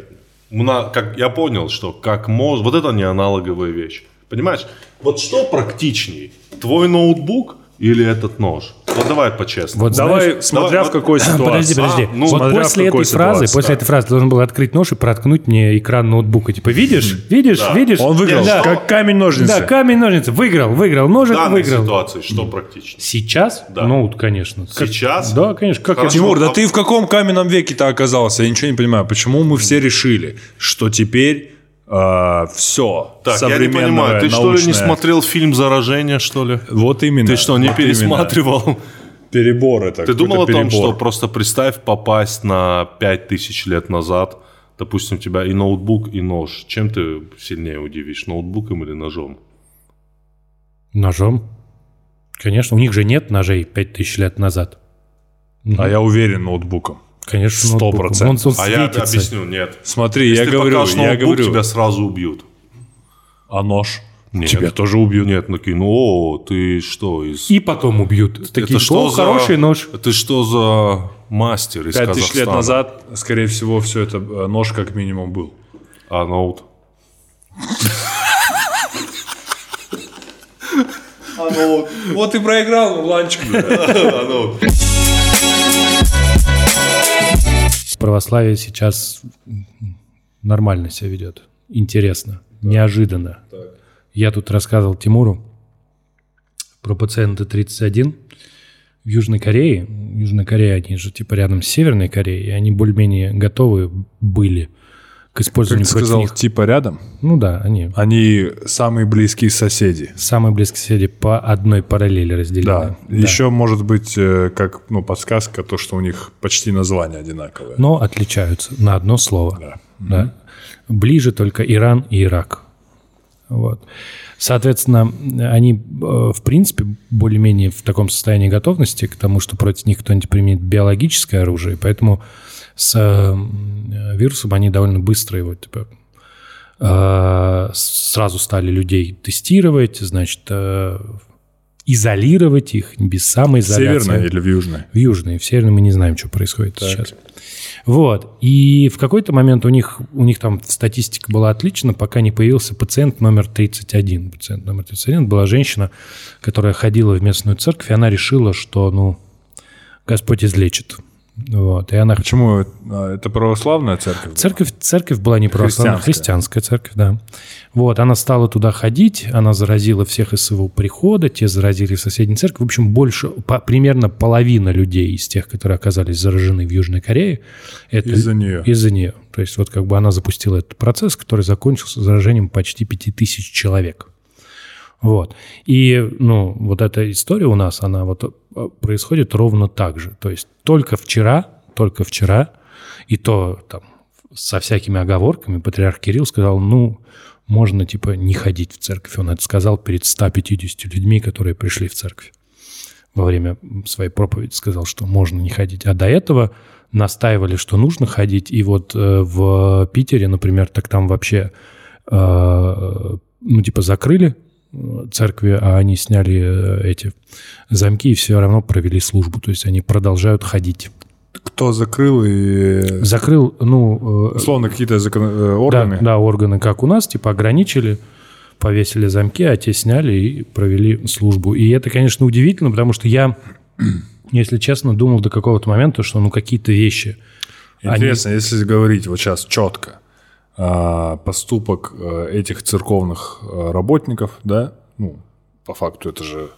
[SPEAKER 5] Мна- как, я понял, что как можно... Вот это не аналоговая вещь. Понимаешь? Вот что практичней? Твой ноутбук или этот нож? Вот давай по-честному.
[SPEAKER 2] Вот
[SPEAKER 3] Давай,
[SPEAKER 2] знаешь-
[SPEAKER 3] смотря
[SPEAKER 5] вот-
[SPEAKER 3] в какой ситуации.
[SPEAKER 2] Подожди, подожди.
[SPEAKER 5] А, ну,
[SPEAKER 2] вот
[SPEAKER 3] смотря в
[SPEAKER 2] после этой
[SPEAKER 3] какой
[SPEAKER 2] фразы,
[SPEAKER 3] ситуации,
[SPEAKER 2] после
[SPEAKER 3] да.
[SPEAKER 2] этой фразы ты должен был открыть нож и проткнуть мне экран ноутбука. Типа, видишь, видишь, видишь?
[SPEAKER 3] Он выиграл,
[SPEAKER 5] Да.
[SPEAKER 3] как камень-ножницы.
[SPEAKER 2] Да, камень, ножницы. Выиграл, выиграл,
[SPEAKER 5] В
[SPEAKER 2] ножик
[SPEAKER 5] данной
[SPEAKER 2] выиграл.
[SPEAKER 5] ситуации что практичнее?
[SPEAKER 2] Сейчас?
[SPEAKER 5] Да.
[SPEAKER 2] Ноут, конечно. Как-
[SPEAKER 5] Сейчас?
[SPEAKER 2] Да, конечно. Как
[SPEAKER 5] Хорошо.
[SPEAKER 3] Тимур, да ты в каком каменном веке ты оказался? Я ничего не понимаю. Почему мы все решили, что теперь а, все
[SPEAKER 5] Так, я не понимаю, ты что ли не смотрел фильм «Заражение», что ли?
[SPEAKER 3] Вот именно.
[SPEAKER 5] Ты что, не
[SPEAKER 3] вот
[SPEAKER 5] пересматривал?
[SPEAKER 3] именно. Перебор это.
[SPEAKER 5] Ты думал о
[SPEAKER 3] какой-то
[SPEAKER 5] том, что
[SPEAKER 3] перебор.
[SPEAKER 5] просто представь попасть на 5000 лет назад, допустим, тебя и ноутбук, и нож. Чем ты сильнее удивишь, ноутбуком или ножом?
[SPEAKER 2] Ножом. Конечно, у них же нет ножей 5000 лет назад.
[SPEAKER 3] А я уверен ноутбуком.
[SPEAKER 2] Конечно,
[SPEAKER 3] Сто
[SPEAKER 2] ноутбуком.
[SPEAKER 3] процентов.
[SPEAKER 2] Он, он
[SPEAKER 5] А я
[SPEAKER 2] светится.
[SPEAKER 5] объясню, нет.
[SPEAKER 3] Смотри, я
[SPEAKER 5] Если ты
[SPEAKER 3] говорю,
[SPEAKER 5] покажешь
[SPEAKER 3] я
[SPEAKER 5] ноутбук,
[SPEAKER 3] говорю.
[SPEAKER 5] тебя сразу убьют.
[SPEAKER 3] А нож?
[SPEAKER 5] Нет.
[SPEAKER 3] Тебя тоже убьют.
[SPEAKER 5] Нет, ну такие, ну о, ты что из...
[SPEAKER 2] И потом убьют. Такие,
[SPEAKER 5] Это что
[SPEAKER 2] «О,
[SPEAKER 5] за-
[SPEAKER 2] хороший нож.
[SPEAKER 5] Ты что за мастер из
[SPEAKER 3] Пять тысяч лет
[SPEAKER 5] Казахстана?
[SPEAKER 3] назад, скорее всего, все это э, нож как минимум был.
[SPEAKER 5] А ноут?
[SPEAKER 3] Вот и проиграл, ланчик.
[SPEAKER 2] Православие сейчас нормально себя ведет. Интересно, неожиданно. Я тут рассказывал Тимуру про пациента 31 в Южной Корее. Южная Корея, они же типа рядом с Северной Кореей, и они более-менее готовы были к
[SPEAKER 3] Как ты
[SPEAKER 2] использованию против
[SPEAKER 3] сказал,
[SPEAKER 2] них.
[SPEAKER 3] типа рядом?
[SPEAKER 2] Ну да, они
[SPEAKER 3] Они самые близкие соседи.
[SPEAKER 2] самые близкие соседи по одной параллели разделены.
[SPEAKER 3] Да. Еще может быть э, как ну подсказка то, что у них почти название одинаковое.
[SPEAKER 2] но отличаются на одно слово.
[SPEAKER 3] Да.
[SPEAKER 2] Да. Ближе только Иран и Ирак. Вот. Соответственно, они, э, в принципе, более-менее в таком состоянии готовности к тому, что против них кто-нибудь применит биологическое оружие, и поэтому с э, вирусом они довольно быстро его типа, э, сразу стали людей тестировать, значит, э, изолировать их без
[SPEAKER 3] В
[SPEAKER 2] самоизоляции.
[SPEAKER 3] Северной или в Южной?
[SPEAKER 2] В Южной, в Северной мы не знаем, что происходит сейчас. Вот. И в какой-то момент у них, у них там статистика была отлична, пока не появился пациент номер 31. Пациент номер 31 была женщина, которая ходила в местную церковь, и она решила, что, ну, Господь излечит. Вот. И она...
[SPEAKER 3] Почему э, это православная церковь?
[SPEAKER 2] Церковь, церковь была не православная, христианская. церковь, да. Вот, она стала туда ходить, она заразила всех из своего прихода, те заразили в соседней церкви. В общем, больше, по- примерно половина людей из тех, которые оказались заражены в Южной Корее, это
[SPEAKER 3] Из-за неё.
[SPEAKER 2] Из-за нее. То есть вот как бы она запустила этот процесс, который закончился заражением почти 5000 человек. Вот. И, ну, вот эта история у нас, она вот э, происходит ровно так же. То есть только вчера, только вчера, и то там со всякими оговорками патриарх Кирилл сказал, ну, можно, типа, не ходить в церковь. Он это сказал перед 150 людьми, которые пришли в церковь во время своей проповеди сказал, что можно не ходить. А до этого настаивали, что нужно ходить. И вот э, в Питере, например, так там вообще, э, ну, типа, закрыли э, церкви, а они сняли э, эти замки и все равно провели службу. То есть они продолжают ходить.
[SPEAKER 3] Кто закрыл и...
[SPEAKER 2] Закрыл, ну... э,
[SPEAKER 3] Словно какие-то закон- э,
[SPEAKER 2] да,
[SPEAKER 3] органы.
[SPEAKER 2] Да, органы, как у нас, типа ограничили, повесили замки, а те сняли и провели службу. И это, конечно, удивительно, потому что я, если честно, думал до какого-то момента, что ну какие-то вещи.
[SPEAKER 3] Интересно, если говорить вот сейчас четко, а, поступок э, этих церковных э, работников, да, ну, по факту это же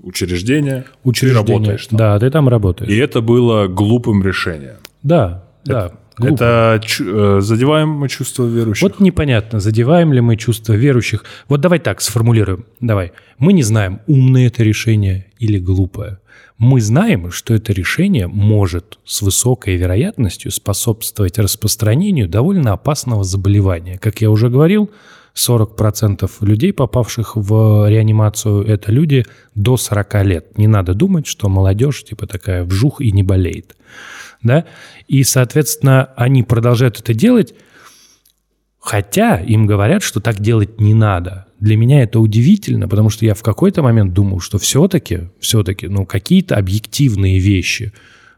[SPEAKER 3] учреждение,
[SPEAKER 2] Учреждения.
[SPEAKER 3] ты работаешь там.
[SPEAKER 2] Да, ты там работаешь.
[SPEAKER 3] И это было глупым решением.
[SPEAKER 2] Да, да. Глупо.
[SPEAKER 3] Это чу- э, задеваем мы чувство верующих.
[SPEAKER 2] Вот непонятно, задеваем ли мы чувства верующих. Вот давай так сформулируем. Давай. Мы не знаем, умное это решение или глупое. Мы знаем, что это решение может с высокой вероятностью способствовать распространению довольно опасного заболевания. Как я уже говорил, 40% людей, попавших в реанимацию, это люди до 40 лет. Не надо думать, что молодежь типа такая вжух и не болеет. Да? И, соответственно, они продолжают это делать, Хотя им говорят, что так делать не надо. Для меня это удивительно, потому что я в какой-то момент думал, что все-таки, все-таки, ну, какие-то объективные вещи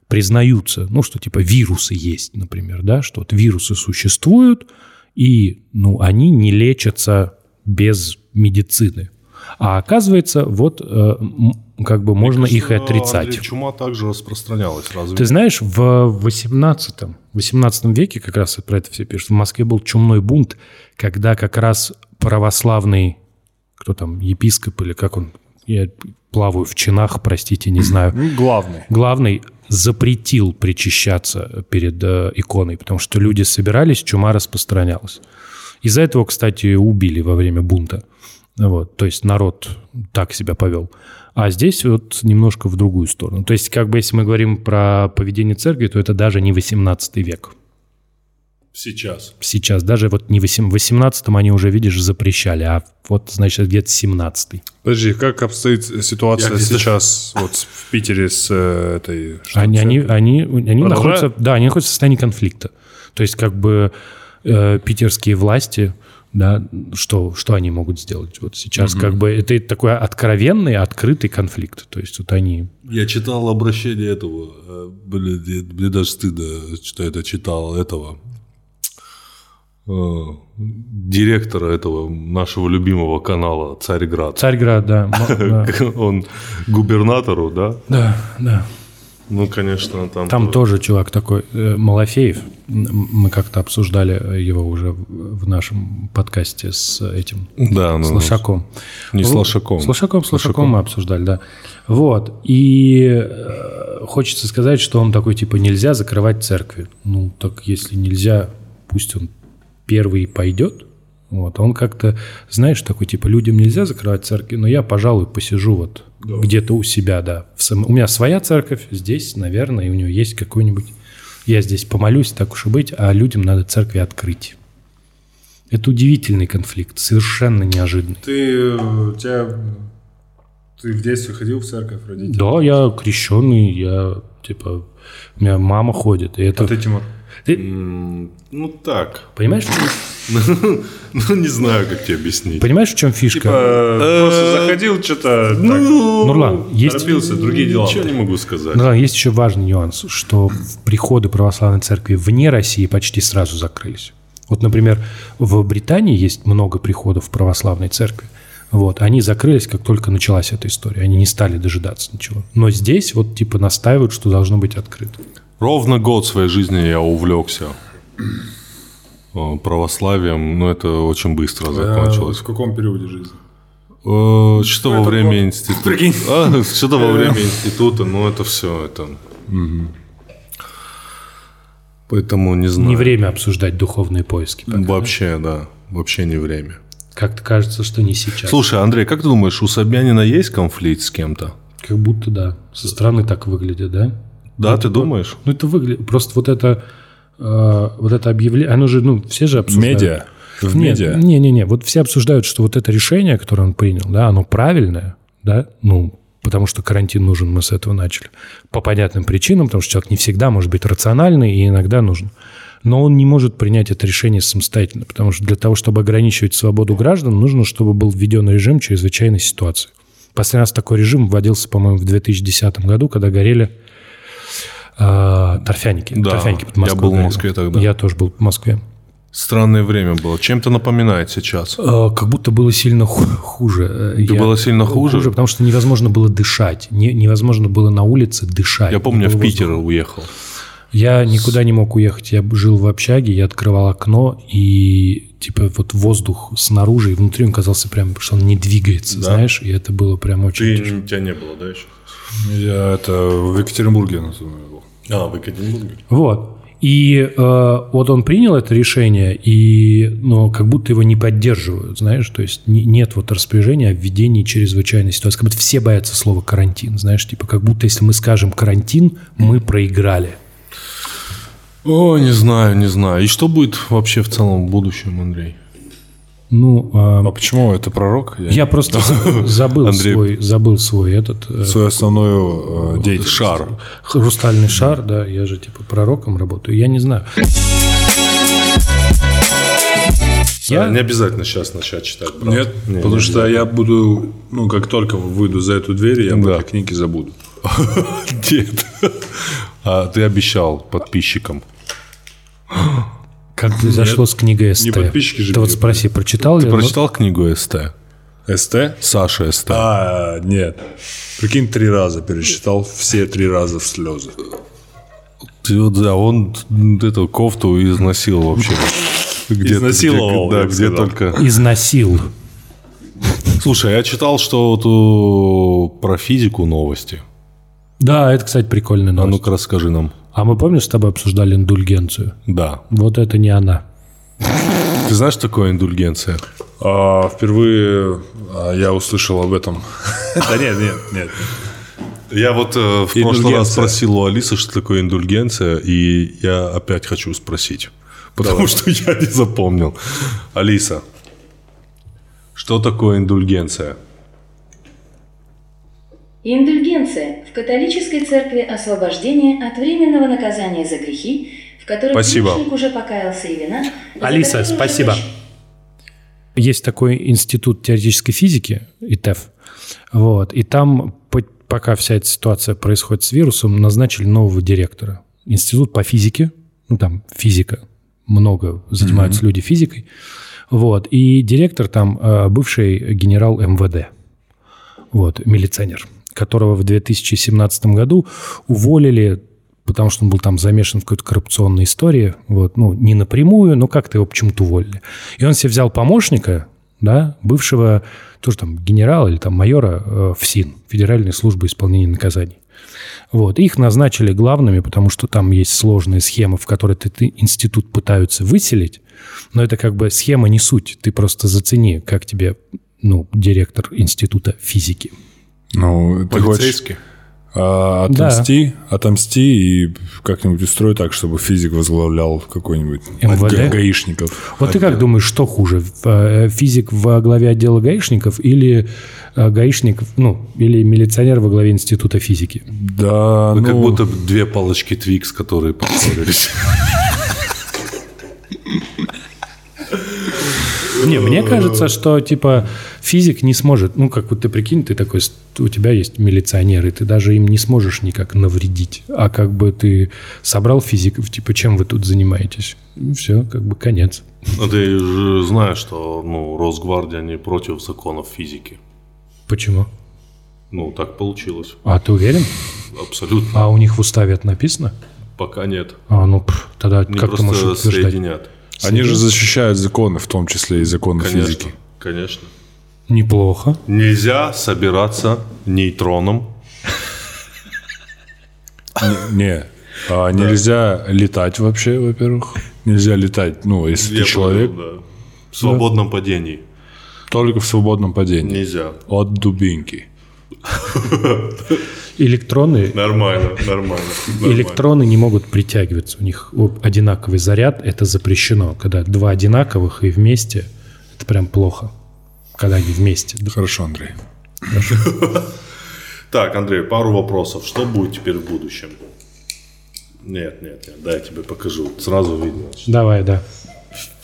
[SPEAKER 2] признаются. Ну, что типа вирусы есть, например, да, что вот вирусы существуют, и, ну, они не лечатся без медицины. А оказывается, вот э, м- как бы можно их и отрицать.
[SPEAKER 5] чума также распространялась, разве?
[SPEAKER 2] Ты знаешь, в 18, 18 веке как раз про это все пишут. В Москве был чумной бунт, когда как раз православный, кто там, епископ или как он, я плаваю в чинах, простите, не знаю,
[SPEAKER 3] Ну, Главный.
[SPEAKER 2] главный запретил причащаться перед э, иконой, потому что люди собирались, чума распространялась. Из-за этого, кстати, убили во время бунта. Вот, то есть народ так себя повел. А здесь вот немножко в другую сторону. То есть, как бы если мы говорим про поведение церкви, то это даже не 18 век.
[SPEAKER 5] Сейчас.
[SPEAKER 2] Сейчас даже вот не восем- в 18 они уже, видишь, запрещали, а вот, значит, где-то 17
[SPEAKER 3] Подожди, как обстоит ситуация сейчас вот с- в Питере с э, этой... что
[SPEAKER 2] Они,
[SPEAKER 3] это?
[SPEAKER 2] они, они, они
[SPEAKER 3] Продолжают?
[SPEAKER 2] находятся, да, они находятся в состоянии конфликта. То есть, как бы э, питерские власти, да, что, что они могут сделать? Вот сейчас, как бы, это такой откровенный, открытый конфликт. То есть, вот они.
[SPEAKER 5] Я читал обращение этого. э, Блин, я- мне даже стыдно, что это читал этого э, директора этого нашего любимого канала Царьград.
[SPEAKER 2] Царьград, да. м- да.
[SPEAKER 5] Он губернатору, да?
[SPEAKER 2] Да, да.
[SPEAKER 5] Ну, конечно, там...
[SPEAKER 2] Там
[SPEAKER 5] тоже-
[SPEAKER 2] тоже чувак такой, э, Малафеев. М- Мы как-то обсуждали его уже в в нашем подкасте с этим
[SPEAKER 5] Да,
[SPEAKER 2] с
[SPEAKER 5] ну,
[SPEAKER 2] лошаком.
[SPEAKER 5] не с
[SPEAKER 2] Вот.
[SPEAKER 5] лошаком.
[SPEAKER 2] С лошаком, с лошаком мы обсуждали, да. Вот. И э, хочется сказать, что он такой, типа, нельзя закрывать церкви. Ну, так если нельзя, пусть он первый и пойдет. Вот. А Он как-то, знаешь, такой, типа, людям нельзя закрывать церкви, но я, пожалуй, посижу вот где-то у себя, да. в сам- У меня своя церковь здесь, наверное, и у него есть какой-нибудь... Я здесь помолюсь, так уж и быть, а людям надо церкви открыть. Это удивительный конфликт, совершенно неожиданный.
[SPEAKER 3] Ты, э, тебя... Ты в детстве ходил в церковь родителей?
[SPEAKER 2] Да, я крещеный, я типа у меня мама ходит, и это
[SPEAKER 3] А ты, Тимур?
[SPEAKER 5] М, Ну, так.
[SPEAKER 2] понимаешь, в чем-
[SPEAKER 5] Ну, не знаю, как тебе объяснить. Типа,
[SPEAKER 2] понимаешь, в чем фишка?
[SPEAKER 3] Просто заходил что-то...
[SPEAKER 5] Э, Ну,
[SPEAKER 2] Нурлан, есть-
[SPEAKER 5] торопился, другие дела. Ничего не могу сказать.
[SPEAKER 2] Ну да, есть еще важный нюанс, что в приходы православной церкви вне России почти сразу закрылись. Вот, например, в Британии есть много приходов православной церкви. Вот, они закрылись, как только началась эта история. Они не стали дожидаться ничего. Но здесь вот типа настаивают, что должно быть открыто.
[SPEAKER 5] Ровно год своей жизни я увлекся э, православием, но это очень быстро закончилось.
[SPEAKER 3] А В каком периоде жизни?
[SPEAKER 5] Э, Что во
[SPEAKER 3] это год.
[SPEAKER 5] время института?
[SPEAKER 3] Прикинь.
[SPEAKER 5] А, Что-то во время института, ну это все, это... Поэтому не
[SPEAKER 2] Не
[SPEAKER 5] знаю.
[SPEAKER 2] время обсуждать духовные поиски.
[SPEAKER 5] Вообще, да, вообще не время.
[SPEAKER 2] Как-то кажется, что не сейчас.
[SPEAKER 5] Слушай, Андрей, как ты думаешь, у Собянина есть конфликт с кем-то?
[SPEAKER 2] Как будто да. Со стороны так выглядит, да?
[SPEAKER 5] Да, ты думаешь?
[SPEAKER 2] Ну, это выглядит... Просто вот это... э, вот это объявление... Оно же, ну, все же обсуждают.
[SPEAKER 3] Медиа? В
[SPEAKER 2] Нет,
[SPEAKER 3] медиа?
[SPEAKER 2] не-не-не. Вот все обсуждают, что вот это решение, которое он принял, да, оно правильное, да, ну, потому что карантин нужен, мы с этого начали. По понятным причинам, потому что человек не всегда может быть рациональный и иногда нужен. Но он не может принять это решение самостоятельно, потому что для того, чтобы ограничивать свободу граждан, нужно, чтобы был введен режим чрезвычайной ситуации. Последний раз такой режим вводился, по-моему, в 2010 году, когда горели э, торфяники.
[SPEAKER 5] Да,
[SPEAKER 2] торфяники под
[SPEAKER 5] я
[SPEAKER 2] Москвой
[SPEAKER 5] был в
[SPEAKER 2] горели.
[SPEAKER 5] Москве тогда.
[SPEAKER 2] Я тоже был в Москве.
[SPEAKER 5] Странное время было. Чем-то напоминает сейчас.
[SPEAKER 2] Э, Как будто было сильно ху- хуже. Э,
[SPEAKER 5] Ты
[SPEAKER 2] я-
[SPEAKER 5] было сильно хуже?
[SPEAKER 2] потому что невозможно было дышать. Не- невозможно было на улице дышать.
[SPEAKER 5] Я помню, я
[SPEAKER 2] Не
[SPEAKER 5] в
[SPEAKER 3] ну,
[SPEAKER 2] было
[SPEAKER 5] Питер
[SPEAKER 2] воздуха.
[SPEAKER 5] уехал.
[SPEAKER 2] Я никуда не мог уехать. Я б- жил в общаге, я открывал окно, и типа вот воздух снаружи и внутри он казался прям, что он не двигается, знаешь? И это было прям очень... тяжело.
[SPEAKER 5] у тебя не было, да, еще?
[SPEAKER 3] Я это в Екатеринбурге на самом деле был.
[SPEAKER 5] А, в Екатеринбурге.
[SPEAKER 2] Вот. И э, вот он принял это решение, и, но как будто его не поддерживают, знаешь, то есть не- нет вот распоряжения о введении чрезвычайной ситуации, как будто все боятся слова карантин, знаешь, типа как будто если мы скажем карантин, мы проиграли.
[SPEAKER 5] О, не знаю, не знаю. И что будет вообще в целом в будущем, Андрей?
[SPEAKER 2] Ну, э,
[SPEAKER 3] А почему это пророк? Я,
[SPEAKER 2] я просто забыл
[SPEAKER 5] Андрей.
[SPEAKER 2] свой, забыл свой этот э,
[SPEAKER 3] свою основную э, деятельность.
[SPEAKER 5] Шар.
[SPEAKER 2] хрустальный шар, да, я же типа пророком работаю, я не знаю. Я-
[SPEAKER 5] А, Не обязательно сейчас начать читать, брат.
[SPEAKER 3] Нет, потому что я буду, ну, как только выйду за эту дверь, я об
[SPEAKER 5] Да.
[SPEAKER 3] этой книге забуду.
[SPEAKER 5] Нет. А ты обещал подписчикам.
[SPEAKER 3] Ну,
[SPEAKER 2] Как произошло с книгой СТ?
[SPEAKER 3] подписчики же
[SPEAKER 2] Ты вот
[SPEAKER 3] бьют.
[SPEAKER 2] спроси, прочитал ли?
[SPEAKER 5] Ты
[SPEAKER 2] я? Ну,
[SPEAKER 5] прочитал книгу СТ?
[SPEAKER 3] СТ?
[SPEAKER 5] Саша СТ.
[SPEAKER 3] А, нет. Прикинь, три раза перечитал, все три раза в слезы.
[SPEAKER 5] Ты вот, да, он эту кофту износил вообще. Где,
[SPEAKER 3] Изнасиловал,
[SPEAKER 5] где-
[SPEAKER 3] я
[SPEAKER 5] да,
[SPEAKER 3] бы
[SPEAKER 5] где
[SPEAKER 3] сказал.
[SPEAKER 5] только.
[SPEAKER 2] Изнасил.
[SPEAKER 5] Слушай, а я читал, что вот у- про физику новости.
[SPEAKER 2] Да, это, кстати, прикольная
[SPEAKER 5] А
[SPEAKER 2] новость.
[SPEAKER 5] ну-ка расскажи нам.
[SPEAKER 2] А мы, помнишь, с тобой обсуждали индульгенцию?
[SPEAKER 5] Да.
[SPEAKER 2] Вот это не она.
[SPEAKER 5] Ты знаешь, что такое индульгенция?
[SPEAKER 3] А, впервые а, я услышал об этом. Да нет, нет, нет.
[SPEAKER 5] Я вот э, в прошлый раз
[SPEAKER 3] Индульгенция.
[SPEAKER 5] спросил у Алисы, что такое индульгенция, и я опять хочу спросить, потому что я не запомнил. Алиса, что такое индульгенция?
[SPEAKER 4] Индульгенция в католической церкви освобождение от временного наказания за грехи, в котором
[SPEAKER 5] Спасибо.
[SPEAKER 4] грешник уже покаялся и вина. за
[SPEAKER 2] Алиса,
[SPEAKER 4] которую уже
[SPEAKER 2] спасибо.
[SPEAKER 4] прощ-
[SPEAKER 2] Есть такой институт теоретической физики, ИТЭФ. Вот. И там, по- пока вся эта ситуация происходит с вирусом, назначили нового директора. Институт по физике. Ну, там физика. Много занимаются люди физикой. Вот. И директор там э, бывший генерал МВД. Вот, милиционер, которого в 2017 году уволили, потому что он был там замешан в какой-то коррупционной истории. Вот, ну, не напрямую, но как-то его почему-то уволили. И он себе взял помощника, да, бывшего тоже там генерала или там майора э, ФСИН, Федеральной службы исполнения наказаний. Вот. Их назначили главными, потому что там есть сложная схема, в которой ты, ты институт пытаются выселить, но это как бы схема не суть. Ты просто зацени, как тебе ну, директор института физики.
[SPEAKER 3] Ну, ты хочешь
[SPEAKER 5] Полицейский?
[SPEAKER 3] а,
[SPEAKER 2] Да.
[SPEAKER 3] отомсти, отомсти и как-нибудь устрой так, чтобы физик возглавлял какой-нибудь
[SPEAKER 2] МВД?
[SPEAKER 3] га- гаишников.
[SPEAKER 2] Вот ты как думаешь, что хуже, в- э, физик во главе отдела гаишников или э, гаишник, ну, или милиционер во главе института физики?
[SPEAKER 3] Да,
[SPEAKER 5] Ну,
[SPEAKER 3] ну,
[SPEAKER 5] как будто две палочки Твикс, которые поссорились.
[SPEAKER 2] Не, мне кажется, что типа физик не сможет. Ну, как вот ты прикинь, ты такой, с- у тебя есть милиционеры, ты даже им не сможешь никак навредить. А как бы ты собрал физиков, типа, чем вы тут занимаетесь? Все, как бы конец.
[SPEAKER 5] Ну, ты же знаешь, что ну, Росгвардия не против законов физики.
[SPEAKER 2] Почему?
[SPEAKER 5] Ну, так получилось.
[SPEAKER 2] А ты уверен?
[SPEAKER 5] Абсолютно.
[SPEAKER 2] А у них в уставе это написано?
[SPEAKER 5] Пока нет.
[SPEAKER 2] А, ну, пф, тогда
[SPEAKER 5] Не
[SPEAKER 2] как ты можешь
[SPEAKER 5] просто
[SPEAKER 2] утверждать?
[SPEAKER 5] соединят.
[SPEAKER 3] они же защищают законы, в том числе и законы
[SPEAKER 5] Конечно.
[SPEAKER 3] физики.
[SPEAKER 5] Конечно.
[SPEAKER 2] Неплохо.
[SPEAKER 5] Нельзя собираться нейтроном.
[SPEAKER 3] Не, не. А, нельзя летать вообще, во-первых. Нельзя летать, ну, если
[SPEAKER 5] Я
[SPEAKER 3] ты человек,
[SPEAKER 5] понял, да. В свободном падении.
[SPEAKER 3] только в свободном падении.
[SPEAKER 5] Нельзя.
[SPEAKER 3] От дубинки.
[SPEAKER 2] Электроны,
[SPEAKER 5] Нормально, нормально. нормально.
[SPEAKER 2] электроны не могут притягиваться. У них об- одинаковый заряд, это запрещено. Когда два одинаковых и вместе, это прям плохо. Когда они вместе.
[SPEAKER 3] Хорошо, Андрей.
[SPEAKER 5] Так, Андрей, пару вопросов. Что будет теперь в будущем? Нет, нет, нет. Да, я тебе покажу. Сразу видно.
[SPEAKER 2] Давай, да.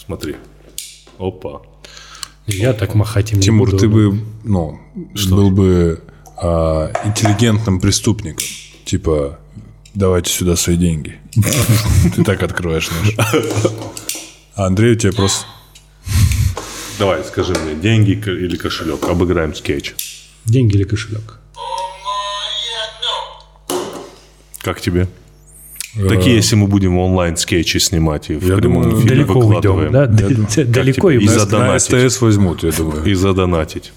[SPEAKER 5] Смотри. Опа.
[SPEAKER 2] Я так махать им не
[SPEAKER 3] Тимур,
[SPEAKER 2] буду.
[SPEAKER 3] ты бы, ну, был бы а, интеллигентным преступником. Типа, давайте сюда свои деньги. Ты так откроешь наш. А Андрей, у тебя просто...
[SPEAKER 5] Давай, скажи мне, деньги ко- или кошелек? Обыграем скетч.
[SPEAKER 2] Деньги или кошелек?
[SPEAKER 5] Как тебе?
[SPEAKER 2] Э,
[SPEAKER 5] Такие, если мы будем онлайн скетчи снимать и в прямом
[SPEAKER 3] думаю,
[SPEAKER 5] эфире
[SPEAKER 2] Далеко уйдем,
[SPEAKER 5] выкладываем.
[SPEAKER 2] да? Д- д- Далеко
[SPEAKER 5] тебе?
[SPEAKER 2] и
[SPEAKER 5] Из-за
[SPEAKER 2] быстро.
[SPEAKER 5] Задонатить.
[SPEAKER 3] На СТС возьмут, я думаю.
[SPEAKER 5] И задонатить.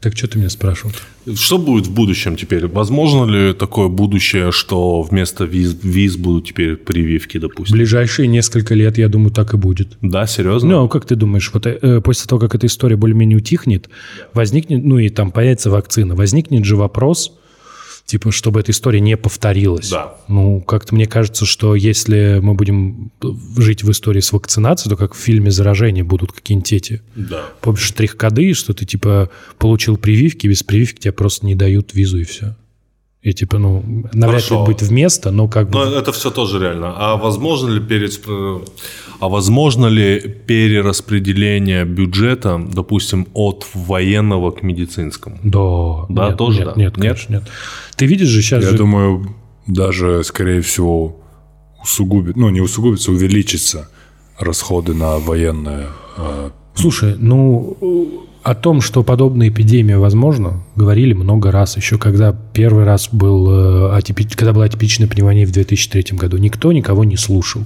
[SPEAKER 2] Так что ты меня спрашивал?
[SPEAKER 5] Что будет в будущем теперь? Возможно ли такое будущее, что вместо виз, виз будут теперь прививки,
[SPEAKER 2] В
[SPEAKER 5] допустим?
[SPEAKER 2] ближайшие несколько лет, я думаю, так и будет.
[SPEAKER 5] Да, серьезно?
[SPEAKER 2] Ну, а как ты думаешь, вот э, после того, как эта история более-менее утихнет, возникнет, ну и там появится вакцина, возникнет же вопрос, типа, чтобы эта история не повторилась.
[SPEAKER 5] Да.
[SPEAKER 2] Ну, как-то мне кажется, что если мы будем жить в истории с вакцинацией, то как в фильме «Заражение» будут какие-нибудь эти,
[SPEAKER 5] Да.
[SPEAKER 2] помнишь, штрих-коды, что ты, типа, получил прививки, без прививки тебе просто не дают визу и все. И, типа, ну, навряд ли
[SPEAKER 5] Хорошо.
[SPEAKER 2] это будет вместо, но как
[SPEAKER 5] Но
[SPEAKER 2] бы...
[SPEAKER 5] это все тоже реально. А возможно ли перец- э, а возможно ли перераспределение бюджета, допустим, от военного к медицинскому?
[SPEAKER 2] Да.
[SPEAKER 5] Да,
[SPEAKER 2] Нет,
[SPEAKER 5] тоже
[SPEAKER 2] нет,
[SPEAKER 5] да.
[SPEAKER 2] Нет,
[SPEAKER 5] Нет?
[SPEAKER 2] конечно, нет. Ты видишь же сейчас
[SPEAKER 3] Я
[SPEAKER 2] же...
[SPEAKER 3] думаю, даже, скорее всего, усугубит, ну, не усугубится, увеличится расходы на военное. э,
[SPEAKER 2] Слушай, ну э, о том, что подобная эпидемия возможна, говорили много раз. Еще когда первый раз был, э, атипи- когда была атипичная пневмония в 2003 году, никто никого не слушал.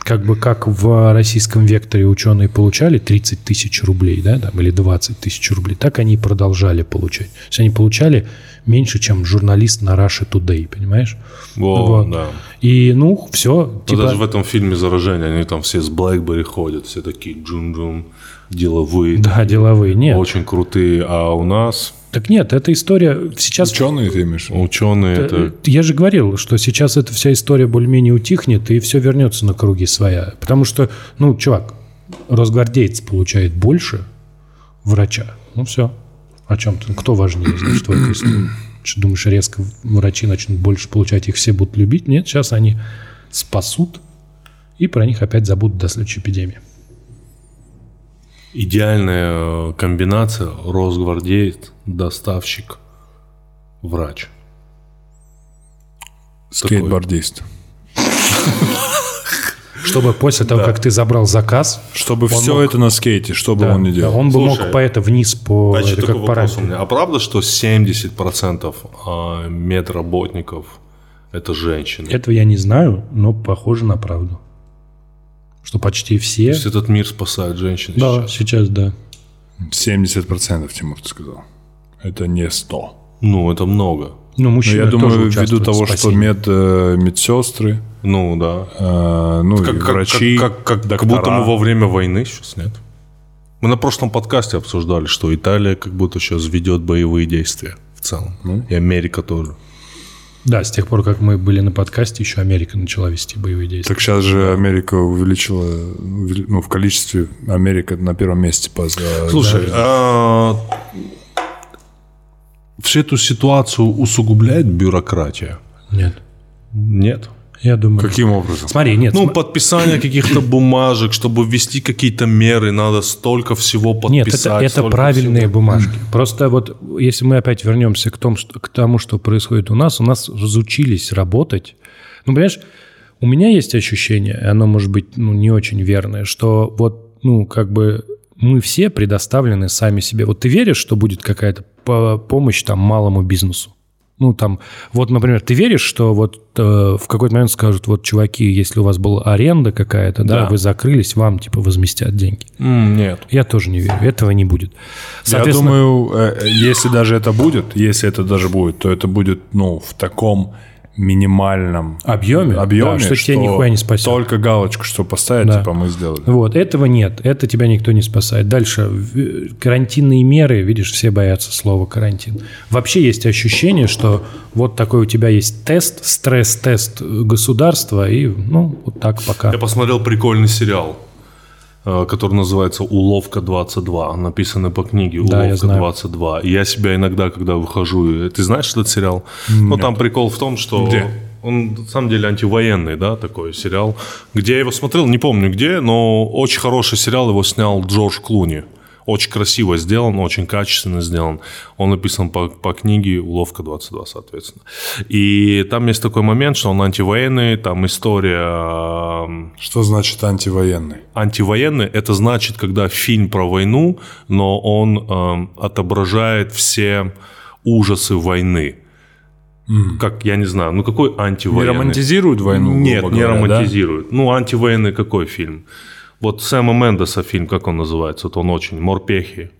[SPEAKER 2] Как бы как в российском векторе ученые получали 30 тысяч рублей, да, там, или 20 тысяч рублей, так они и продолжали получать. То есть они получали меньше, чем журналист на Russia Today, понимаешь?
[SPEAKER 5] Во,
[SPEAKER 2] Вот.
[SPEAKER 5] да.
[SPEAKER 2] И, ну, все.
[SPEAKER 5] Ну, Даже в этом фильме «Заражение» они там все с Блэкбери ходят, все такие джун-джун, деловые,
[SPEAKER 2] Да, деловые. Нет.
[SPEAKER 5] очень крутые. А у нас
[SPEAKER 2] Так нет, эта история сейчас...
[SPEAKER 5] Ну,
[SPEAKER 3] Ученые ты имеешь? в виду?
[SPEAKER 5] ученые
[SPEAKER 2] Э,
[SPEAKER 5] это...
[SPEAKER 2] Я же говорил, что сейчас эта вся история более-менее утихнет, и все вернется на круги своя. Потому что, ну, чувак, росгвардеец получает больше врача. Ну, все. О чем ты? Кто важнее, значит, в этой истории? Что думаешь, резко врачи начнут больше получать, их все будут любить? Нет, сейчас они спасут, и про них опять забудут до следующей эпидемии.
[SPEAKER 5] Идеальная э, комбинация росгвардеец, доставщик, врач.
[SPEAKER 3] Скейтбордист.
[SPEAKER 2] Чтобы после того, как ты забрал заказ,
[SPEAKER 3] Чтобы все это на скейте, что бы
[SPEAKER 2] да,
[SPEAKER 3] он ни
[SPEAKER 2] да,
[SPEAKER 3] делал.
[SPEAKER 2] он бы мог
[SPEAKER 5] Слушай,
[SPEAKER 2] по это вниз, по
[SPEAKER 5] Значит,
[SPEAKER 2] это
[SPEAKER 5] такой
[SPEAKER 2] как по
[SPEAKER 5] вопрос у
[SPEAKER 2] рампе.
[SPEAKER 5] меня. А правда, что 70% а, медработников это женщины?
[SPEAKER 2] Этого я не знаю, но похоже на правду. Что почти все...
[SPEAKER 5] То есть этот мир спасает женщины
[SPEAKER 2] да,
[SPEAKER 5] сейчас.
[SPEAKER 2] сейчас, да.
[SPEAKER 3] 70%, Тимур, ты сказал. Это не 100.
[SPEAKER 5] Ну, это много.
[SPEAKER 2] Ну,
[SPEAKER 3] Но
[SPEAKER 2] мужчины
[SPEAKER 3] я думаю,
[SPEAKER 2] тоже
[SPEAKER 3] ввиду
[SPEAKER 2] участвуют в
[SPEAKER 3] того, что
[SPEAKER 2] спасении.
[SPEAKER 3] мед, э, медсестры,
[SPEAKER 5] Ну, да.
[SPEAKER 3] э, ну, и
[SPEAKER 5] Как, как-
[SPEAKER 3] врачи,
[SPEAKER 5] как, как, как, как
[SPEAKER 3] доктора.
[SPEAKER 5] будто мы во время войны сейчас, нет? Мы на прошлом подкасте обсуждали, что Италия как будто сейчас ведет боевые действия в целом.
[SPEAKER 3] Ну.
[SPEAKER 5] И Америка тоже.
[SPEAKER 2] Да, с тех пор, как мы были на подкасте, еще Америка типа, начала вести боевые действия.
[SPEAKER 3] Так сейчас же Америка увеличила, увели- ну, в количестве Америка на первом месте по... за-
[SPEAKER 5] Слушай, а, всю эту ситуацию усугубляет бюрократия?
[SPEAKER 2] Нет.
[SPEAKER 5] Нет.
[SPEAKER 2] Я думаю...
[SPEAKER 3] Каким образом?
[SPEAKER 2] Смотри, нет.
[SPEAKER 5] Ну,
[SPEAKER 2] см-
[SPEAKER 5] подписание каких-то бумажек, чтобы ввести какие-то меры, надо столько всего подписать.
[SPEAKER 2] Нет, это, это
[SPEAKER 5] столько
[SPEAKER 2] правильные
[SPEAKER 5] всего.
[SPEAKER 2] бумажки. Просто вот если мы опять вернемся к, том, что, к тому, что происходит у нас, у нас разучились работать. Ну, понимаешь, у меня есть ощущение, и оно может быть ну, не очень верное, что вот, ну, как бы мы все предоставлены сами себе. Вот ты веришь, что будет какая-то по- помощь там малому бизнесу? Ну, там, вот, например, ты веришь, что вот э, в какой-то момент скажут, вот, чуваки, если у вас была аренда какая-то, да,
[SPEAKER 5] Да.
[SPEAKER 2] вы закрылись, вам, типа, возместят деньги.
[SPEAKER 5] М, нет.
[SPEAKER 2] Я тоже не верю, этого не будет.
[SPEAKER 3] Я
[SPEAKER 2] Соответственно,
[SPEAKER 3] думаю, э, э, если даже это будет, если это даже будет, то это будет, ну, в таком минимальном
[SPEAKER 2] Объеме?
[SPEAKER 3] объеме
[SPEAKER 2] Да, что тебя нихуя не спасет.
[SPEAKER 3] Только галочку, что поставить,
[SPEAKER 2] Да.
[SPEAKER 3] типа мы сделали.
[SPEAKER 2] вот, этого нет, это тебя никто не спасает. Дальше, в- э, карантинные меры, видишь, все боятся слова карантин. Вообще есть ощущение, что вот такой у тебя есть тест, стресс-тест государства, и, ну, вот так пока.
[SPEAKER 5] Я посмотрел прикольный сериал, э, который называется «Уловка 22», написанный по книге
[SPEAKER 2] Да, я
[SPEAKER 5] «Уловка
[SPEAKER 2] знаю.
[SPEAKER 5] 22». И я себя иногда, когда выхожу... и- Ты знаешь этот сериал? Ну, там прикол в том, что...
[SPEAKER 3] Где?
[SPEAKER 5] Он, на самом деле, антивоенный, да, такой сериал. Где я его смотрел, не помню где, но очень хороший сериал его снял Джордж Клуни. Очень красиво сделан, очень качественно сделан. Он написан по, по книге «Уловка 22», соответственно. И там есть такой момент, что он антивоенный, там история эм,
[SPEAKER 3] Что значит антивоенный?
[SPEAKER 5] антивоенный это значит, когда фильм про войну, но он эм, отображает все ужасы войны. Как, я не знаю, ну какой
[SPEAKER 3] Не
[SPEAKER 5] антивоенный?
[SPEAKER 3] романтизируют войну?
[SPEAKER 5] Нет,
[SPEAKER 3] грубо
[SPEAKER 5] не
[SPEAKER 3] говоря, да?
[SPEAKER 5] романтизирует. Ну, антивоенный какой фильм? Вот Сэма Мендеса фильм, как он называется, вот он очень, «Морпехи».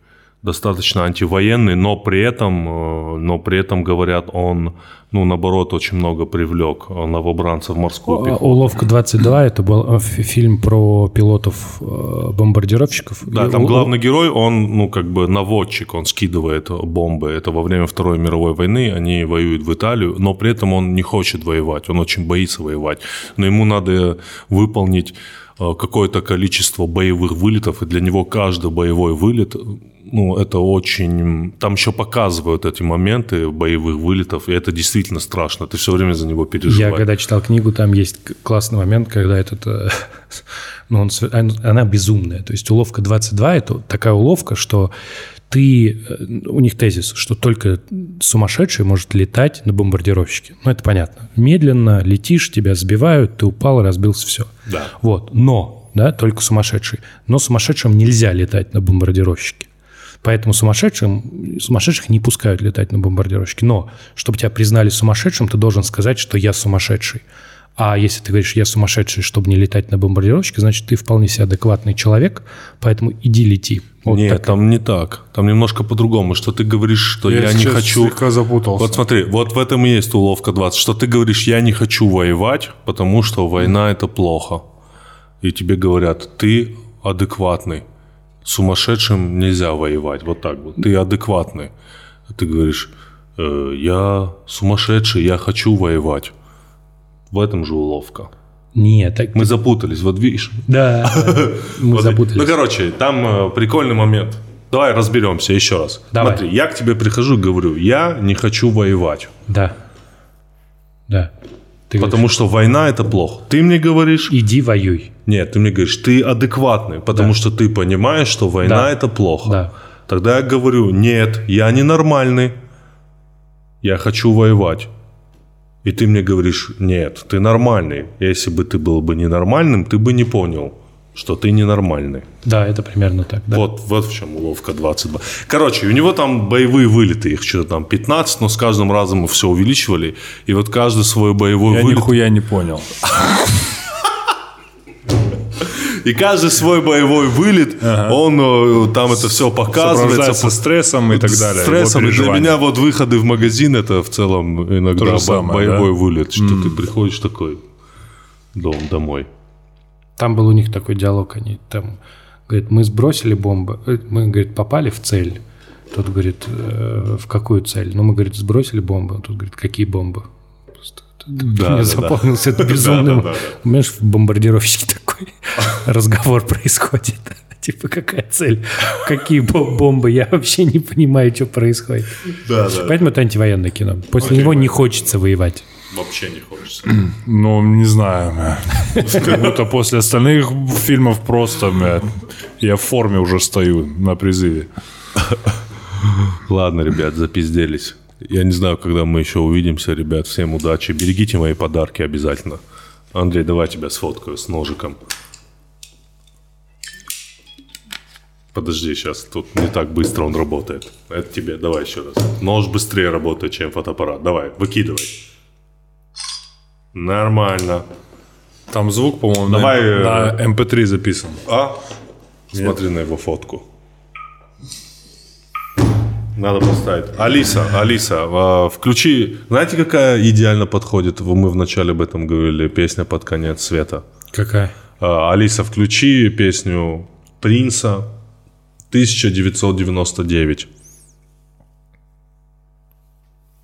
[SPEAKER 5] достаточно антивоенный, но при этом, э, но при этом говорят, он, ну, наоборот, очень много привлек новобранцев морскую пехоту.
[SPEAKER 2] А, Уловка 22 это был э, ф- фильм про пилотов э, бомбардировщиков.
[SPEAKER 5] Да,
[SPEAKER 2] И
[SPEAKER 5] там
[SPEAKER 2] у-
[SPEAKER 5] главный герой, он, ну, как бы наводчик, он скидывает бомбы. Это во время Второй мировой войны, они воюют в Италию, но при этом он не хочет воевать, он очень боится воевать. Но ему надо выполнить э, какое-то количество боевых вылетов, и для него каждый боевой вылет, э, ну, это очень... Там еще показывают эти моменты боевых вылетов, и это действительно страшно, ты все время за него
[SPEAKER 2] Я
[SPEAKER 5] переживаешь.
[SPEAKER 2] когда читал книгу, там есть к- классный момент, когда этот... э, Ну, он, св- он- она безумная. То есть уловка 22 – это такая уловка, что ты... э, У них тезис, что только сумасшедший может летать на бомбардировщике. Ну, это понятно. Медленно летишь, тебя сбивают, ты упал, разбился, все.
[SPEAKER 5] Да.
[SPEAKER 2] Вот. Но, да, только сумасшедший. Но сумасшедшим нельзя летать на бомбардировщике. Поэтому сумасшедшим, сумасшедших не пускают летать на бомбардировщике. Но, чтобы тебя признали сумасшедшим, ты должен сказать, что я сумасшедший. А если ты говоришь, я сумасшедший, чтобы не летать на бомбардировщике, значит, ты вполне себе адекватный человек, поэтому иди лети. Вот
[SPEAKER 5] Нет,
[SPEAKER 2] так.
[SPEAKER 5] там не так. Там немножко по-другому, что ты говоришь, что я, не
[SPEAKER 3] сейчас
[SPEAKER 5] хочу...
[SPEAKER 3] слегка запутался.
[SPEAKER 5] Вот смотри, вот в этом и есть уловка 20, что ты говоришь, я не хочу воевать, потому что война это плохо. И тебе говорят, ты адекватный. Сумасшедшим нельзя воевать, вот так вот. Ты адекватный. А Ты говоришь, «Э, я сумасшедший, я хочу воевать. В этом же уловка.
[SPEAKER 2] Нет, так...
[SPEAKER 5] Мы запутались, вот видишь.
[SPEAKER 2] Да, мы
[SPEAKER 5] Вот,
[SPEAKER 2] запутались.
[SPEAKER 5] Ну, короче, там э, прикольный момент. Давай разберемся еще раз.
[SPEAKER 2] Давай.
[SPEAKER 5] Смотри, я к тебе прихожу и говорю, я не хочу воевать.
[SPEAKER 2] Да. Да. Ты
[SPEAKER 5] Потому что война это плохо. Ты мне говоришь,
[SPEAKER 2] говоришь, иди воюй.
[SPEAKER 5] нет, ты мне говоришь, ты адекватный, потому что ты понимаешь, что война
[SPEAKER 2] Да.
[SPEAKER 5] это плохо.
[SPEAKER 2] Да.
[SPEAKER 5] Тогда я говорю, нет, я ненормальный, я хочу воевать. И ты мне говоришь, нет, ты нормальный. Если бы ты был бы ненормальным, ты бы не понял, что ты ненормальный.
[SPEAKER 2] Да, это примерно так. да.
[SPEAKER 5] Вот, вот в чем уловка 22. Короче, у него там боевые вылеты, их что-то там 15, но с каждым разом мы все увеличивали. И вот каждый свой боевой
[SPEAKER 3] Я
[SPEAKER 5] вылет...
[SPEAKER 3] нихуя не понял.
[SPEAKER 5] И каждый свой боевой вылет, он э, там это все показывается.
[SPEAKER 3] Сопровождается стрессом и так далее.
[SPEAKER 5] Стрессом.
[SPEAKER 3] его
[SPEAKER 5] и для
[SPEAKER 3] переживания.
[SPEAKER 5] меня вот выходы в магазин, это в целом иногда
[SPEAKER 3] То же
[SPEAKER 5] бо-
[SPEAKER 3] самое,
[SPEAKER 5] боевой
[SPEAKER 3] да?
[SPEAKER 5] вылет. Что ты приходишь такой дом домой.
[SPEAKER 2] Там был у них такой диалог, они там, говорит, мы сбросили бомбы, э, мы, говорит, попали в цель. Тот говорит, «Э, в какую цель? Ну, мы, говорит, сбросили бомбы. Он Тут говорит, какие бомбы? Просто это- это
[SPEAKER 5] Да, да,
[SPEAKER 2] мне
[SPEAKER 5] да.
[SPEAKER 2] запомнился это безумным.
[SPEAKER 5] да, да,
[SPEAKER 2] Понимаешь, в бомбардировщике такой разговор происходит. Типа, какая цель? Какие бом- бомбы? Я вообще не понимаю, что происходит.
[SPEAKER 5] Да, да.
[SPEAKER 2] Поэтому это антивоенное кино. После него не хочется воевать.
[SPEAKER 5] Вообще не хочется.
[SPEAKER 3] Ну, не знаю. бля. Как будто после остальных фильмов просто, бля, я в форме уже стою на призыве.
[SPEAKER 5] Ладно, ребят, запизделись. Я не знаю, когда мы еще увидимся, ребят. Всем удачи. Берегите мои подарки обязательно. Андрей, давай тебя сфоткаю с ножиком. Подожди, сейчас тут не так быстро он работает. Это тебе, давай еще раз. Нож быстрее работает, чем фотоаппарат. Давай, выкидывай. Нормально.
[SPEAKER 3] Там звук, по-моему, на-
[SPEAKER 5] Давай, э,
[SPEAKER 3] на, MP3 записан.
[SPEAKER 5] А? Смотри на его фотку. Надо поставить. Алиса, Алиса, а, включи. Знаете, какая идеально подходит? Вы- Мы вначале об этом говорили. Песня под конец света.
[SPEAKER 2] Какая?
[SPEAKER 5] А, Алиса, включи песню Принца 1999.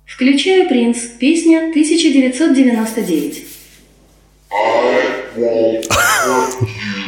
[SPEAKER 4] Включаю «Принц», песня 1999.